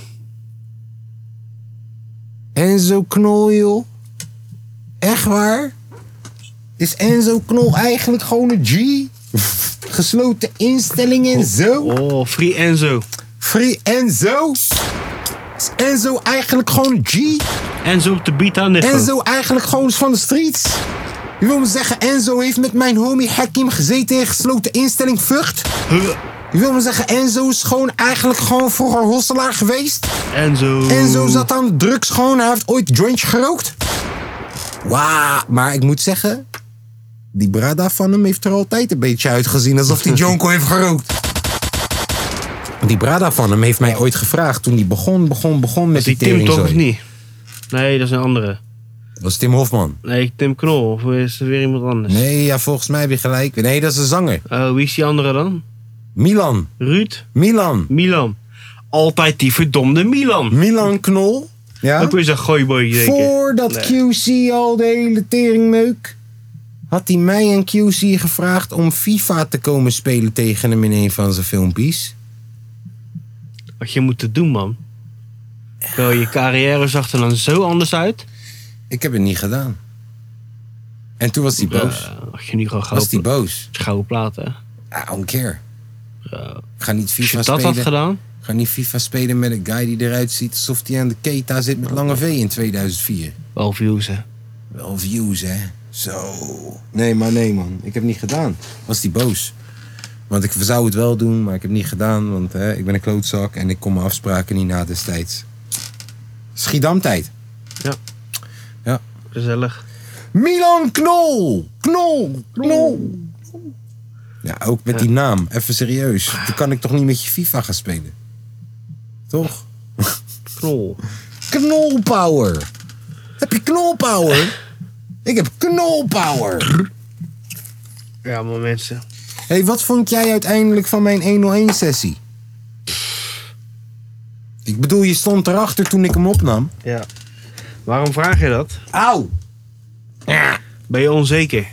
Speaker 1: Enzo Knol, joh. Echt waar? Is Enzo Knol eigenlijk gewoon een G? Gesloten instelling en zo?
Speaker 2: Oh, Free Enzo.
Speaker 1: Free Enzo? Is Enzo eigenlijk gewoon een G?
Speaker 2: Enzo op de beat aan dit.
Speaker 1: Enzo eigenlijk gewoon is van de streets. U wil me zeggen, Enzo heeft met mijn homie Hakim gezeten in gesloten instelling Vught? U wil me zeggen, Enzo is gewoon eigenlijk gewoon vroeger hosselaar geweest?
Speaker 2: Enzo.
Speaker 1: Enzo zat aan de drugs gewoon, hij heeft ooit jointje gerookt? Wauw, maar ik moet zeggen, die brada van hem heeft er altijd een beetje uitgezien alsof hij jonko heeft gerookt. Die brada van hem heeft mij ooit gevraagd toen hij begon, begon, begon met
Speaker 2: Is die Tim toch of niet? Nee, dat is een andere.
Speaker 1: Dat was Tim Hofman.
Speaker 2: Nee, Tim Knol. Of is er weer iemand anders?
Speaker 1: Nee, ja, volgens mij heb je gelijk. Nee, dat is een zanger.
Speaker 2: Oh, wie is die andere dan?
Speaker 1: Milan.
Speaker 2: Ruud?
Speaker 1: Milan.
Speaker 2: Milan. Altijd die verdomde Milan.
Speaker 1: Milan Knol. Ja.
Speaker 2: Ook weer zo'n gooiboy, zeker.
Speaker 1: Voordat QC al de hele teringmeuk. had hij mij en QC gevraagd om FIFA te komen spelen tegen hem in een van zijn filmpjes.
Speaker 2: Wat je moet doen, man. Bro, je carrière zag er dan zo anders uit.
Speaker 1: Ik heb het niet gedaan. En toen was hij boos.
Speaker 2: Eh, Als je nu gewoon
Speaker 1: Was hij
Speaker 2: gouden,
Speaker 1: boos?
Speaker 2: gouden platen.
Speaker 1: I don't care.
Speaker 2: Bro,
Speaker 1: Ik ga niet
Speaker 2: als je
Speaker 1: FIFA
Speaker 2: dat had
Speaker 1: spelen.
Speaker 2: gedaan,
Speaker 1: Ik ga niet FIFA spelen met een guy die eruit ziet alsof hij aan de keta zit met lange V in 2004.
Speaker 2: wel views, hè.
Speaker 1: Wel views, hè? Zo. Nee, maar nee, man. Ik heb niet gedaan. Was die boos? Want ik zou het wel doen, maar ik heb niet gedaan. Want hè, ik ben een klootzak en ik kon mijn afspraken niet na destijds. Schiedamtijd.
Speaker 2: Gezellig.
Speaker 1: Milan Knol! Knol! Knol! Ja, ook met die naam. Even serieus. Dan kan ik toch niet met je FIFA gaan spelen? Toch?
Speaker 2: Knol.
Speaker 1: Knolpower! Heb je knolpower? Ik heb knolpower!
Speaker 2: Ja, maar mensen.
Speaker 1: Hé, hey, wat vond jij uiteindelijk van mijn 101-sessie? Ik bedoel, je stond erachter toen ik hem opnam.
Speaker 2: Ja. Waarom vraag je dat?
Speaker 1: Auw!
Speaker 2: Ben je onzeker?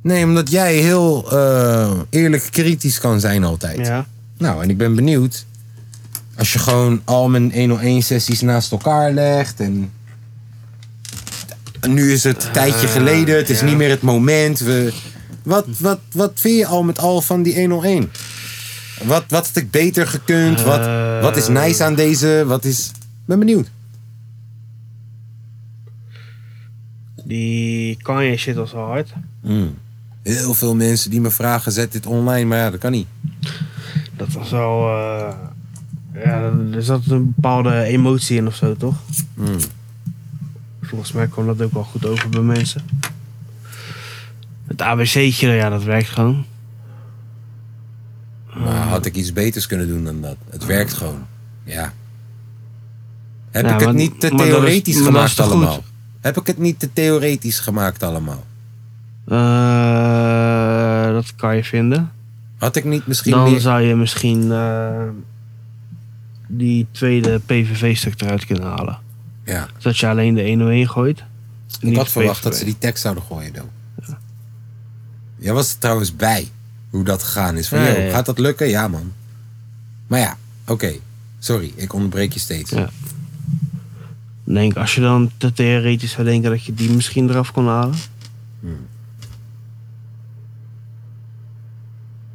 Speaker 1: Nee, omdat jij heel eh, eerlijk kritisch kan zijn altijd.
Speaker 2: Ja.
Speaker 1: Nou, en ik ben benieuwd. Als je gewoon al mijn 101-sessies naast elkaar legt en... Nu is het een tijdje geleden, het is niet meer het moment. We... Wat, wat, wat vind je al met al van die 101? Wat, wat had ik beter gekund? Wat, wat is nice aan deze? Wat is... Ik ben benieuwd.
Speaker 2: Die Kanye shit was wel hard.
Speaker 1: Heel veel mensen die me vragen, zet dit online. Maar ja, dat kan niet.
Speaker 2: Dat was wel... eh, ja, er zat een bepaalde emotie in of zo, toch?
Speaker 1: Hmm.
Speaker 2: Volgens mij kwam dat ook wel goed over bij mensen. Het ABC'tje, nou ja, dat werkt gewoon. Mm.
Speaker 1: Maar had ik iets beters kunnen doen dan dat? Het werkt gewoon. Ja. Heb
Speaker 2: Ja,
Speaker 1: ik het
Speaker 2: maar-
Speaker 1: niet te
Speaker 2: maar dat is-
Speaker 1: theoretisch
Speaker 2: maar dat is
Speaker 1: gemaakt
Speaker 2: toch
Speaker 1: allemaal?
Speaker 2: goed?
Speaker 1: Heb ik het niet te theoretisch gemaakt allemaal?
Speaker 2: Eh, dat kan je vinden.
Speaker 1: Had ik niet misschien
Speaker 2: Dan
Speaker 1: meer...
Speaker 2: zou je misschien eh, die tweede PVV-stuk eruit kunnen halen.
Speaker 1: Ja.
Speaker 2: Dat je alleen de 101 gooit. en
Speaker 1: Ik
Speaker 2: niet
Speaker 1: had
Speaker 2: de
Speaker 1: verwacht dat
Speaker 2: PVV.
Speaker 1: ze die tekst zouden gooien, doe. Jij was er trouwens bij hoe dat gegaan is. Van,
Speaker 2: Ja,
Speaker 1: joh,
Speaker 2: ja, ja.
Speaker 1: gaat dat lukken? Ja, man. Maar ja, oké. Sorry, ik onderbreek je steeds.
Speaker 2: Ja. Ik Denk, als je dan te theoretisch zou denken dat je die misschien eraf kon halen.
Speaker 1: Hmm.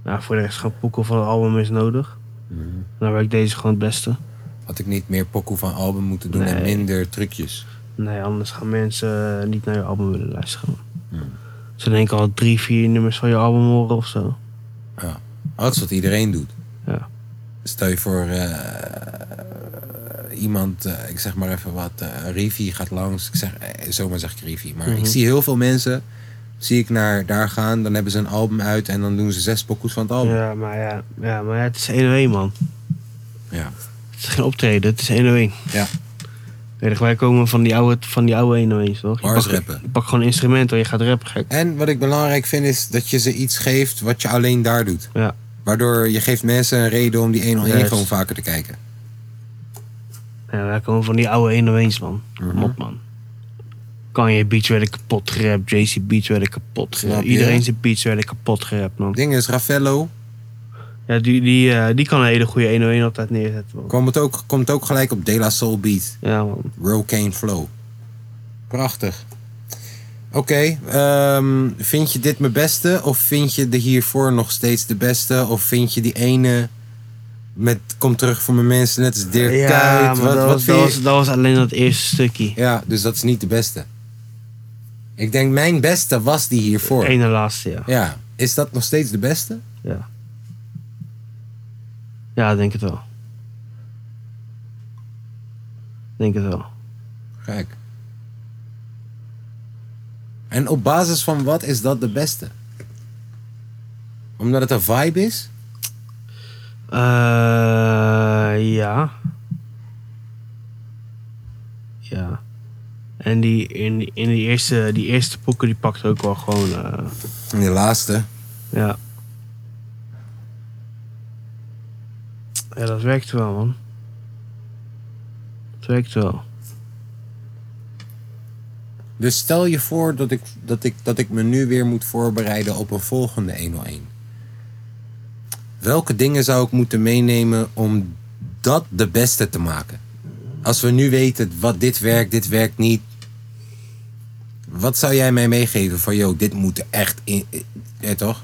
Speaker 2: Nou, voor de rest gewoon poeken van het album is nodig.
Speaker 1: Hmm.
Speaker 2: Dan werkt deze gewoon het beste.
Speaker 1: Had ik niet meer pokoe van album moeten doen en
Speaker 2: Nee.
Speaker 1: minder trucjes.
Speaker 2: Nee, anders gaan mensen eh, niet naar je album willen luisteren.
Speaker 1: Hmm.
Speaker 2: Ze denken al drie, vier nummers van je album horen of zo.
Speaker 1: Oh, Dat is wat iedereen doet.
Speaker 2: Ja.
Speaker 1: Stel je voor eh, iemand, eh, ik zeg maar even wat, eh Rivi gaat langs. Ik zeg, eh, zomaar zeg ik Rivi. Maar
Speaker 2: Mhm.
Speaker 1: ik zie heel veel mensen, zie ik naar daar gaan. Dan hebben ze een album uit en dan doen ze zes pokoes van het album.
Speaker 2: Ja, maar ja, ja, maar ja, het is 101 man.
Speaker 1: Ja.
Speaker 2: Het is geen optreden, het is 101.
Speaker 1: Ja.
Speaker 2: Weet je, wij komen van die oude, van die oude 101's, toch? Je
Speaker 1: Bars
Speaker 2: pakt-
Speaker 1: rappen.
Speaker 2: Je pakt gewoon instrumenten en je gaat rappen, gek.
Speaker 1: En wat ik belangrijk vind is dat je ze iets geeft wat je alleen daar doet.
Speaker 2: Ja.
Speaker 1: Waardoor je geeft mensen een reden om die 101
Speaker 2: Juist.
Speaker 1: gewoon vaker te kijken.
Speaker 2: Ja, wij komen van die oude 101's, man.
Speaker 1: Mhm.
Speaker 2: Kom op, man. Kanye beats werden kapot gerapt, JC beats werden kapot
Speaker 1: Snap
Speaker 2: gerapt.
Speaker 1: je?
Speaker 2: Iedereen zijn beats werden kapot gerapt, man.
Speaker 1: Het ding is, Raffello
Speaker 2: Ja, die, die, eh, die kan een hele goede 101 altijd neerzetten, man.
Speaker 1: komt ook, komt ook gelijk op De La Soul Beat.
Speaker 2: Ja, man.
Speaker 1: Rocaine Flow. Prachtig. Oké, ehm, vind je dit mijn beste? Of vind je de hiervoor nog steeds de beste? Of vind je die ene met Kom terug voor mijn mensen, net als Dirk
Speaker 2: ja,
Speaker 1: Kuyt?
Speaker 2: maar
Speaker 1: Wat,
Speaker 2: dat,
Speaker 1: wat
Speaker 2: was, dat,
Speaker 1: vind
Speaker 2: was,
Speaker 1: je?
Speaker 2: dat was alleen dat eerste stukje.
Speaker 1: Ja, dus dat is niet de beste. Ik denk mijn beste was die hiervoor.
Speaker 2: Eén en laatste, ja.
Speaker 1: Ja, is dat nog steeds de beste?
Speaker 2: Ja. Ja, ik denk het wel. Ik Denk het wel.
Speaker 1: Kijk. En op basis van wat is dat de beste? Omdat het een vibe is?
Speaker 2: Eh ja. Ja. En die, in, in die, eerste, die eerste poeken die pakte ook wel gewoon. eh,
Speaker 1: En de laatste.
Speaker 2: ja. Ja, dat werkt wel, man. Dat werkt wel.
Speaker 1: Dus stel je voor dat ik, dat, ik, dat ik me nu weer moet voorbereiden op een volgende 101. Welke dingen zou ik moeten meenemen om dat de beste te maken? Als we nu weten wat dit werkt, dit werkt niet. Wat zou jij mij meegeven van, joh, dit moet er echt in... eh, Ja, toch?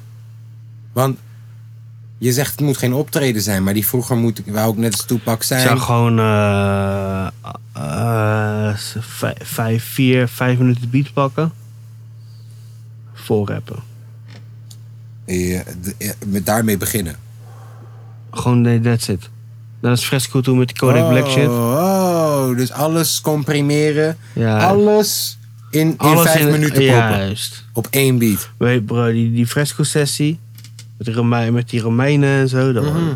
Speaker 1: Want je zegt het moet geen optreden zijn, maar die vroeger moet, wou ik net als toepak
Speaker 2: Ik
Speaker 1: zijn.
Speaker 2: zou gewoon eh, eh, s- vij- vijf, vier, vijf minuten beat pakken. Voorrappen.
Speaker 1: Eh, d- eh, met daarmee beginnen.
Speaker 2: Gewoon, nee, that's it. Dat is Fresco toen met die Kodak
Speaker 1: oh,
Speaker 2: Black shit.
Speaker 1: Oh, dus alles comprimeren.
Speaker 2: Ja.
Speaker 1: Alles in, in
Speaker 2: Alles
Speaker 1: vijf
Speaker 2: in-
Speaker 1: minuten proppen.
Speaker 2: Juist.
Speaker 1: Op één beat.
Speaker 2: Weet bro, die, die Fresco-sessie. Met, de Romein- met die Romeinen en zo. Dat,
Speaker 1: Mhm.
Speaker 2: was,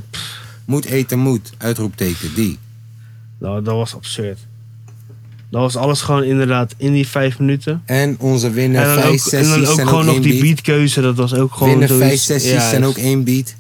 Speaker 1: Moet eten, moet. Uitroepteken, die.
Speaker 2: dat, dat was absurd. Dat was alles gewoon inderdaad in die vijf minuten.
Speaker 1: En onze winnen
Speaker 2: en dan
Speaker 1: vijf
Speaker 2: ook, en
Speaker 1: sessies
Speaker 2: dan ook
Speaker 1: zijn
Speaker 2: gewoon
Speaker 1: ook
Speaker 2: nog
Speaker 1: één
Speaker 2: die
Speaker 1: beat.
Speaker 2: beatkeuze. Dat was ook gewoon
Speaker 1: Winnen
Speaker 2: zoiets-
Speaker 1: vijf sessies
Speaker 2: ja,
Speaker 1: zijn ook één beat.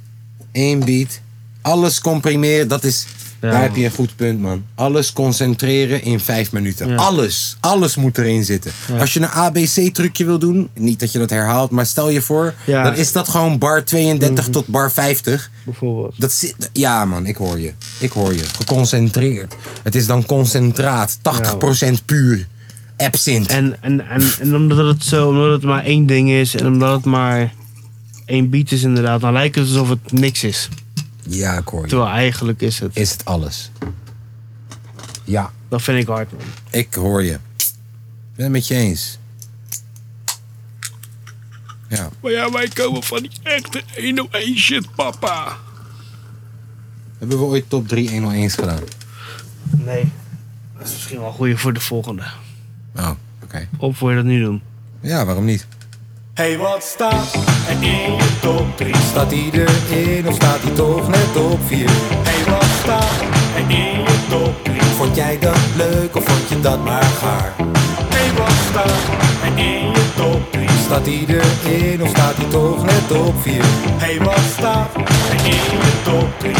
Speaker 1: Één beat. Alles comprimeren, dat is...
Speaker 2: Ja,
Speaker 1: daar heb
Speaker 2: man.
Speaker 1: je een goed punt, man. Alles concentreren in vijf minuten.
Speaker 2: Ja.
Speaker 1: Alles. Alles moet erin zitten. Als je een ABC-trucje wil doen, niet dat je dat herhaalt, maar stel je voor,
Speaker 2: Ja. Mm.
Speaker 1: dan is dat gewoon bar 32 tot bar 50.
Speaker 2: Bijvoorbeeld.
Speaker 1: Dat zit, ja, man, ik hoor je. Ik hoor je. Geconcentreerd. Het is dan concentraat. 80% puur. Absint.
Speaker 2: En, en, en, en omdat het zo, omdat het maar één ding is en omdat het maar één beat is inderdaad, dan lijkt het alsof het niks is.
Speaker 1: ja, ik hoor je.
Speaker 2: Terwijl eigenlijk is het.
Speaker 1: Is het alles? Ja,
Speaker 2: Dat vind ik hard man.
Speaker 1: ik hoor je. Ik ben het met je eens. Ja.
Speaker 3: Maar Oh ja, wij komen van die echte 101 shit, papa.
Speaker 1: Hebben we ooit top 3 101's gedaan?
Speaker 2: Nee. Dat is misschien wel een goeie voor de volgende.
Speaker 1: Oh, oké.
Speaker 2: Of wil je dat nu doen?
Speaker 1: Ja, waarom niet?
Speaker 3: Hey, wat staat er in je top 3?
Speaker 4: Staat hij erin of staat hij toch net op 4?
Speaker 3: Hey, wat staat er in je top 3?
Speaker 4: Vond jij dat leuk of vond je dat maar gaar?
Speaker 3: Hey, wat staat er in je top 3?
Speaker 4: Staat hij erin of staat hij toch net op 4?
Speaker 3: Hey, wat staat er in je top 3?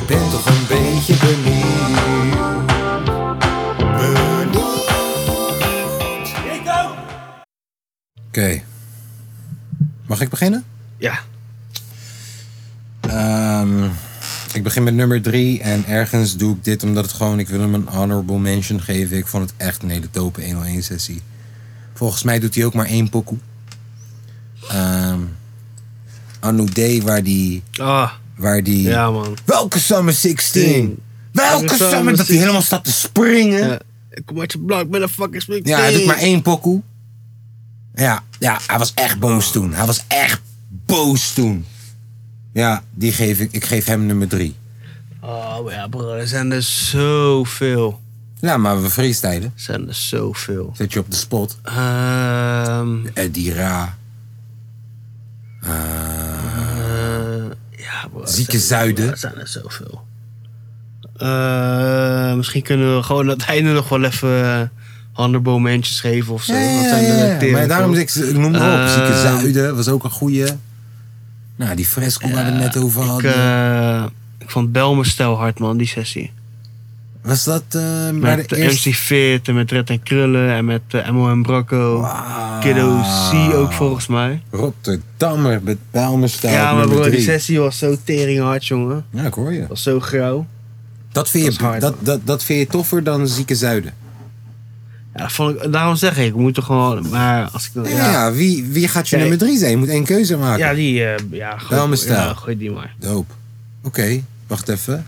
Speaker 4: Ik ben toch een beetje benieuwd. Benieuwd.
Speaker 3: Ik ook!
Speaker 1: Oké. Mag ik beginnen?
Speaker 2: Ja.
Speaker 1: Ehm, ik begin met nummer drie. En ergens doe ik dit omdat het gewoon... Ik wil hem een honorable mention geven. Ik vond het echt een hele dope 101-sessie. Volgens mij doet hij ook maar één pokoe. Ehm Anu D, waar die...
Speaker 2: Ah,
Speaker 1: Waar die
Speaker 2: ja man.
Speaker 1: Welke Summer 16? Welke
Speaker 2: Welke
Speaker 1: Summer...
Speaker 2: Summer
Speaker 1: dat hij
Speaker 2: 16?
Speaker 1: helemaal staat te springen.
Speaker 2: Ja. Ik Kom uit je blok, met een fucking split.
Speaker 1: Ja, hij doet maar één pokoe. Ja, ja, hij was echt boos toen. Hij was echt boos toen. Ja, die geef ik, ik geef hem nummer drie.
Speaker 2: Oh ja bro, er zijn er zoveel.
Speaker 1: Ja, Nou, maar we freestylen.
Speaker 2: Er zijn er zoveel.
Speaker 1: Zet je op de spot.
Speaker 2: Ehm
Speaker 1: Eddie Ra.
Speaker 2: Eh, ja, bro,
Speaker 1: Zieke
Speaker 2: er zijn-
Speaker 1: zuiden.
Speaker 2: Er zijn er zoveel. Eh, misschien kunnen we gewoon aan het einde nog wel even honorable mentions geven of zo.
Speaker 1: Ja,
Speaker 2: Dat
Speaker 1: ja,
Speaker 2: zijn
Speaker 1: ja,
Speaker 2: er
Speaker 1: ja.
Speaker 2: tering
Speaker 1: eh, Maar daarom
Speaker 2: veel.
Speaker 1: zeg ik, ik noem maar op.
Speaker 2: Eh,
Speaker 1: Zieke Zuiden was ook een goeie. Nou, die fresco waar we het net over
Speaker 2: ik,
Speaker 1: hadden.
Speaker 2: eh, ik vond Belmer stijl hard, man, die sessie.
Speaker 1: was dat eh maar
Speaker 2: Met
Speaker 1: de
Speaker 2: de
Speaker 1: eerste...
Speaker 2: MC Fit en met Red en Krullen en met eh, Emmo en Bracco.
Speaker 1: Wauw.
Speaker 2: Kiddo C ook volgens mij.
Speaker 1: Rotterdammer met Bijlmerstijl
Speaker 2: ja,
Speaker 1: op
Speaker 2: maar
Speaker 1: nummer
Speaker 2: bro, die
Speaker 1: drie.
Speaker 2: sessie was zo tering hard, jongen.
Speaker 1: Ja, ik hoor je.
Speaker 2: Was zo grauw.
Speaker 1: Dat vind,
Speaker 2: Dat
Speaker 1: je,
Speaker 2: is hard,
Speaker 1: dat,
Speaker 2: man.
Speaker 1: dat, dat vind je toffer dan Zieke Zuiden?
Speaker 2: Ja, dat vond ik, daarom zeg ik, we moeten gewoon. Maar als ik. dan-
Speaker 1: Ja, wie, wie gaat je
Speaker 2: Ja,
Speaker 1: nummer 3 zijn? Je moet één keuze maken.
Speaker 2: Ja, die. eh, ja, gooi,
Speaker 1: Wel mijn stijl.
Speaker 2: ja, gooi die maar.
Speaker 1: Doop. Oké, wacht even.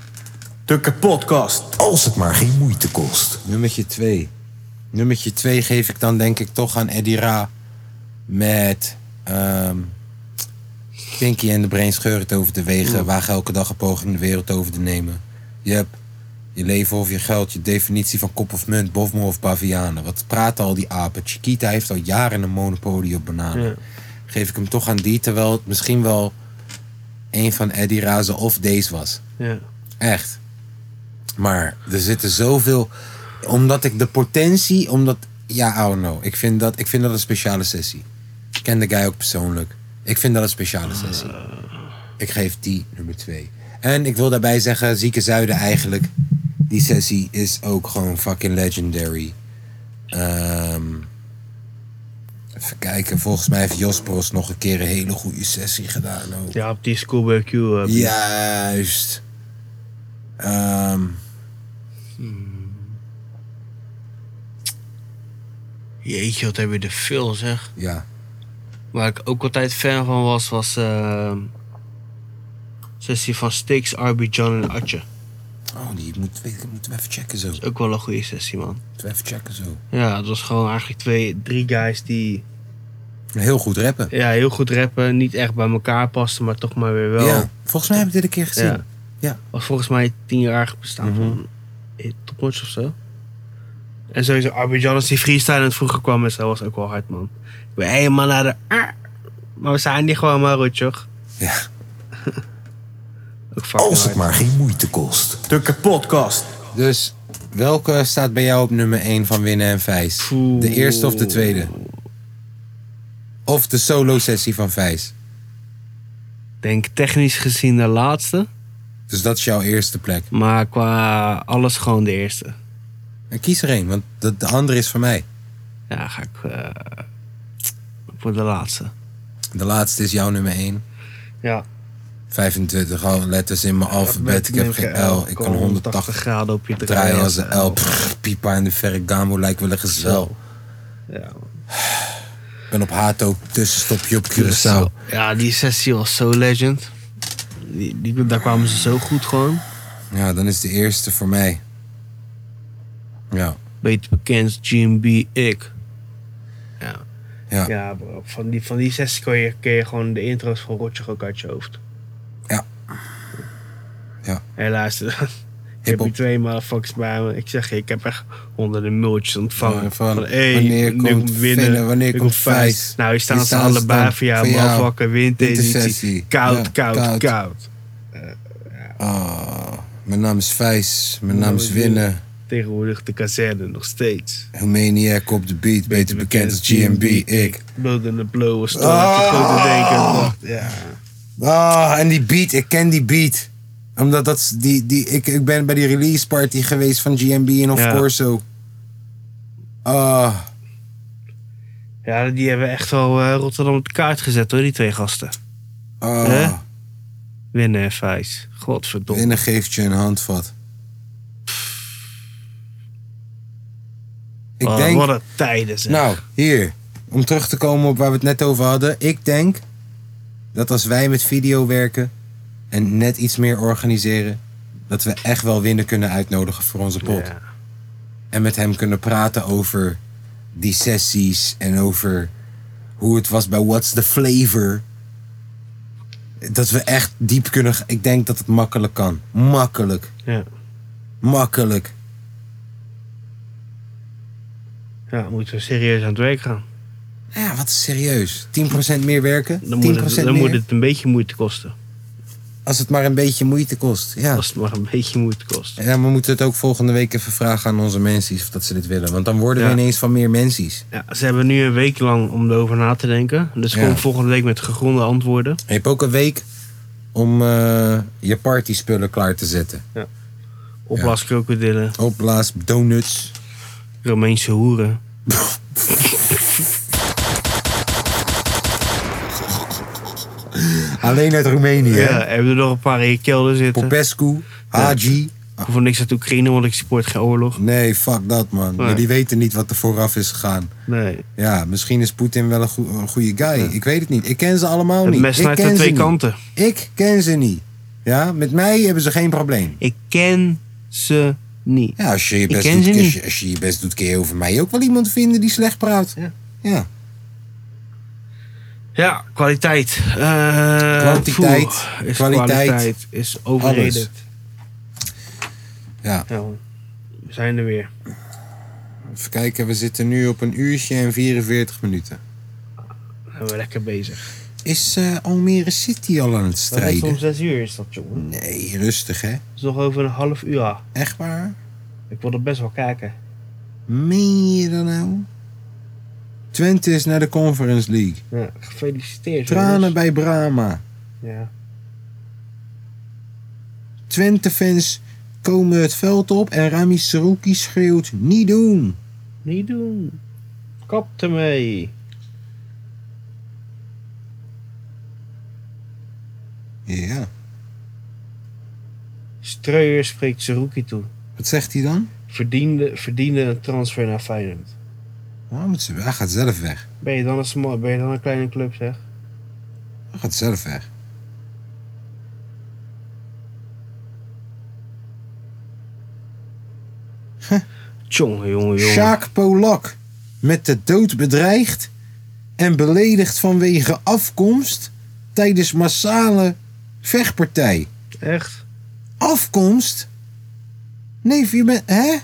Speaker 6: De kapotkast.
Speaker 5: Als het maar geen moeite kost.
Speaker 1: Nummertje 2. Nummertje 2 geef ik dan denk ik toch aan Eddie Ra. Met ehm, Pinky en de Brain scheur het over de wegen. Waag elke dag een poging de wereld over te nemen. Je hebt je leven of je geld, je definitie van kop of munt, bofmo of bavianen. Wat praten al die apen? Chiquita heeft al jaren een monopolie op bananen. Geef ik hem toch aan die, terwijl het misschien wel een van Eddie Razen of deze was.
Speaker 2: Ja.
Speaker 1: Echt. Maar er zitten zoveel. Omdat ik de potentie. Omdat. Ja, I don't know. Ik vind dat, ik vind dat een speciale sessie. Ik ken de guy ook persoonlijk. Ik vind dat een speciale sessie. Ik geef die nummer twee. En ik wil daarbij zeggen: Zieke Zuiden eigenlijk. Die sessie is ook gewoon fucking legendary. Ehm, Even kijken, volgens mij heeft Jos Bros nog een keer een hele goede sessie gedaan ook.
Speaker 2: Ja, op die School barbecue. eh,
Speaker 1: Juist. Ehm.
Speaker 2: Jeetje, wat heb je er veel zeg.
Speaker 1: ja.
Speaker 2: Waar ik ook altijd fan van was, was ehm sessie van Sticks, Arby, John en Atje.
Speaker 1: Oh, die moet, weet- moeten we even checken zo.
Speaker 2: Dat is ook wel een goede sessie, man.
Speaker 1: Moeten we even checken zo.
Speaker 2: Ja, het was gewoon eigenlijk twee, drie guys die
Speaker 1: Heel goed rappen.
Speaker 2: ja, heel goed rappen. Niet echt bij elkaar pasten, maar toch maar weer wel.
Speaker 1: Ja, volgens mij heb ik dit een keer gezien.
Speaker 2: Ja.
Speaker 1: Ja.
Speaker 2: Was volgens mij tienjarig bestaan
Speaker 5: Mhm.
Speaker 2: van eh, Topnotch of zo. En sowieso Abidjan als die freestyle het vroeger kwam en zo was ook wel hard man. Ik ben helemaal naar de... ah, Maar we zijn die gewoon maar rotjoch.
Speaker 1: Ja.
Speaker 2: Ook fucking
Speaker 5: Als het
Speaker 2: hard.
Speaker 5: maar geen moeite kost.
Speaker 6: De kapotkast.
Speaker 1: Dus welke staat bij jou op nummer 1 van Winnen en Vijs?
Speaker 2: Oeh.
Speaker 1: De eerste of de tweede? Of de solo sessie van Vijs?
Speaker 2: Denk technisch gezien de laatste.
Speaker 1: Dus dat is jouw eerste plek.
Speaker 2: Maar qua alles gewoon de eerste.
Speaker 1: En kies er één, want de, de andere is van mij.
Speaker 2: Ja, ga ik eh, voor de laatste.
Speaker 1: De laatste is jouw nummer 1.
Speaker 2: Ja.
Speaker 1: 25 al letters in mijn alfabet. Ik heb geen L. Ik kan 180
Speaker 2: graden op je draaien.
Speaker 1: draaien als een L. Pff, Pipa en de Ferragamo lijkt wel een gezel.
Speaker 2: Ja,
Speaker 1: Ik ben op Hato, tussenstopje op Curaçao.
Speaker 2: Ja, die sessie was zo legend. Die, die, daar kwamen ze zo goed gewoon.
Speaker 1: Ja, dan is de eerste voor mij. Ja,
Speaker 2: Beter bekend, GMB, ik. Ja.
Speaker 1: ja.
Speaker 2: Ja, bro, van die, van die sessie kun je, kun je gewoon de intro's van Rotjoch ook uit je hoofd.
Speaker 1: Ja. Ja.
Speaker 2: Helaas, ik heb
Speaker 1: Hip-hop.
Speaker 2: hier twee motherfuckers bij me. Ik zeg je, ik heb echt honderden mailtjes ontvangen.
Speaker 1: Ja, van,
Speaker 2: van, hey,
Speaker 1: wanneer komt
Speaker 2: winnen?
Speaker 1: Venne? Wanneer komt Vijs?
Speaker 2: Nou, hier staan
Speaker 1: Hier
Speaker 2: ze
Speaker 1: staan ze
Speaker 2: allebei
Speaker 1: dan
Speaker 2: voor jou,
Speaker 1: voor jou.
Speaker 2: motherfucker,
Speaker 1: Wintersessie.
Speaker 2: wintersessie. Koud,
Speaker 1: Ja,
Speaker 2: koud,
Speaker 1: koud.
Speaker 2: koud,
Speaker 1: Ah, mijn naam is Vijs. Mijn naam is Winnen.
Speaker 2: Tegenwoordig de kazerne, nog steeds.
Speaker 1: Humaniac op de beat. Beter bekend als GMB. Ik.
Speaker 2: Blood in the blauwe was ah. grote denken. Ja.
Speaker 1: Ah, en die beat. Ik ken die beat. Omdat dat is die, die, ik, ik ben bij die release party geweest van GMB en of
Speaker 2: Ja.
Speaker 1: Corso. Ah,
Speaker 2: ja, die hebben echt wel eh, Rotterdam op de kaart gezet hoor, die twee gasten.
Speaker 1: ah.
Speaker 2: Hè? Winnen en Vijs. Godverdomme.
Speaker 1: Winnen geeft je een handvat. Ik
Speaker 2: Wat-
Speaker 1: denk.
Speaker 2: Oh, Wat een tijden zeg.
Speaker 1: Nou, hier. Om terug te komen op waar we het net over hadden. Ik denk dat als wij met video werken en net iets meer organiseren, dat we echt wel winnen kunnen uitnodigen voor onze pot.
Speaker 2: Ja.
Speaker 1: En met hem kunnen praten over die sessies en over hoe het was bij What's the Flavor. Dat we echt diep kunnen. g- Ik denk dat het makkelijk kan. Makkelijk.
Speaker 2: Ja.
Speaker 1: Makkelijk.
Speaker 2: ja, moeten we serieus aan het werk gaan.
Speaker 1: Ja, wat serieus. 10% meer werken? 10%
Speaker 2: Dan, moet het, dan
Speaker 1: meer?
Speaker 2: moet het een beetje moeite kosten.
Speaker 1: Als het maar een beetje moeite kost. Ja.
Speaker 2: Als het maar een beetje moeite kost.
Speaker 1: Ja, we moeten het ook volgende week even vragen aan onze mensen of dat ze dit willen. Want dan worden we
Speaker 2: Ja.
Speaker 1: ineens van meer mensen.
Speaker 2: Ja, ze hebben nu een week lang om erover na te denken. Dus
Speaker 1: Ja.
Speaker 2: kom volgende week met gegronde antwoorden.
Speaker 1: Je hebt ook een week om eh, je party spullen klaar te zetten.
Speaker 2: Opblaas krokodillen,
Speaker 1: Opblaas, donuts.
Speaker 2: Romeinse hoeren.
Speaker 1: Alleen uit Roemenië.
Speaker 2: Ja,
Speaker 1: hè?
Speaker 2: hebben er nog een paar in je kelder zitten.
Speaker 1: Popescu, Haji.
Speaker 2: Ik hoef voor niks uit Oekraïne, want ik support geen oorlog.
Speaker 1: Nee, fuck dat man.
Speaker 2: Nee.
Speaker 1: Jullie weten niet wat er vooraf is gegaan.
Speaker 2: Nee.
Speaker 1: Ja, misschien is Poetin wel een, goe- een goede guy. Ik weet het niet. Ik ken ze allemaal
Speaker 2: Het
Speaker 1: niet.
Speaker 2: mes
Speaker 1: Ik
Speaker 2: snijdt
Speaker 1: ken
Speaker 2: aan
Speaker 1: ze
Speaker 2: twee
Speaker 1: niet.
Speaker 2: kanten.
Speaker 1: Ik ken ze niet. Ja, met mij hebben ze geen probleem.
Speaker 2: Ik ken ze niet.
Speaker 1: Ja, als je je
Speaker 2: Ik
Speaker 1: best,
Speaker 2: ken
Speaker 1: doet,
Speaker 2: ze
Speaker 1: als
Speaker 2: niet.
Speaker 1: je, als je je best doet, kun je over mij ook wel iemand vinden die slecht praat.
Speaker 2: Ja.
Speaker 1: Ja.
Speaker 2: Ja, kwaliteit. Eh,
Speaker 1: Kwantiteit,
Speaker 2: poeh, Is
Speaker 1: kwaliteit,
Speaker 2: kwaliteit, is overrated.
Speaker 1: Ja.
Speaker 2: Ja, we zijn er weer.
Speaker 1: Even kijken, we zitten nu op een uurtje en 44 minuten.
Speaker 2: We zijn we lekker bezig.
Speaker 1: Is eh, Almere City al aan het
Speaker 2: Dat is om
Speaker 1: strijden?
Speaker 2: zes uur is dat, jongen.
Speaker 1: Nee, rustig hè.
Speaker 2: Dat is nog over een half uur. ja.
Speaker 1: Echt waar?
Speaker 2: Ik wil er best wel kijken.
Speaker 1: Meen je dat nou? Twente is naar de Conference League.
Speaker 2: Ja, gefeliciteerd.
Speaker 1: Tranen
Speaker 2: jongens.
Speaker 1: bij Brahma.
Speaker 2: Ja.
Speaker 1: Twente-fans komen het veld op en Rami Serouki schreeuwt niet doen.
Speaker 2: Niet doen. Kap ermee.
Speaker 1: Ja.
Speaker 2: Streuer spreekt Zerouki toe.
Speaker 1: Wat zegt hij dan?
Speaker 2: Verdiende, verdiende een transfer naar Feyenoord.
Speaker 1: Oh, met z'n- hij gaat zelf weg.
Speaker 2: Ben je dan een, sma- ben je dan een kleine club, zeg?
Speaker 1: Hij gaat zelf weg.
Speaker 2: Tjonge, jonge, jonge.
Speaker 1: Sjaak Polak, met de dood bedreigd en beledigd vanwege afkomst tijdens massale vechtpartij.
Speaker 2: Echt?
Speaker 1: Afkomst? Neef, je bent... Hè?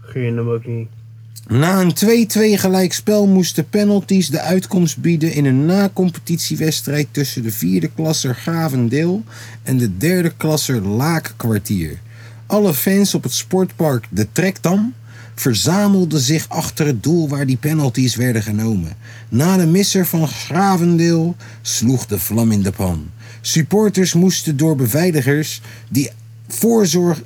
Speaker 2: Gun je hem ook niet.
Speaker 1: Na een 2-2 gelijkspel moesten penalties de uitkomst bieden in een na-competitiewedstrijd tussen de vierde klasser Gavendeel en de derde klasser Laakkwartier. Alle fans op het sportpark De Trekdam verzamelden zich achter het doel waar die penalties werden genomen. Na de misser van Gravendeel sloeg de vlam in de pan. Supporters moesten door beveiligers die voorzorg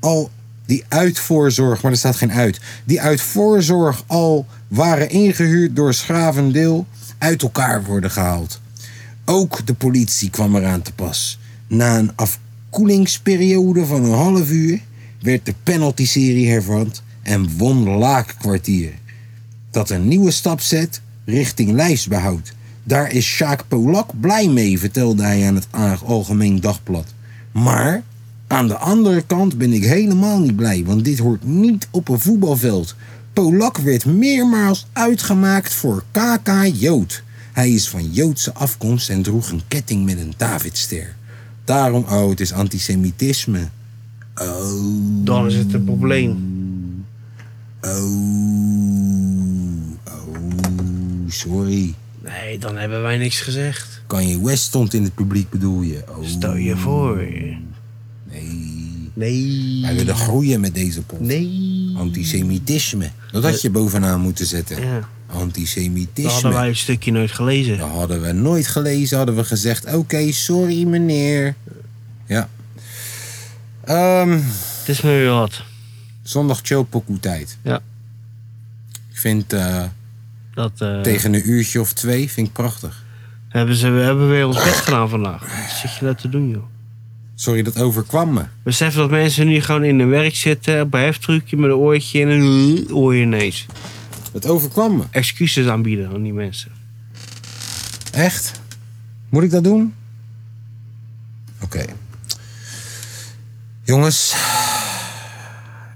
Speaker 1: al die uit voorzorg, maar er staat geen uit, die uit voorzorg al waren ingehuurd door Schavendeel, uit elkaar worden gehaald. Ook de politie kwam eraan te pas. Na een afkoelingsperiode van een half uur werd de penalty-serie hervat en won Laakkwartier. Dat een nieuwe stap zet richting lijfsbehoud. Daar is Sjaak Polak blij mee, vertelde hij aan het A- Algemeen Dagblad. Maar aan de andere kant ben ik helemaal niet blij, want dit hoort niet op een voetbalveld. Polak werd meermaals uitgemaakt voor KK Jood. Hij is van Joodse afkomst en droeg een ketting met een Davidster. Daarom, oh, het is antisemitisme. Oh.
Speaker 2: Dan is het een probleem.
Speaker 1: Oh, oh, sorry.
Speaker 2: Nee, dan hebben wij niks gezegd.
Speaker 1: Kanye West stond in het publiek, bedoel je? Oh,
Speaker 2: Stel je voor.
Speaker 1: nee.
Speaker 2: Nee.
Speaker 1: Wij willen groeien met deze pot.
Speaker 2: Nee.
Speaker 1: Antisemitisme. Dat had je bovenaan moeten zetten.
Speaker 2: Ja,
Speaker 1: Antisemitisme.
Speaker 2: dat hadden wij het stukje nooit gelezen.
Speaker 1: Dat hadden we nooit gelezen. Hadden we gezegd, oké, sorry meneer. Ja. Ehm,
Speaker 2: Het is me weer wat.
Speaker 1: zondag chillpokoe tijd.
Speaker 2: Ja.
Speaker 1: Ik vind eh,
Speaker 2: Dat eh,
Speaker 1: tegen een uurtje of twee, vind ik prachtig.
Speaker 2: hebben ze we hebben weer ons best gedaan vandaag. Wat zit je dat te doen, joh?
Speaker 1: Sorry, dat overkwam me.
Speaker 2: Besef dat mensen nu gewoon in hun werk zitten, op een heftrucje met een oortje en een oor ineens.
Speaker 1: Dat overkwam me.
Speaker 2: Excuses aanbieden aan die mensen.
Speaker 1: Echt? Moet ik dat doen? Oké. Jongens,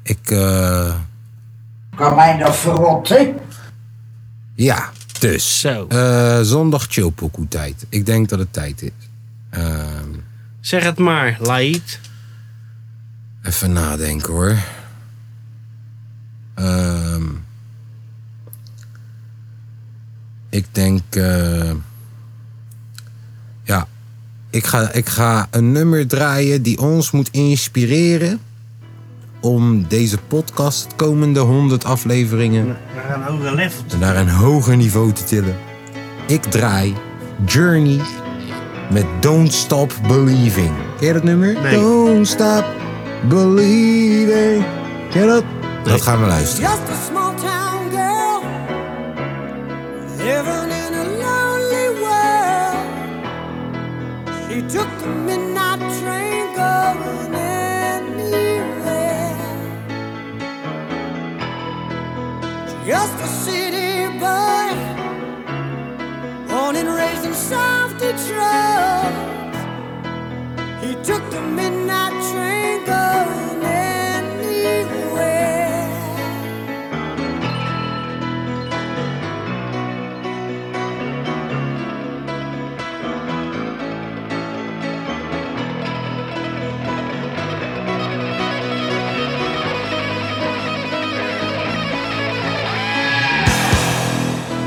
Speaker 1: ik. eh,
Speaker 9: Kan mij dat verrotten?
Speaker 1: ja, dus.
Speaker 2: Zo.
Speaker 1: Eh, zondag chillpokoe tijd. Ik denk dat het tijd is. Ehm,
Speaker 2: Zeg het maar, Laïd.
Speaker 1: even nadenken hoor. Ehm, ik denk. eh, ja, ik ga, ik ga een nummer draaien die ons moet inspireren. om deze podcast, de komende 100 afleveringen.
Speaker 2: Naar een hoger level.
Speaker 1: naar een hoger niveau te tillen. Ik draai Journey met Don't Stop Believing. Ken je dat nummer?
Speaker 2: Nee.
Speaker 1: Don't Stop Believing. Ken je dat? Dat gaan we luisteren.
Speaker 10: Just a small town girl living in a lonely world. She took the midnight train going anywhere. Just a city boy, born and raised in South Detroit. He took the midnight train going anywhere.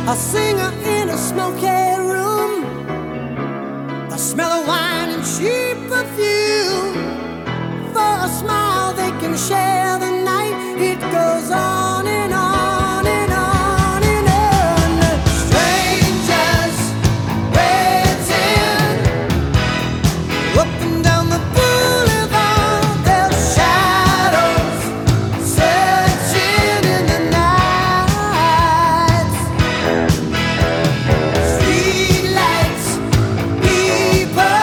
Speaker 10: A singer in a smoky room. The smell of wine and cheap perfume. For a smile, they can share the night. It goes on and on and on and on. Strangers waiting. Up and down the boulevard, their shadows searching in the night. Streetlights, people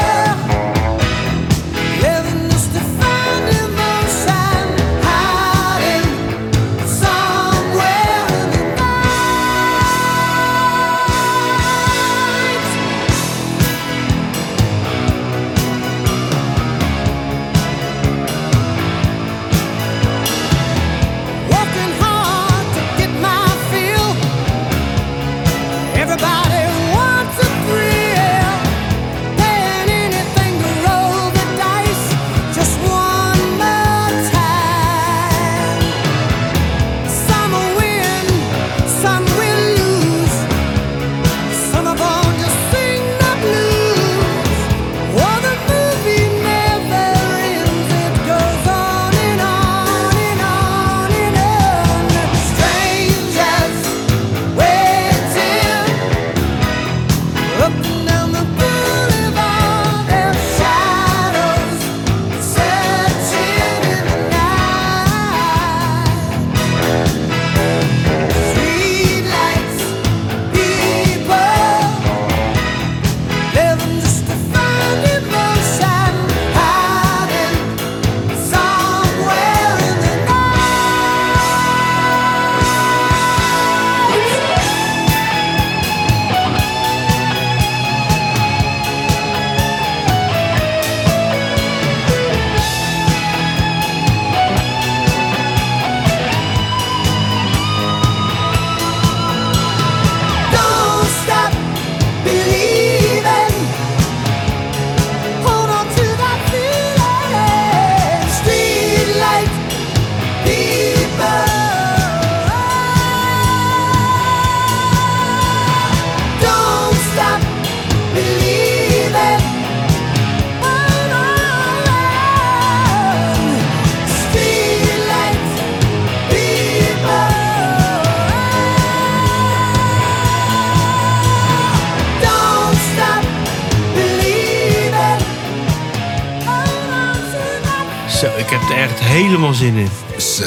Speaker 2: echt helemaal zin in.
Speaker 1: Zo,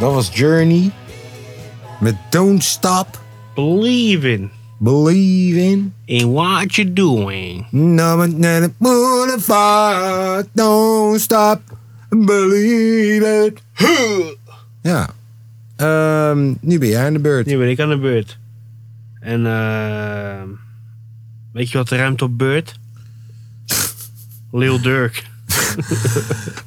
Speaker 1: dat was Journey. Met Don't Stop.
Speaker 2: Believe in.
Speaker 1: Believe in.
Speaker 2: In what you're doing.
Speaker 1: No, no, no, boulevard. Don't stop. Believe it. Ja. Ehm, nu ben jij aan de beurt.
Speaker 2: Nu ben ik aan de beurt. En ehm, weet je wat ruimt op beurt? Lil Durk.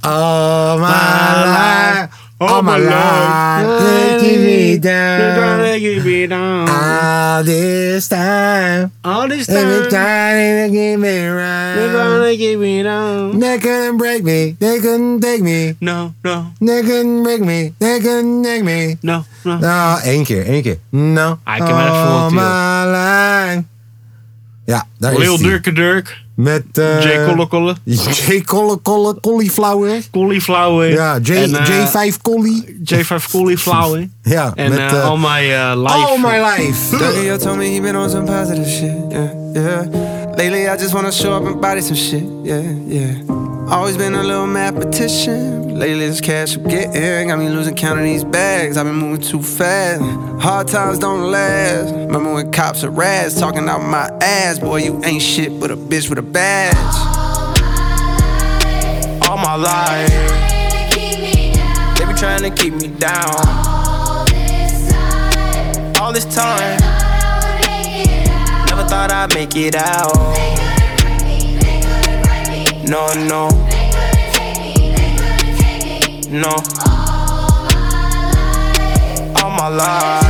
Speaker 1: Oh, my life. Oh, my life. Take me down. All this time.
Speaker 2: All this
Speaker 1: Every
Speaker 2: time.
Speaker 1: time they give me
Speaker 2: They're
Speaker 1: round.
Speaker 2: gonna give me down.
Speaker 1: They couldn't break me. They couldn't take me.
Speaker 2: No, no,
Speaker 1: They couldn't break me. They couldn't take me.
Speaker 2: no, no.
Speaker 1: Nou, één keer, één keer. No.
Speaker 2: Ah, ik heb wel echt
Speaker 1: Oh,
Speaker 2: verwacht, joh.
Speaker 1: my life. Ja, daar
Speaker 2: Lil
Speaker 1: is die.
Speaker 2: Durke Durk.
Speaker 1: Met... eh
Speaker 2: J. Kollekolle.
Speaker 1: J. Colle, Colle, Cauliflower.
Speaker 2: Cauliflower.
Speaker 1: Ja, J,
Speaker 2: En, eh,
Speaker 1: J5 Collie.
Speaker 2: J5 Cauliflower.
Speaker 1: Ja,
Speaker 2: En
Speaker 1: met...
Speaker 2: eh,
Speaker 1: eh,
Speaker 2: All My eh, Life.
Speaker 1: All Oh, My Life.
Speaker 11: Dario told me he been on some positive shit, yeah, yeah. Lately I just wanna show up and body some shit, yeah, yeah. Always been a little mathematician. Lately this cash I'm getting got me losing count of these bags. I've been moving too fast. Hard times don't last. Remember when cops harassed, talking out my ass. Boy, you ain't shit but a bitch with a badge. All my life, they be trying to keep me down. All this time, never thought I'd make it out. No, no. No. All my life.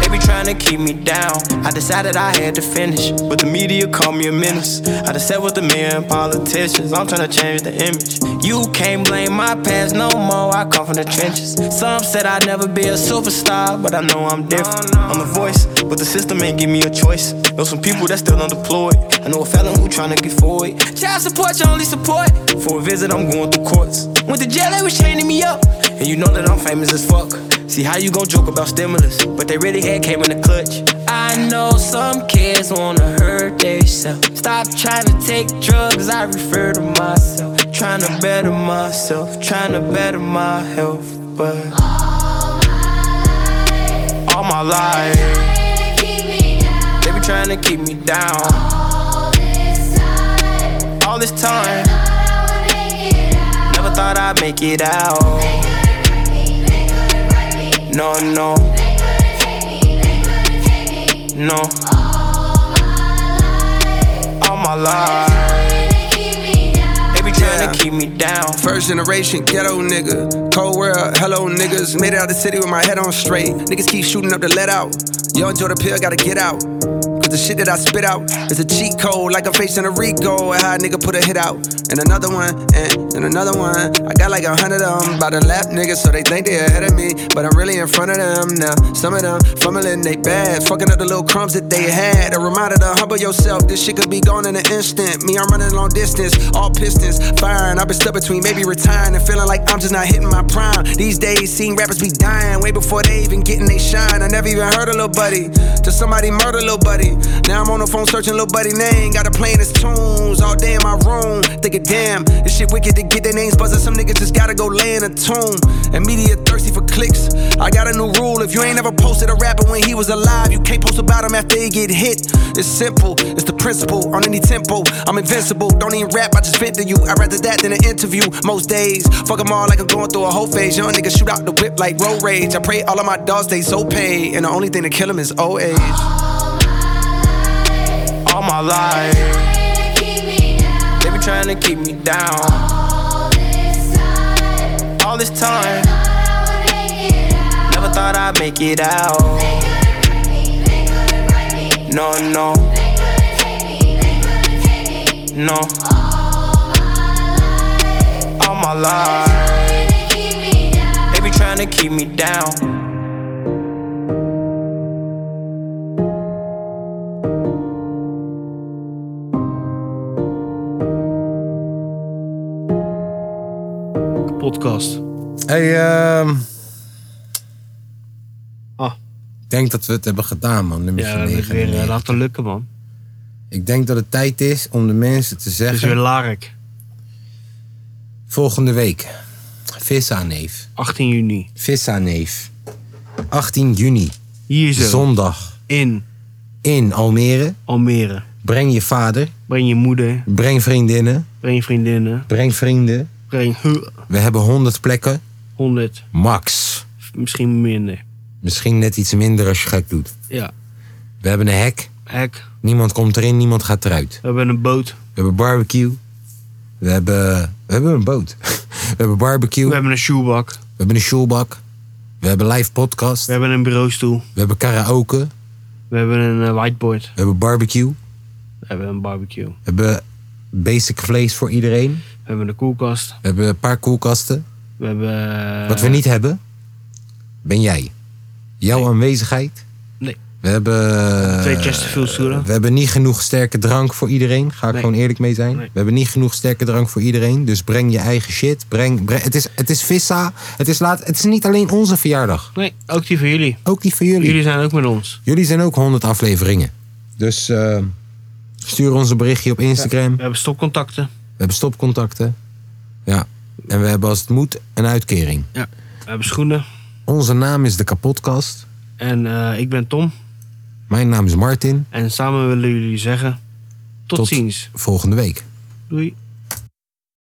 Speaker 11: They be trying to keep me down. I decided I had to finish, but the media called me a menace. I just sat with the mayor and politicians. I'm trying to change the image. You can't blame my past no more. I come from the trenches. Some said I'd never be a superstar, but I know I'm different. I'm the voice, but the system ain't give me a choice. Know some people that still undeployed. I know a felon who tryna get forward. Child support, your only support. For a visit, I'm going through courts. Went to jail, they was chaining me up. And you know that I'm famous as fuck. See how you gon' joke about stimulus, but they really had came in the clutch. I know some kids wanna hurt theyself. Stop trying to take drugs, I refer to myself. Trying to better myself, trying to better my health, but. All my life. They be trying to keep me down. All this time. Never thought I'd make it out. No, no. No. All my life. They be trying to keep me down. First generation ghetto nigga. Cold world, hello niggas. Made it out the city with my head on straight. Niggas keep shooting up the let out. Yo, enjoy the pill, gotta get out. Cause the shit that I spit out is a cheat code, like I'm facing a Rico. I had nigga put a hit out. And another one, and, and another one. I got like a hundred of them by the lap niggas, so they think they ahead of me. But I'm really in front of them now. Some of them fumbling they bad, fucking up the little crumbs that they had. A reminder to humble yourself, this shit could be gone in an instant. Me, I'm running long distance, all pistons firing. I've been stuck between maybe retiring and feeling like I'm just not hitting my prime. These days, seeing rappers be dying way before they even getting they shine. I never even heard a little buddy till somebody murder little buddy. Now I'm on the phone searching little buddy name, got a playing his tunes all day in my room. Thinking, damn, this shit wicked to get their names buzzed. Some niggas just gotta go lay in a tomb. And media thirsty for clicks. I got a new rule if you ain't ever posted a rapper when he was alive, you can't post about him after he get hit. It's simple, it's the principle. On any tempo, I'm invincible. Don't even rap, I just vent to you. I'd rather that than an interview most days. Fuck 'em all like I'm going through a whole phase. Young niggas shoot out the whip like road rage. I pray all of my dogs stay so paid. And the only thing to kill 'em is old age. All my life. They be trying to keep me down. All this time. Never thought I'd make it out. No, no. No. All my life. They be trying to keep me down.
Speaker 2: Podcast.
Speaker 1: Hey, ehm,
Speaker 2: Ah.
Speaker 1: Ik denk dat we het hebben gedaan, man. Nummer
Speaker 2: Ja, dat is
Speaker 1: 9.
Speaker 2: weer eh, laten lukken, man.
Speaker 1: Ik denk dat het tijd is om de mensen te
Speaker 2: Het is
Speaker 1: zeggen...
Speaker 2: weer Lark.
Speaker 1: Volgende week. Vissaneef.
Speaker 2: 18 juni.
Speaker 1: Vissaneef. 18 juni.
Speaker 2: Hier zo.
Speaker 1: Zondag.
Speaker 2: In.
Speaker 1: In Almere.
Speaker 2: Almere.
Speaker 1: Breng je vader.
Speaker 2: Breng je moeder.
Speaker 1: Breng vriendinnen.
Speaker 2: Breng vriendinnen.
Speaker 1: Breng vrienden.
Speaker 2: Breng hu-
Speaker 1: We hebben 100 plekken.
Speaker 2: 100.
Speaker 1: Max.
Speaker 2: Misschien minder.
Speaker 1: Misschien net iets minder als je gek doet.
Speaker 2: Ja.
Speaker 1: We hebben een hek.
Speaker 2: Hek.
Speaker 1: Niemand komt erin, niemand gaat eruit.
Speaker 2: We hebben een boot.
Speaker 1: We hebben barbecue. We hebben, we hebben een boot. We hebben barbecue.
Speaker 2: We
Speaker 1: We
Speaker 2: hebben een shoebak.
Speaker 1: hebben een shoelbak. We hebben live podcast.
Speaker 2: We hebben een bureaustoel.
Speaker 1: We hebben karaoke.
Speaker 2: We hebben een eh, whiteboard.
Speaker 1: We hebben barbecue.
Speaker 2: We hebben een barbecue.
Speaker 1: We hebben basic vlees voor iedereen.
Speaker 2: We hebben een koelkast.
Speaker 1: We hebben een paar koelkasten.
Speaker 2: We hebben... eh,
Speaker 1: Wat we niet hebben, ben jij. Jouw aanwezigheid.
Speaker 2: Nee.
Speaker 1: We hebben... eh,
Speaker 2: Twee Chesterfield stoelen.
Speaker 1: We hebben niet genoeg sterke drank voor iedereen. Ga ik
Speaker 2: Nee.
Speaker 1: gewoon eerlijk mee zijn.
Speaker 2: Nee.
Speaker 1: We hebben niet genoeg sterke drank voor iedereen. Dus breng je eigen shit. Breng, breng- het, is, het is vissa. Het is, laat, het is niet alleen onze verjaardag.
Speaker 2: eh, Nee, ook die van jullie.
Speaker 1: Ook die van jullie.
Speaker 2: Jullie
Speaker 1: Jullie,
Speaker 2: zijn ook met ons.
Speaker 1: zijn ook 100 afleveringen. Dus eh, stuur ons een berichtje op Instagram.
Speaker 2: We hebben stopcontacten.
Speaker 1: We hebben stopcontacten. Ja. En we hebben als het moet een uitkering.
Speaker 2: Ja. We hebben schoenen.
Speaker 1: Onze naam is de kapotkast.
Speaker 2: En eh, ik ben Tom.
Speaker 1: Mijn naam is Martin.
Speaker 2: En samen willen jullie zeggen... Tot,
Speaker 1: Tot-
Speaker 2: ziens.
Speaker 1: Volgende week.
Speaker 2: Doei.